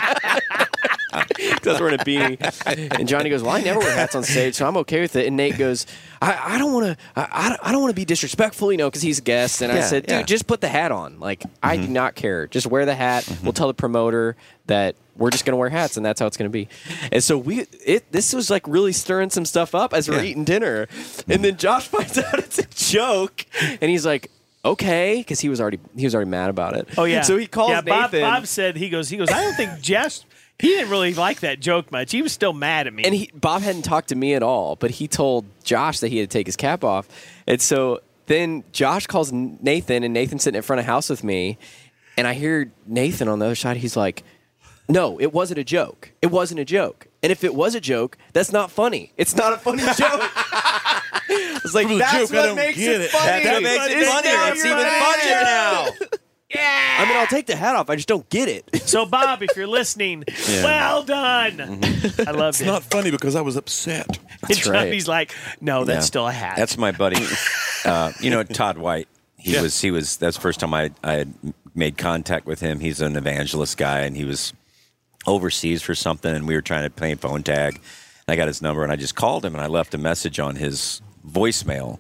S3: Because we're in a beanie. And Johnny goes, "Well, I never wear hats on stage, so I'm okay with it." And Nate goes, "I, I don't want to. I, I don't want to be disrespectful, you know, because he's a guest." And I
S13: Yeah,
S3: said, "Dude,
S13: yeah.
S3: just put the hat on. Like, I
S4: Mm-hmm.
S3: do not care. Just wear the hat. We'll tell the promoter that we're just going to wear hats, and that's how it's going to be." And so we, it, this was like really stirring some stuff up as we're eating dinner, and then Josh finds out it's a joke, and he's like. Okay, because he was already he was already mad about it.
S4: Oh yeah.
S3: So he calls
S4: Yeah, Bob,
S3: Nathan.
S4: Bob said he goes. He goes. I don't think Josh. He didn't really like that joke much. He was still mad at me.
S3: And he, Bob hadn't talked to me at all, but he told Josh that he had to take his cap off. And so then Josh calls N- Nathan, and Nathan's sitting in front of house with me. And I hear Nathan on the other side. He's like, No, it wasn't a joke. It wasn't a joke. And if it was a joke, that's not funny. It's not a funny joke. It's like,
S10: It was a
S3: that's
S10: joke, I
S3: what
S10: don't
S3: makes
S10: get
S3: it
S10: it.
S3: funny.
S10: That- that makes it
S3: It's
S10: funnier.
S3: now
S10: It's
S3: you're
S10: even
S3: right.
S10: funnier now.
S3: I mean, I'll take the hat off. I just don't get it.
S4: so Bob, if you're listening,
S2: Yeah.
S4: well done.
S1: Mm-hmm.
S4: I loved
S2: It's
S4: it.
S2: not funny because I was upset.
S4: And Johnny's like, no, that's
S1: Yeah.
S4: still a hat.
S1: That's my buddy. uh, you know Todd White. He was he was that's the first time I I had made contact with him. He's an evangelist guy, and he was overseas for something, and we were trying to play phone tag. And I got his number, and I just called him, and I left a message on his voicemail.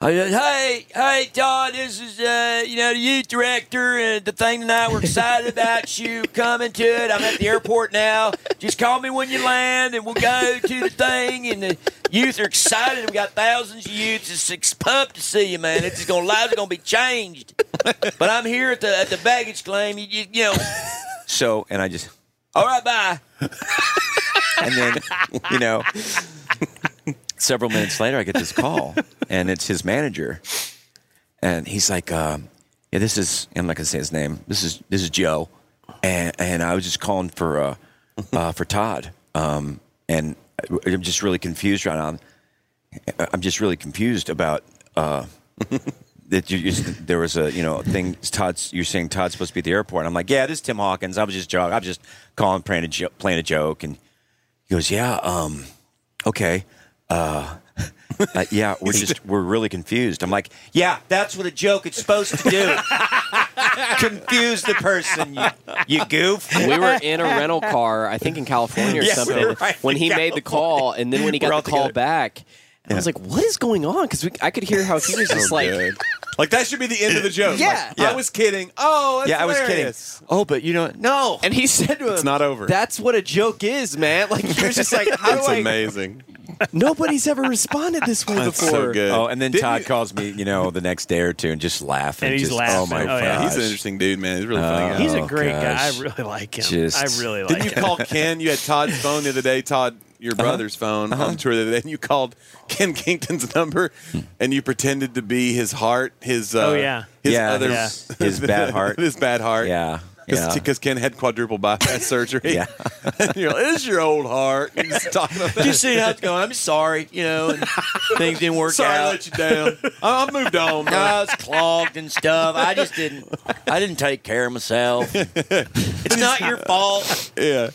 S1: I said, hey, hey, Todd, this is, uh, you know, the youth director, and the thing tonight, we're excited about you coming to it. I'm at the airport now. Just call me when you land, and we'll go to the thing, and the youth are excited. We got thousands of youths. It's it's pumped to see you, man. It's just gonna, lives are going to be changed. But I'm here at the, at the baggage claim, you, you, you know. So, and I just, all right, bye. and then, you know, several minutes later, I get this call, and it's his manager, and he's like, uh, "Yeah, this is." I'm not gonna say his name. This is this is Joe, and and I was just calling for uh, uh, for Todd, um, and I- I'm just really confused right now. I'm- I'm just really confused about. Uh, That you, you, there was a you know thing Todd's you're saying Todd's supposed to be at the airport. And I'm like, yeah, this is Tim Hawkins. I was just joking. I was just calling, playing a, jo- playing a joke, and he goes, yeah, um, okay, uh, uh, yeah, we're just we're really confused. I'm like, yeah, that's what a joke is supposed to do. confuse the person, you, you goof.
S3: We were in a rental car, I think in California or
S1: Yes, we
S3: something,
S1: were right
S3: when
S1: in
S3: he made the call, and then when he
S1: We're
S3: got
S1: all
S3: the call
S1: together.
S3: back, I was like, "What is going on?" Because I could hear how he was just like,
S2: like that should be the end of the joke.
S3: Yeah.
S2: Like, I was kidding. Oh, that's
S3: Yeah, I was kidding.
S2: hilarious.
S1: Oh, but you know, no.
S3: And he said to him,
S2: It's not over.
S3: That's what a joke is, man. Like you're just like, how
S2: That's
S3: do I?
S2: amazing.
S3: Nobody's ever responded this way
S1: That's
S3: before.
S1: Oh, and then Todd calls me, you know, the next day or two and just laughing.
S4: And he's
S1: just,
S4: laughing.
S1: Oh, my
S4: Oh, yeah.
S1: gosh.
S4: He's an
S2: interesting dude, man. He's
S1: really
S2: funny guy.
S4: He's a great guy.
S1: Oh, gosh.
S4: I really like him.
S1: Just-
S4: I really like
S2: Didn't you
S4: him.
S2: call Ken? You had Todd's phone the other day. Todd, your
S1: Uh-huh.
S2: brother's phone on tour the other day, and you called Ken Kington's number, and you pretended to be his heart. His uh,
S4: Oh, yeah.
S2: his
S1: Yeah,
S2: other
S1: yeah. His bad heart.
S2: his bad heart. Yeah,
S1: yeah.
S2: because Ken had quadruple bypass surgery.
S1: Yeah.
S2: and you're like, "It's your old heart." You're just talking about
S11: Just see how it's going. I'm sorry, you know, and things didn't work
S2: Sorry I
S11: out.
S2: let you down. I, I moved on. man.
S11: I was clogged and stuff. I just didn't.
S1: I didn't take care of myself.
S11: It's not your fault.
S2: Yeah,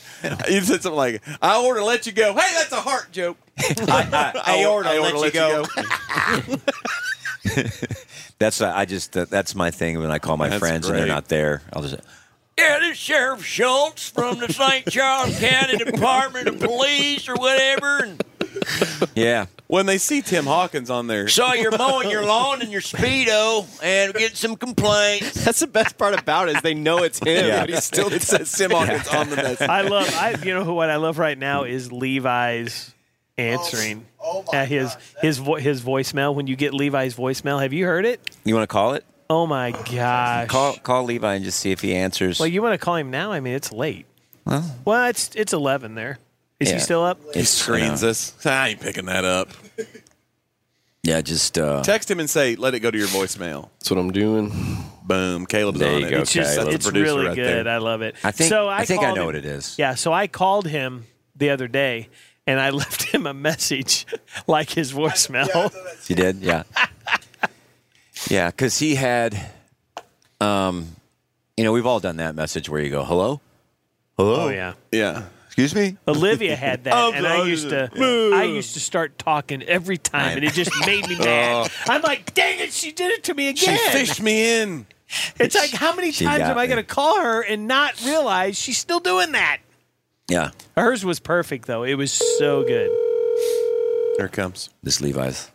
S2: you said something like, "I order to let you go." Hey, that's a heart joke.
S11: I order to
S2: order
S11: let you go.
S1: That's uh, I just uh, that's my thing when I call my
S11: That's
S1: friends and
S11: great.
S1: they're not there. I'll just
S11: Yeah, this is Sheriff Schultz from the St. Charles County Department of Police or whatever. And
S1: yeah.
S2: When they see Tim Hawkins on there,
S11: saw you're mowing your lawn in your Speedo and getting some complaints.
S3: That's the best part about it is they know it's him,
S2: Yeah.
S3: but he still
S2: It says Tim Hawkins on the message.
S4: I love. I you know who what I love right now is Levi's answering
S3: Oh,
S4: at his his vo- his voicemail. When you get Levi's voicemail, have you heard it?
S1: You want to call it?
S4: Oh my gosh!
S1: Call call Levi and just see if he answers.
S4: Well, you want to call him now? I mean, it's late. Well, it's it's eleven there. Is
S1: Yeah.
S4: he still up?
S2: He screens us. I ain't picking that up.
S1: yeah, just uh,
S2: Text him and say, "Let it go to your voicemail."
S3: That's what I'm doing.
S2: Boom, Caleb's
S1: There
S2: on
S1: you
S2: it.
S1: go,
S4: It's just
S1: Caleb.
S4: it's
S2: That's the producer
S4: really
S2: right
S4: good.
S2: there.
S4: I love it.
S1: I think-
S4: so.
S1: I think I
S4: called
S1: know
S4: him-
S1: what it is.
S4: Yeah. So I called him the other day, and I left him a message like his voicemail.
S1: You did, yeah, yeah. Because he had, um, you know, we've all done that message where you go, "Hello, hello."
S4: Oh, yeah.
S2: yeah.
S1: Excuse me.
S4: Olivia had that,
S1: I'm
S4: and I
S1: sorry.
S4: used to
S1: Yeah.
S4: I used to start talking every time, and it just made me mad.
S1: Oh.
S4: I'm like, dang it, she did it to me
S2: She
S4: again.
S2: fished me in.
S4: It's like, how many
S1: She
S4: times
S1: got
S4: am I
S1: me.
S4: going to call her and not realize she's still doing that?
S1: Yeah,
S4: Hers was perfect though; it was so good.
S2: Here it comes.
S1: this Levi's.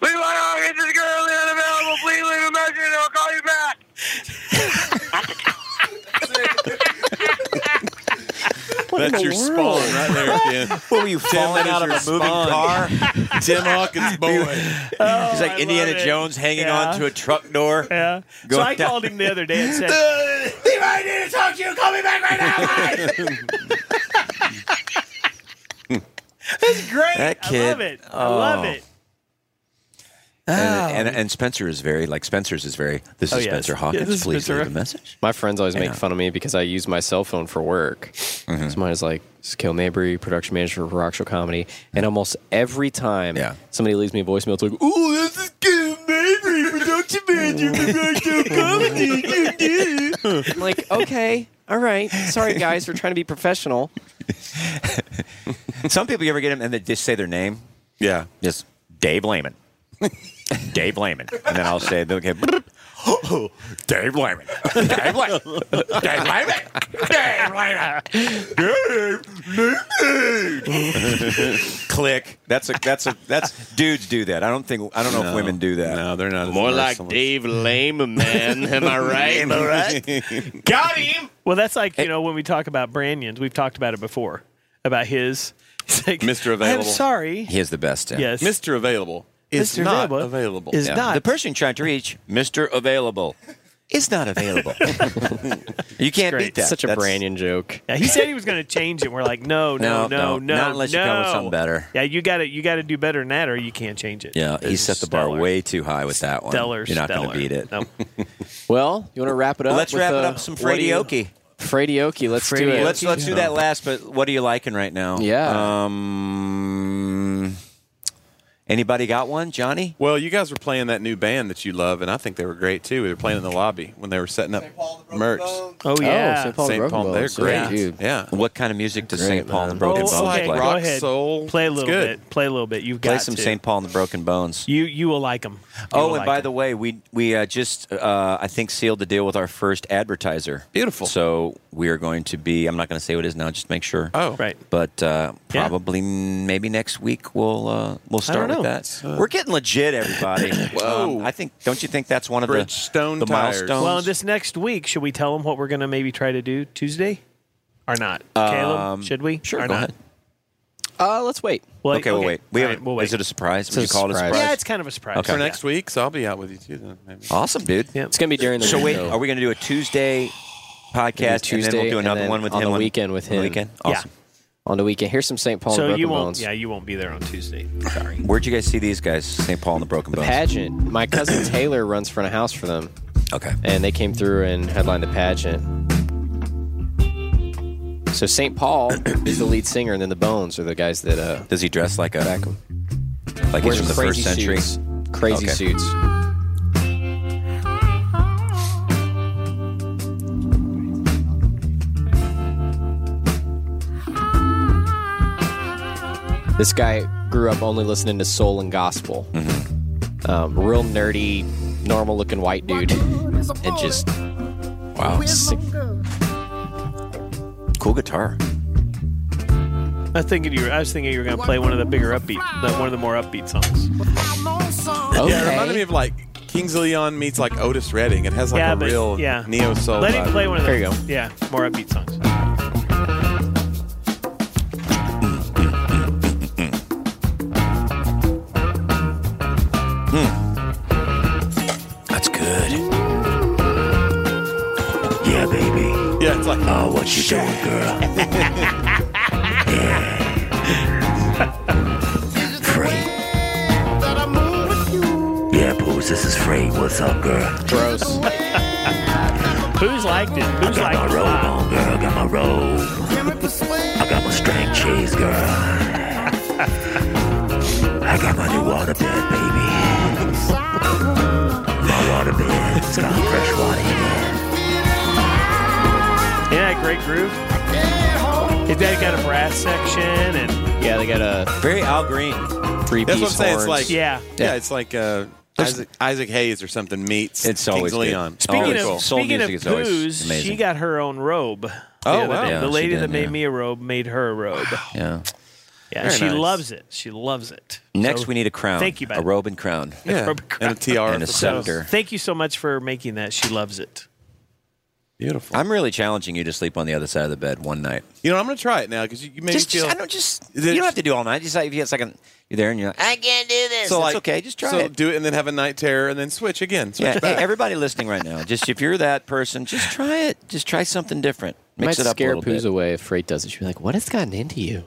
S7: Leave my arm, get this girl unavailable. Please leave a message and I'll call you back.
S2: That's your spawn right there at the end.
S1: What were you falling out of a moving car?
S2: Tim Hawkins boy.
S1: He's
S5: Oh,
S1: like Indiana Jones hanging
S4: Yeah.
S1: onto a truck door.
S4: Yeah. so
S1: Going
S4: I
S1: down-
S4: called him the other day and said,
S10: Levi, I need to talk to you. Call me back right now. Bye.
S4: "That's great.
S1: That
S4: I
S1: kid.
S4: love it. I love
S1: Oh.
S4: it."
S1: And, and, and Spencer is very like Spencer's is very. This
S4: Oh,
S1: is
S4: yes.
S1: Spencer
S4: Yeah,
S1: Hawkins.
S4: this is
S1: Please
S4: Spencer
S1: leave a message.
S3: My friends always
S1: I
S3: make
S1: know.
S3: fun of me because I use my cell phone for work.
S1: Mm-hmm.
S3: So mine's like Skill Mabry, production manager for Rock Show Comedy, and almost every time somebody leaves me a voicemail, it's like, oh. "Ooh, this is Skill Mabry, production manager for Rock Show Comedy." I'm like, okay, all right, sorry guys, we're trying to be professional.
S1: Some people you ever get them and they just say their name.
S2: Yeah.
S1: Just Dave Lehman. Dave Lehman. And then I'll say, okay, Dave Lehman. Dave Lehman. Dave Lehman. Dave Lehman. Dave Lehman. Click. That's a, that's a, that's, dudes do that. I don't think, I don't know if women do that.
S2: No, they're not.
S1: More like
S11: Dave Lame, man. Am I right? Am I right? Got him.
S4: Well, that's like you know when we talk about Branyans, we've talked about it before about his. It's like,
S2: Mr. Available.
S4: I'm sorry.
S1: He is the best. yeah.
S4: Yes.
S2: Mr. Available is
S4: Mr.
S2: not
S4: Available
S2: available.
S4: is
S1: Yeah.
S4: not.
S1: The person trying to reach Mr. Available is not available. you can't beat that.
S3: Such a
S1: That's-
S3: Branyan joke.
S4: Yeah, he said he was going to change it. We're like, no, no, no, no,
S1: No, no, not unless you come with
S4: no.
S1: something better.
S4: Yeah, you got to you got to do better than that, or you can't change it.
S1: Yeah, he
S4: It's
S1: set the bar
S4: stellar.
S1: way too high with that one.
S4: Stellar,
S1: You're not going
S4: stellar.
S1: to beat it.
S4: Nope.
S3: Well, you want to wrap it up?
S1: Well, let's
S3: with,
S1: wrap it
S3: uh,
S1: up with some
S3: what do you-
S1: Fradioki.
S3: Fradioki, let's do it.
S1: Let's let's do that last. But what are you liking right now?
S3: Yeah.
S1: Um, Anybody got one, Johnny?
S2: Well, you guys were playing that new band that you love, and I think they were great too. They were playing in the lobby when they were setting up merch.
S4: Oh, yeah. St. Paul the
S2: St.
S4: Broken
S2: Paul. They're
S4: Bones.
S2: great.
S4: Yeah, dude.
S2: Yeah.
S1: What kind of music does St. Paul and the
S4: Oh,
S1: Broken Bones
S4: okay,
S1: play?
S4: go ahead.
S2: soul.
S4: Play a
S1: It's
S4: little
S1: good.
S4: bit. Play a little bit. You've
S1: Play
S4: got
S1: some
S4: to.
S1: St. Paul and the Broken Bones.
S4: You you will like them.
S1: oh, and by the way, we we uh, just uh, I think sealed the deal with our first advertiser.
S2: Beautiful.
S1: So we are going to be. I'm not going to say what it is now. Just make sure.
S2: Oh,
S4: right.
S1: But uh,
S4: Yeah.
S1: probably mm, maybe next week we'll uh,
S4: I
S1: we'll
S4: don't
S1: start with
S4: know. Uh,
S1: that. We're getting legit, everybody. Whoa. I think. Don't you think that's one of the
S2: Bridgestone
S1: the
S2: tires.
S1: milestones?
S4: Well, this next week, should we tell them what we're going to maybe try to do Tuesday, or not?
S1: Um,
S4: Caleb, should we?
S1: Sure.
S4: Or
S1: go
S4: not?
S1: ahead.
S3: Uh, let's wait.
S4: Well,
S1: okay, we'll wait. We
S4: All
S1: have.
S4: right, we'll wait.
S1: Is it a surprise?
S4: It's a
S1: Would you call it a
S4: surprise.
S1: surprise?
S4: Yeah, it's kind of a surprise.
S1: Okay.
S2: For next week, so I'll be out with you too. Then maybe.
S1: Awesome, dude.
S3: It's gonna be during the
S1: So wait,
S3: window.
S1: are we going to do a Tuesday
S3: Maybe
S1: podcast and then we'll do another
S3: then
S1: one with
S3: on
S1: him
S3: the weekend with
S1: on the
S3: him.
S1: weekend? Awesome.
S3: On the weekend, here's some St. Paul and
S4: So
S3: Broken
S4: you won't.
S3: Bones.
S4: Yeah, you won't be there on Tuesday.
S1: Where'd you guys see these guys? St. Paul and the Broken Bones.
S3: Pageant. My cousin Taylor runs front of house for them.
S1: Okay.
S3: And they came through and headlined the pageant. So St. Paul is the lead singer, and then the Bones are the guys that uh,
S1: Does he dress like a
S3: back him.
S1: Like he's
S3: Wears
S1: from the
S3: crazy
S1: first century.
S3: suits. Crazy
S1: Okay.
S3: suits. This guy grew up only listening to soul and gospel. Um, real nerdy, normal looking white dude. And just. Wow.
S1: Cool guitar.
S4: I think you. were- I was thinking you were going to play one of the bigger upbeat, the, one of the more upbeat songs.
S2: Oh, Yeah, it reminded me of like Kings of Leon meets like Otis Redding. It has like
S4: yeah,
S2: a
S4: but,
S2: real
S4: yeah.
S2: neo soul.
S4: Let him play one of
S2: There
S4: those.
S2: you go.
S4: Yeah, more upbeat songs.
S5: Hmm.
S1: That's good. Yeah, baby.
S2: Yeah, it's like
S1: oh, what you doing, girl?
S5: Yeah, Pools, this is Freight. What's up, girl?
S3: Gross.
S4: Who's liked it? Who's
S5: I
S4: liked
S5: got my
S4: it?
S5: robe on, girl. Got my robe. I got my string cheese, girl. I got my new water bed, baby. My water bed. It's got fresh water in it.
S4: Yeah, great groove. Is that got a brass section and
S3: Yeah, they got a
S1: very Al Green.
S3: three
S2: That's what I'm
S3: piece
S2: saying. It's like
S4: Yeah.
S2: yeah, it's like uh, Isaac, Isaac Hayes or something meets
S1: It's
S2: Kings
S1: always
S2: of
S1: good.
S2: Leon.
S1: Speaking
S2: Always
S1: of-
S2: cool.
S1: Soul
S4: Speaking
S1: music is
S4: of
S1: always
S4: poos,
S1: amazing.
S4: she got her own robe. the
S2: Oh,
S4: other
S2: wow.
S4: day.
S2: Yeah,
S4: the
S1: she
S4: lady
S1: did,
S4: that
S1: yeah.
S4: made me a robe made her a robe.
S1: Yeah.
S4: Yeah,
S2: Very
S4: she
S2: nice.
S4: loves it. She loves it.
S1: Next,
S4: So-
S1: we need a crown.
S4: Thank you, bud.
S1: A robe and crown.
S2: yeah.
S4: Robert
S2: and a tiara
S1: And a
S2: for
S1: scepter.
S2: Paul.
S1: Sure.
S4: Thank you so much for making that. She loves it.
S2: Beautiful.
S1: I'm really challenging you to sleep on the other side of the bed one night.
S2: You know, I'm gonna try it now because you, you made
S1: Just,
S2: me
S1: just,
S2: feel.
S1: I don't just.
S2: Is
S1: You
S2: it-
S1: don't have to do all night. Just like if you get a second, you're there and you're like,
S7: I can't do this.
S1: so like, okay. Just try
S2: so
S1: it.
S2: do it and then have a night terror and then switch again. Switch
S1: Yeah, hey,
S2: back.
S1: everybody listening right now, just if you're that person, just try it. Just try something different. Mix
S3: might
S1: it up a
S3: scare
S1: little
S3: poos
S1: bit.
S3: away if Freight does it. She'd be like, "What has gotten into you?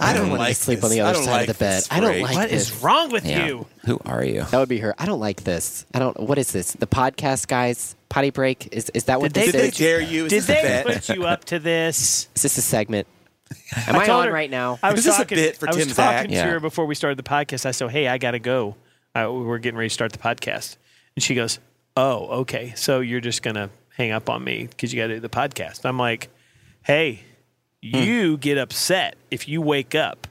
S2: I don't
S3: want
S2: like
S3: to sleep on
S2: this.
S3: the
S2: I
S3: other
S2: don't
S3: side
S2: like
S3: of the bed.
S2: this,
S3: I don't
S2: Freight.
S3: like
S4: What
S3: this.
S4: is wrong with
S1: Yeah.
S4: you?
S1: Who are you?
S3: That would be her. I don't like this. I don't. What is this? The podcast guys potty break? Is is that what
S4: Did they
S3: this
S4: put
S3: is?
S4: you-
S2: dare you? Is
S4: Did
S2: this a
S4: they
S2: bet?
S4: put you up to this?
S3: Is this a segment? Am I,
S4: told
S3: on
S4: her-
S3: right now?
S4: I was
S2: Is this a
S4: talking,
S2: bit for
S4: I was
S2: Tim's
S4: talking
S2: act?
S4: to
S1: Yeah.
S4: her before we started the podcast. I said, "Hey, I gotta go. Uh, we're getting ready to start the podcast." And she goes, "Oh, okay. So you're just gonna hang up on me because you gotta do the podcast?" I'm like, "Hey,
S1: Hmm.
S4: you get upset if you wake up."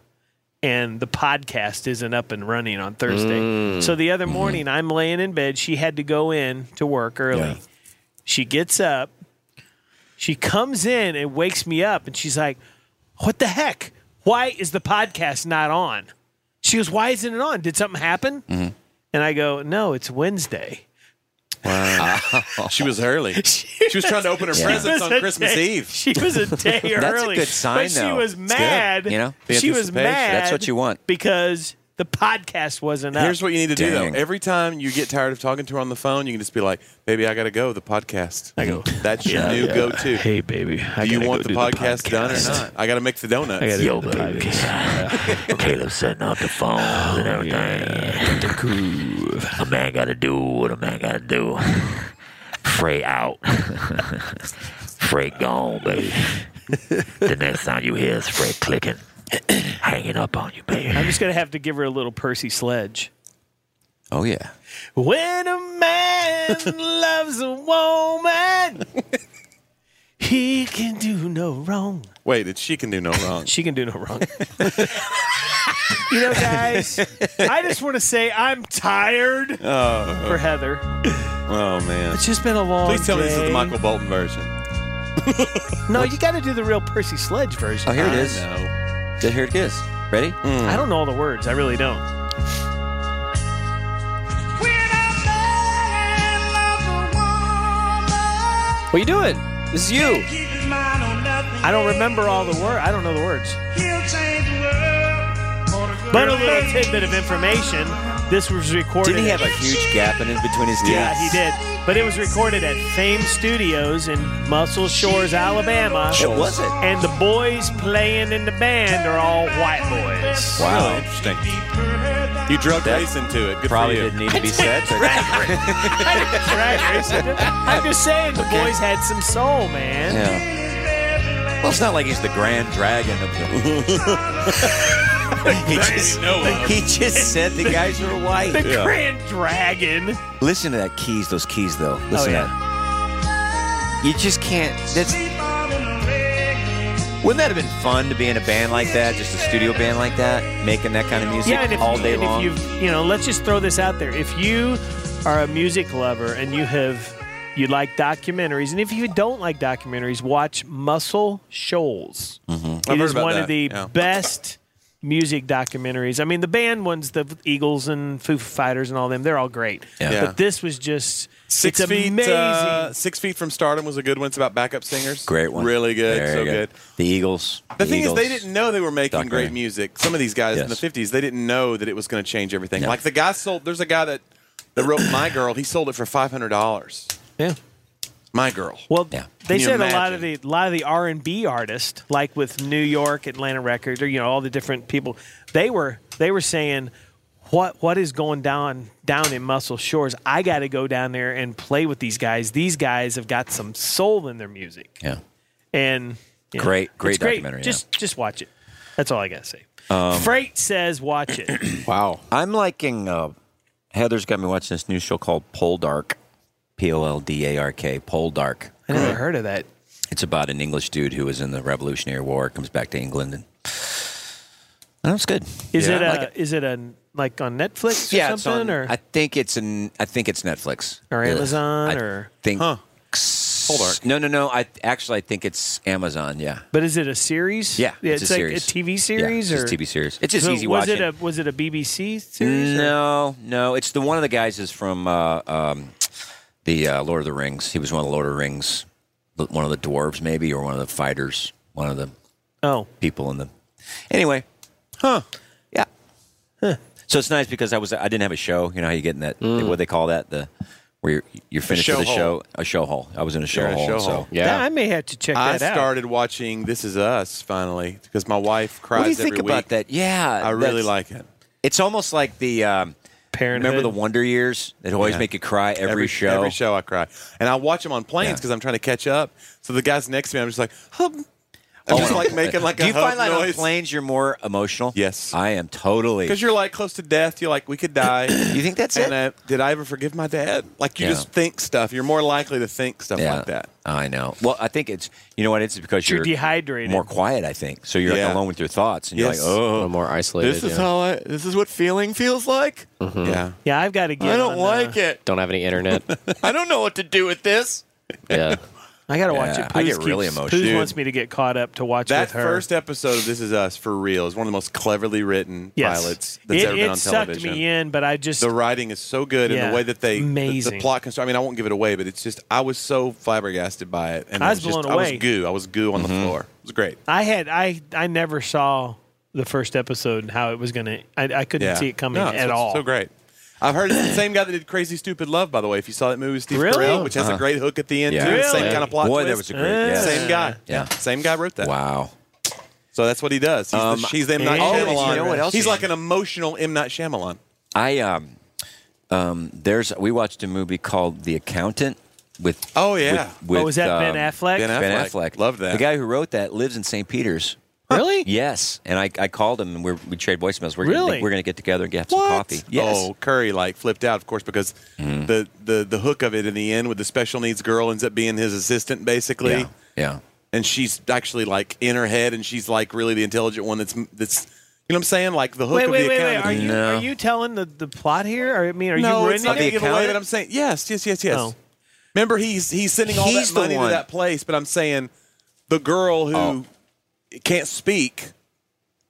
S4: And the podcast isn't up and running on Thursday.
S1: Hmm.
S4: So the other morning, I'm laying in bed. She had to go in to work early. She gets up. She comes in and wakes me up, and she's like, "What the heck? Why is the podcast not on?" She goes, "Why isn't it on? Did something happen?"
S1: Mm-hmm.
S4: And I go, "No, it's Wednesday."
S2: She was early. She was trying to open her presents
S4: was
S2: on
S4: a
S2: Christmas
S4: day-
S2: Eve.
S4: She was a day early.
S1: That's a good sign,
S4: But she
S1: though.
S4: was
S1: It's good,
S4: mad.
S1: you know?
S2: The
S4: she was
S2: anticipation.
S4: mad.
S1: That's what you want.
S4: because the podcast wasn't up.
S2: Here's what you need to do
S1: Dang.
S2: though. Every time you get tired of talking to her on the phone, you can just be like, "Baby, I gotta go." The podcast. I
S4: go,
S2: That's your new go-to.
S4: Hey, baby, I
S2: do you
S4: gotta
S2: want
S4: go
S2: the
S4: do
S2: podcast, done or
S4: podcast.
S2: not? I gotta mix the donuts.
S4: I gotta
S5: Yo,
S4: do the
S5: baby.
S4: podcast.
S5: Caleb's setting up Oh, the phones and everything. A man gotta do what a man gotta do. Freight out. Freight gone, baby. the next time you hear is Freight clicking, hanging
S4: up on you, baby. I'm just gonna have to give her a little Percy Sledge.
S1: Oh yeah.
S4: When a man loves a woman, he can do no wrong.
S2: Wait, it's she can do no wrong.
S4: she can do no wrong. You know, guys, I just want to say I'm tired
S2: Oh.
S4: for Heather.
S2: Oh man.
S4: It's just been a long
S2: Please tell me this is
S4: day.
S2: the Michael Bolton version.
S4: No, you got to do the real Percy Sledge version.
S1: Oh, here it
S4: I
S1: is. Th- Here it is. Ready?
S2: Hmm.
S4: I don't know all the words. I really don't.
S3: What are you doing? This is you.
S4: I don't remember all the word. I don't know the words. But a little tidbit of information. This was recorded.
S1: Didn't he have
S4: at-
S1: a huge gap in it between his knees?
S4: Yeah, he did. But it was recorded at Fame Studios in Muscle Shores, Alabama.
S1: It was it.
S4: And the boys playing in the band are all white boys.
S2: Wow. interesting. You drug race into it. Good
S1: probably
S2: for you.
S1: didn't need to be said, but-
S4: I'm just saying the boys had some soul, man.
S1: Yeah. Well, it's not like he's the grand dragon of the. he just,
S4: uh,
S1: he just said the guys are white.
S4: The
S1: Yeah.
S4: Grand Dragon.
S1: Listen to that keys, those keys though.
S4: Oh,
S1: Listen
S4: yeah.
S1: to that. You just can't. That's. Wouldn't that have been fun to be in a band like that, just a studio band like that, making that kind of music
S4: yeah, and if,
S1: all day
S4: and
S1: long?
S4: If you've, you know, let's just throw this out there. If you are a music lover and you have you like documentaries, and if you don't like documentaries, watch Muscle Shoals.
S2: I've
S4: Mm-hmm. It
S2: heard
S4: is
S2: about
S4: one
S2: that,
S4: of the
S2: yeah.
S4: best music documentaries. I mean, the band ones, the Eagles and Foo Fighters and all them, they're all great.
S2: Yeah. Yeah.
S4: But this was just
S2: Six
S4: it's
S2: feet.
S4: amazing.
S2: uh, six feet from stardom was a good one. It's about backup singers.
S1: Great one.
S2: Really good.
S1: Very
S2: so good.
S1: The Eagles.
S2: The thing
S1: Eagles.
S2: is, they didn't know they were making
S1: documentary.
S2: great music. Some of these guys in the
S1: Yes.
S2: fifties, they didn't know that it was going to change everything.
S1: No.
S2: Like the guy sold. There's a guy that that wrote My Girl. He sold it for five hundred dollars.
S4: Yeah.
S2: My Girl.
S4: Well, They
S2: Can you
S4: said a lot
S2: imagine?
S4: of the a lot of the R and B artists, like with New York, Atlanta Records, or you know all the different people, they were they were saying, what what is going down down in Muscle Shores? I got to go down there and play with these guys. These guys have got some soul in their music,
S1: Yeah.
S4: and you know,
S1: Great- great
S4: it's
S1: documentary, yeah.
S4: Just just watch it. That's all I gotta say.
S1: Um,
S4: Freight says watch it.
S1: Wow. I'm liking. Uh, Heather's got me watching this new show called Poldark. P O L D A R K. Poldark.
S4: I never heard of that.
S1: It's about an English dude who was in the Revolutionary War, comes back to England, and that's good.
S4: Is it
S1: I
S4: a
S1: like
S4: is it a like on Netflix or
S1: yeah, it's
S4: something or
S1: on- I think it's an. I think it's Netflix
S4: Or
S1: Uh,
S4: Amazon
S1: I
S4: or-
S1: think.
S4: Huh.
S1: Poldark. No, no, no. I actually I think it's Amazon. Yeah.
S4: But is it a series?
S1: Yeah,
S4: it's,
S1: it's a
S4: like
S1: series.
S4: a TV
S1: Yeah,
S4: series
S1: it's
S4: or
S1: a TV series. It's just
S4: So
S1: easy
S4: was
S1: watching.
S4: it a was it a BBC series? or-
S1: No, no. It's the one of the guys is from uh, um, the uh, Lord of the Rings. He was one of the Lord of the Rings, l- one of the dwarves maybe, or one of the fighters, one of the
S4: oh
S1: people in the. Anyway,
S4: huh?
S1: Yeah. So it's nice because I was I didn't have a show. You know how you get in that what do they call that the where you're, you're finished
S2: Mm. show
S1: with a
S2: hole.
S1: show a show hole. I was in a show
S2: You're in a
S1: hole.
S2: show
S1: so
S2: hole.
S4: That- I may have to check
S2: I
S4: that out.
S2: started watching This Is Us finally because my wife cries
S1: What do you
S2: every
S1: think about
S2: week.
S1: that? Yeah,
S2: I really
S1: that's-
S2: like it.
S1: It's almost like the um, Remember
S2: Parenthood.
S1: the Wonder Years? They always
S2: Yeah.
S1: make you cry every, show.
S2: Every show I cry, and I watch them on planes because I'm trying to catch up. So the guys next to me, I'm just like, hum. I'm
S1: Oh,
S2: just
S1: no.
S2: like making like
S1: Do
S2: a
S1: you
S2: hum
S1: find like on
S2: noise.
S1: planes you're more emotional? Yes, I am totally.
S2: Because you're like close to death. You're like, we could die. you
S1: think that's
S2: and, it? did I ever forgive my dad? Like, you
S1: Yeah.
S2: just think stuff. You're more likely to think stuff
S1: Yeah.
S2: like that.
S1: I know. Well, I think it's you know what it's because
S2: You're
S1: you're,
S4: dehydrated.
S1: more quiet. I think so. You're like,
S2: Yeah.
S1: alone with your thoughts, and
S2: Yes.
S1: you're like,
S2: A
S1: oh,
S2: little more
S3: isolated,
S2: This is yeah. how I. This is what feeling feels like.
S3: Mm-hmm.
S1: Yeah.
S4: Yeah, I've got to get.
S11: I don't
S4: on,
S11: like
S4: uh,
S11: it.
S3: Don't have any internet.
S11: I don't know what to do with this.
S3: yeah.
S4: I got to watch
S2: Yeah,
S4: it.
S2: I
S4: Poos
S2: get really
S4: keeps-
S2: emotional.
S4: Poos
S2: Dude.
S4: wants me to get caught up to watch
S2: That
S4: with her.
S2: first episode of This Is Us for real is one of the most cleverly written
S4: Yes.
S2: pilots that's
S4: it,
S2: ever
S4: it
S2: been on
S4: sucked
S2: television.
S4: me in, but I just
S2: the writing is so good, and
S4: Yeah.
S2: the way that they the- the,
S4: Amazing.
S2: plot construct. I mean, I won't give it away, but it's just I was so flabbergasted by it, and
S4: I
S2: it
S4: was
S2: just,
S4: blown
S2: I
S4: away. Mm-hmm.
S2: was goo. I was goo on the floor. It was great.
S4: I had I I never saw the first episode and how it was gonna. I, I couldn't
S2: yeah.
S4: see it coming
S2: No, it's
S4: at all.
S2: So great. I've heard it's the same guy that did Crazy Stupid Love, by the way. If you saw that movie, with Steve
S4: Really?
S2: Carell, which has
S1: Uh-huh.
S2: a great hook at the end,
S1: Yeah.
S2: too. Same
S1: Really?
S2: kind of plot
S1: Boy,
S2: twist.
S1: that was a great- Uh. yes.
S2: Same guy.
S1: Yeah.
S2: Same guy wrote that.
S1: Wow.
S2: So that's what he does. He's,
S1: Um,
S2: the, he's the M Night
S1: oh, you
S2: Shyamalan.
S1: know what else
S2: he's
S1: he-
S2: like an emotional M Night Shyamalan.
S1: I um um there's we watched a movie called The Accountant with
S2: Oh, yeah.
S1: with, with,
S4: Oh, was that Ben
S1: um,
S4: Affleck? Ben
S1: Ben
S2: Affleck.
S1: Affleck.
S2: Loved that.
S1: The guy who wrote that lives in St. Peter's.
S4: Really?
S1: Yes. And I, I called him and we're, we trade voicemails. We're
S2: Really?
S1: Gonna, we're going to get together and get
S2: What?
S1: some coffee. Yes. Mm-hmm.
S2: Oh, Curry like flipped out, of course, because the, the the hook of it in the end with the special needs girl ends up being his assistant, basically.
S1: Yeah. Yeah.
S2: and she's actually like in her head, and she's like really the intelligent one. That's that's you know what I'm saying, like the hook
S4: Wait,
S2: of
S4: wait,
S2: the
S4: wait,
S2: account.
S4: wait. Are
S2: of the-
S4: you are you telling the, the plot here? Or, I mean, are
S2: no,
S4: you
S2: it's not
S4: ruining
S2: going
S4: it?
S2: to give away. But I'm saying yes, yes, yes, yes.
S4: Oh.
S2: Remember, he's he's sending all
S4: He's the
S2: that money to
S4: one. Oh.
S2: that place, but I'm saying the girl who can't speak.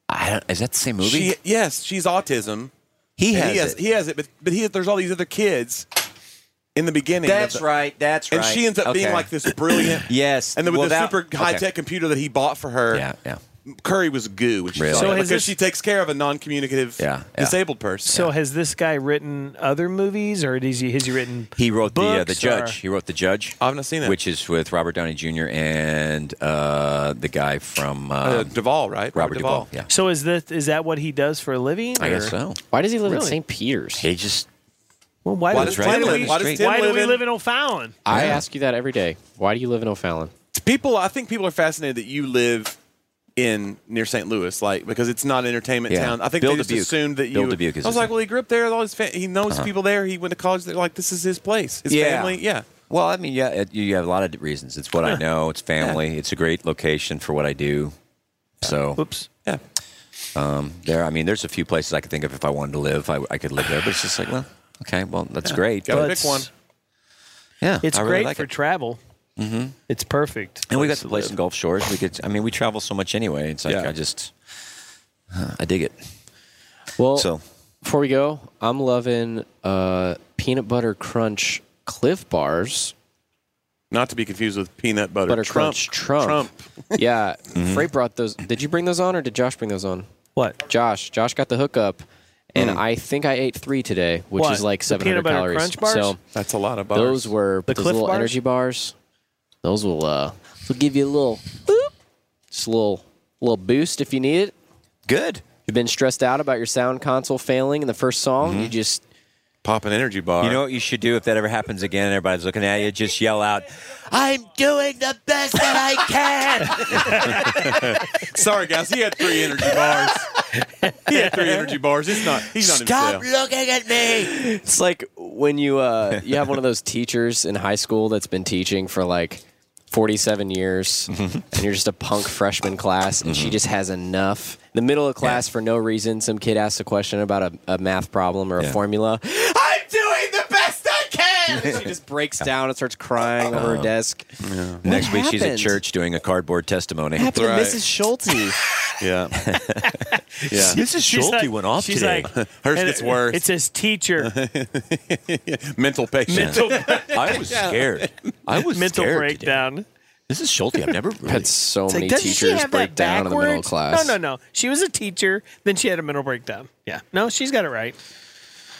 S1: I don't, is that the same
S2: She, yes, she's autism.
S1: He
S2: And
S1: has
S2: he has
S1: it.
S2: he has it, but but he, there's all these other kids in the beginning. of
S1: That's
S2: the-
S1: right. That's
S2: and
S1: right.
S2: she ends up being
S1: Okay.
S2: like this brilliant.
S1: Yes.
S2: And then with
S1: Well,
S2: the
S1: that-
S2: super high tech
S1: okay.
S2: computer that he bought for her,
S1: Yeah, yeah.
S2: Curry was goo. When she
S1: Really?
S2: saw
S1: So
S2: it,
S1: has
S2: because
S1: this-
S2: she takes care of a non-communicative disabled person.
S4: So has this guy written other movies, or is he has he written?
S1: He wrote the uh, the
S4: books,
S1: judge.
S4: or-
S1: He wrote the judge.
S2: I've not seen it.
S1: Which is with Robert Downey Jr. and uh, the guy from um,
S4: Uh,
S2: Duvall, right?
S1: Robert, Duvall. Yeah.
S4: So is this is that what he does for a living?
S1: I guess
S4: or-
S1: so.
S3: Why does he live in
S4: Really?
S3: St. Peter's?
S1: He just.
S4: Well, why,
S3: Why
S4: does,
S3: does
S4: why
S3: Tim
S4: do
S3: live
S4: we,
S3: in- why does Tim
S4: why do
S2: live
S4: we
S2: in-
S4: live in O'Fallon?
S3: I
S2: Yeah.
S3: ask you that every day. Why do you live in O'Fallon?
S2: people i think people are fascinated that you live in near st louis like because it's not an entertainment
S1: Yeah.
S2: town i think
S1: Bill
S2: they just
S1: Dubuque.
S2: assumed that you
S1: Bill Dubuque is
S2: i was
S1: his
S2: like well he grew up there with all his fa- he knows
S1: Uh-huh.
S2: people there he went to college there like this is his place his family yeah
S1: Well, I mean, yeah, it, you have a lot of reasons. It's what I know. It's family. It's a great location for what I do. So,
S4: oops,
S2: yeah.
S1: Um, there, I mean, there's a few places I could think of if I wanted to live, I, I could live there. But it's just like, well, okay, well, that's great.
S4: But
S1: but-
S4: it's-
S1: Yeah,
S4: it's
S1: I really
S4: great
S1: like
S4: for
S1: it.
S4: travel.
S1: Mm-hmm.
S4: It's perfect.
S1: And we got the place in Gulf Shores. We could. I mean, we travel so much anyway. It's like
S3: Yeah.
S1: I just, I dig it.
S3: Well,
S1: So-
S3: before we go, I'm loving uh, peanut butter crunch Cliff bars.
S2: not to be confused with peanut butter,
S3: Butter
S2: Trump,
S3: crunch Trump. yeah, Freight brought those. Did you bring those on, or did Josh bring those on?
S4: Mm-hmm. What? Mm.
S3: Josh. Josh got the hookup, and I think I ate three today, which
S4: What?
S3: is like
S4: The
S3: 700
S4: peanut butter
S3: calories.
S4: crunch bars?
S3: So
S2: that's a lot of bars.
S3: those were
S4: The
S3: those
S4: Clif
S3: little
S4: bars?
S3: energy bars. Those will uh, will give you a little, boop, just a little little boost if you need it.
S1: Good.
S3: You've been stressed out about your sound console failing in the first song.
S2: Mm-hmm.
S3: You just
S2: pop an energy bar.
S1: You know what you should do if that ever happens again? and Everybody's looking at you. Just yell out.
S5: I'm doing the best that
S2: sorry guys he had three energy bars he had three energy bars it's not
S5: I can.
S2: he's not
S5: Stop
S2: himself
S5: looking at me.
S3: It's like when you uh, you have one of those teachers in high school that's been teaching for like 47 years,
S4: Mm-hmm.
S3: and you're just a punk freshman class, and she just has enough. In the middle of class, for no reason, some kid asks a question about a, a math problem or a formula.
S5: I'm doing the best I can.
S3: she just breaks down and starts crying over
S4: Uh-huh.
S3: her desk.
S1: Next
S3: What
S1: week she's at
S3: happened?
S1: church doing a cardboard testimony.
S3: Happened to Mrs. Schulte.
S2: Yeah.
S1: yeah. Mrs.
S4: She's
S1: Schulte
S4: like-
S1: went off
S4: she's
S1: today.
S4: like- and it- It says teacher.
S2: mental patient
S4: Mental-
S1: I was scared. I was
S4: mental
S1: scared today.
S4: breakdown.
S1: Mrs. Schulte, I've never really
S3: had so
S4: It's like,
S3: many
S4: doesn't she
S3: teachers
S4: have
S3: break
S4: that
S3: down in the middle of
S4: backwards?
S3: class.
S4: No, no, no. She was a teacher, then she had a mental breakdown. Yeah. No, she's got it right.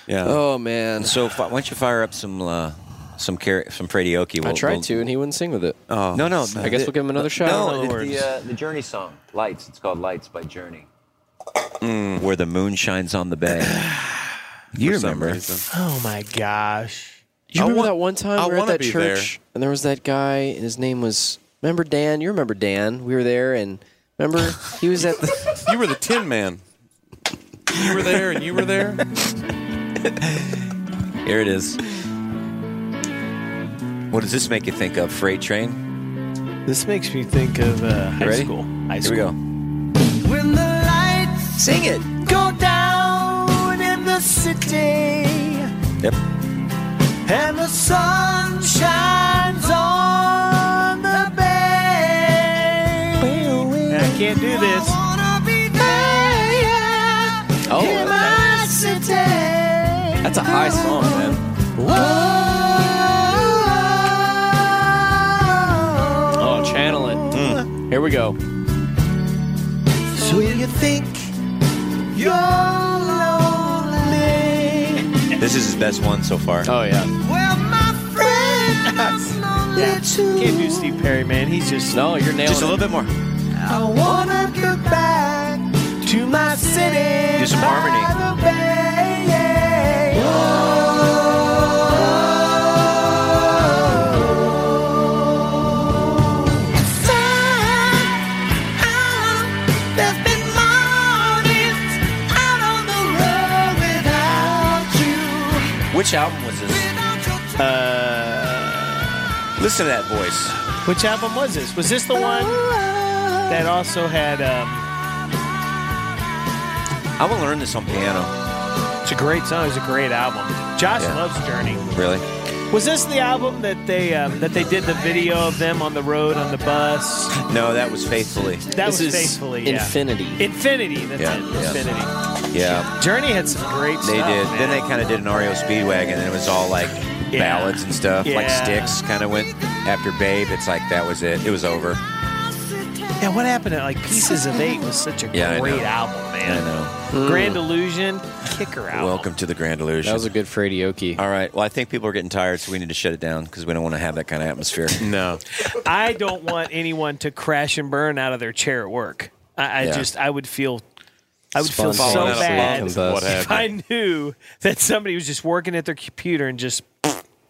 S1: Yeah.
S3: Oh man.
S1: So fi- why don't you fire up some uh, some car- some karaoke?
S3: I tried to, and he wouldn't sing with it.
S1: Oh. No, no.
S3: I guess we'll give him another shot. Oh,
S1: No, the, the, uh, the Journey song, Lights. It's called Lights by Journey. Where the moon shines on the bay. you remember?
S4: Oh my gosh.
S3: You remember that one time
S4: I
S3: we were at
S4: wanna
S3: that
S4: be
S3: church
S4: there.
S3: and there was that guy and his name was remember Dan? You remember Dan? We were there and remember he was at the
S2: You were the Tin Man. you were there and you were there
S1: Here it is. What does this make you think of? Freight train.
S4: This makes me think of uh, high
S1: You ready?
S4: school. High
S1: Here
S4: school.
S1: we go.
S5: When the lights sing it go down in the city,
S1: Yep.
S5: and the sun shines on the bay.
S4: I can't do this.
S5: Wanna be there
S3: Oh,
S5: in my city.
S3: That's a high song, man.
S5: Whoa.
S3: Oh, channel it. Mm. Here we go.
S5: So you think you're lonely?
S1: This is his best one so far.
S3: Oh yeah.
S5: Well, my friend, I'm lonely too.
S4: Can't do Steve Perry, man. He's just
S3: no. You're nailing.
S1: Just a little bit more.
S5: I wanna get back to my city.
S1: Do some harmony.
S5: by the bay. Time out
S1: Which album was this? Uh, Listen to that voice.
S4: Which album was this? Was this the one that also had? Um,
S1: I will learn this on piano.
S4: it's a great song. It's a great album. Josh
S1: Yeah.
S4: loves Journey.
S1: Really?
S4: Was this the album that they um, that they did the video of them on the road on the bus?
S1: No, that was faithfully.
S4: That was faithfully yeah. Infinity. That's
S1: Yeah,
S4: it.
S1: yeah.
S4: Infinity.
S1: Yeah,
S4: Journey had some great
S1: they
S4: stuff.
S1: did.
S4: man.
S1: Then they kind of did an REO Speedwagon, and it was all like ballads and stuff. Like
S4: Yeah.
S1: Sticks kind of went after Babe. It's like that was it. It was over.
S4: Yeah, what happened to like Pieces of Eight was such a
S1: Yeah, I
S4: great
S1: know.
S4: album, man.
S1: I know.
S4: Mm. Grand Illusion, kicker album.
S1: Welcome to the Grand Illusion.
S4: That was a
S1: good karaoke. All right. Well, I think people are getting tired, so we need to shut it down because we don't want to have that kind of atmosphere. no.
S4: I don't want anyone to crash and burn out of their chair at work. I, I
S1: Yeah.
S4: just I would feel I would feel
S1: Spontaneous
S4: so
S1: falling out of
S4: bad
S1: love and What bust.
S4: if I knew that somebody was just working at their computer and just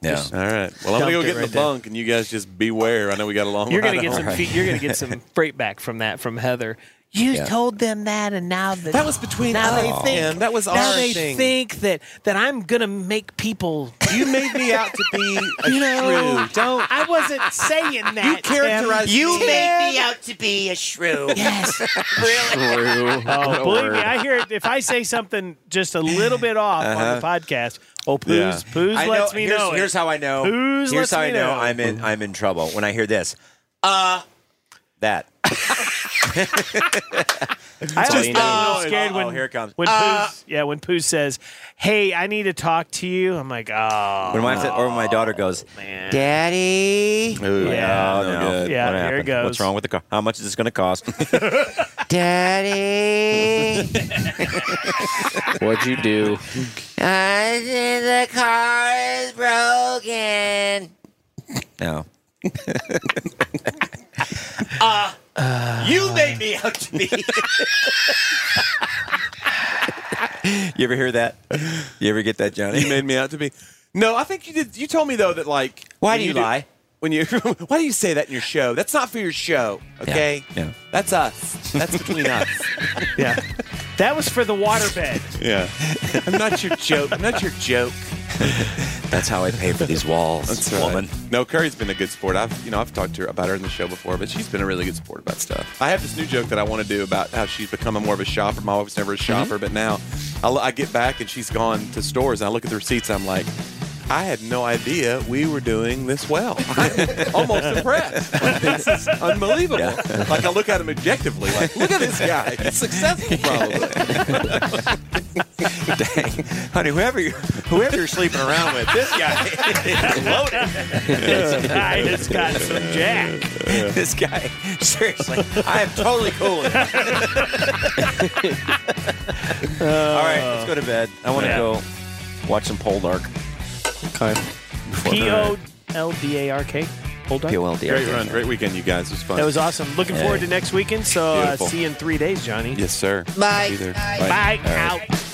S1: Yeah.
S2: All right. Well, I'm
S4: Dumped it
S2: gonna go get in
S4: right
S2: the
S4: there.
S2: bunk, and you guys just beware. I know we got a long.
S4: you're gonna
S2: ride
S4: get some
S2: home.
S4: fe- you're gonna get some freight back from that from Heather. You
S2: Yeah.
S4: told them that, and now that that was
S2: between
S4: now
S2: us,
S4: they think
S2: man. That was
S4: now
S2: our
S4: they
S2: thing.
S4: think that that I'm gonna make people.
S2: You made me out to be a
S4: you know,
S2: shrew. Don't-
S4: I wasn't saying that. Tim.
S2: characterized
S10: You
S4: Tim.
S10: made me out to be a shrew. Uh,
S4: Yes.
S10: really?
S4: Oh, believe me, I hear it. If I say something just a little bit off on the podcast, oh, Poos,
S1: Yeah.
S4: Poos
S1: I know-
S4: lets me
S1: here's,
S4: Uh-huh. know. it.
S1: Here's how I know.
S4: Poos
S1: here's
S4: lets
S1: how
S4: me
S1: I know,
S4: know.
S1: I'm in. I'm in trouble when I hear this. Uh, that.
S4: I
S1: That's all
S4: always
S1: you
S4: get a
S1: need.
S4: little scared
S2: Oh,
S1: Uh-oh,
S4: when
S1: here it comes.
S4: when
S1: Uh,
S4: Poos, yeah when Poos says, "Hey, I need to talk to you." I'm like, "Oh,
S1: When my or when my daughter goes,
S4: man.
S1: Daddy. Ooh,
S4: Yeah.
S1: oh, no.
S4: No good. Yeah,
S1: What
S4: here it
S1: happened?
S4: goes.
S1: What's wrong with the car? How much is this going to cost?
S10: Daddy,
S3: What'd you do?
S10: I think the car is broken.
S1: no.
S10: Uh, you made me out to be.
S1: You ever hear that? You ever get that, Johnny?
S2: You made me out to be. No, I think you did. You told me though that like.
S1: Why
S2: when
S1: do you lie?
S2: when you why do you say that in your show? That's not for your show. Okay.
S1: yeah.
S2: That's us. That's between us.
S4: yeah. That was for the waterbed.
S2: Yeah. I'm not your joke. I'm not your joke.
S1: That's how I pay for these walls,
S2: That's
S1: woman.
S2: No, Curry's been a good sport. I've you know I've talked to her about her in the show before, but she's been a really good sport about stuff. I have this new joke that I want to do about how she's become a more of a shopper. My wife was
S1: Mm-hmm.
S2: never a shopper, but now I, lo- I get back and she's gone to stores and I look at the receipts. And I'm like, I had no idea we were doing this well. I'm almost impressed. Like, this is unbelievable. Like I look at him objectively. Like look at this guy. He's successful probably.
S1: Dang. Honey, whoever you're, whoever you're sleeping around with, this guy is loaded.
S4: This guy has got some jack.
S1: This guy, seriously, I am totally cool with it.
S4: "Oh."
S1: All right, let's go to bed. I want to
S4: Yeah.
S1: go watch some pole dark. Okay.
S4: P O L D A R K. Hold on.
S1: P-O-L-D-R-K.
S2: Great run. Great weekend, you guys. It was fun.
S4: That was awesome. Looking
S2: Hey.
S4: forward to next weekend. So uh,
S2: Beautiful.
S4: see you in three days, Johnny.
S2: Yes, sir.
S4: Bye.
S2: Be there.
S4: Bye.
S2: All right.
S4: Out.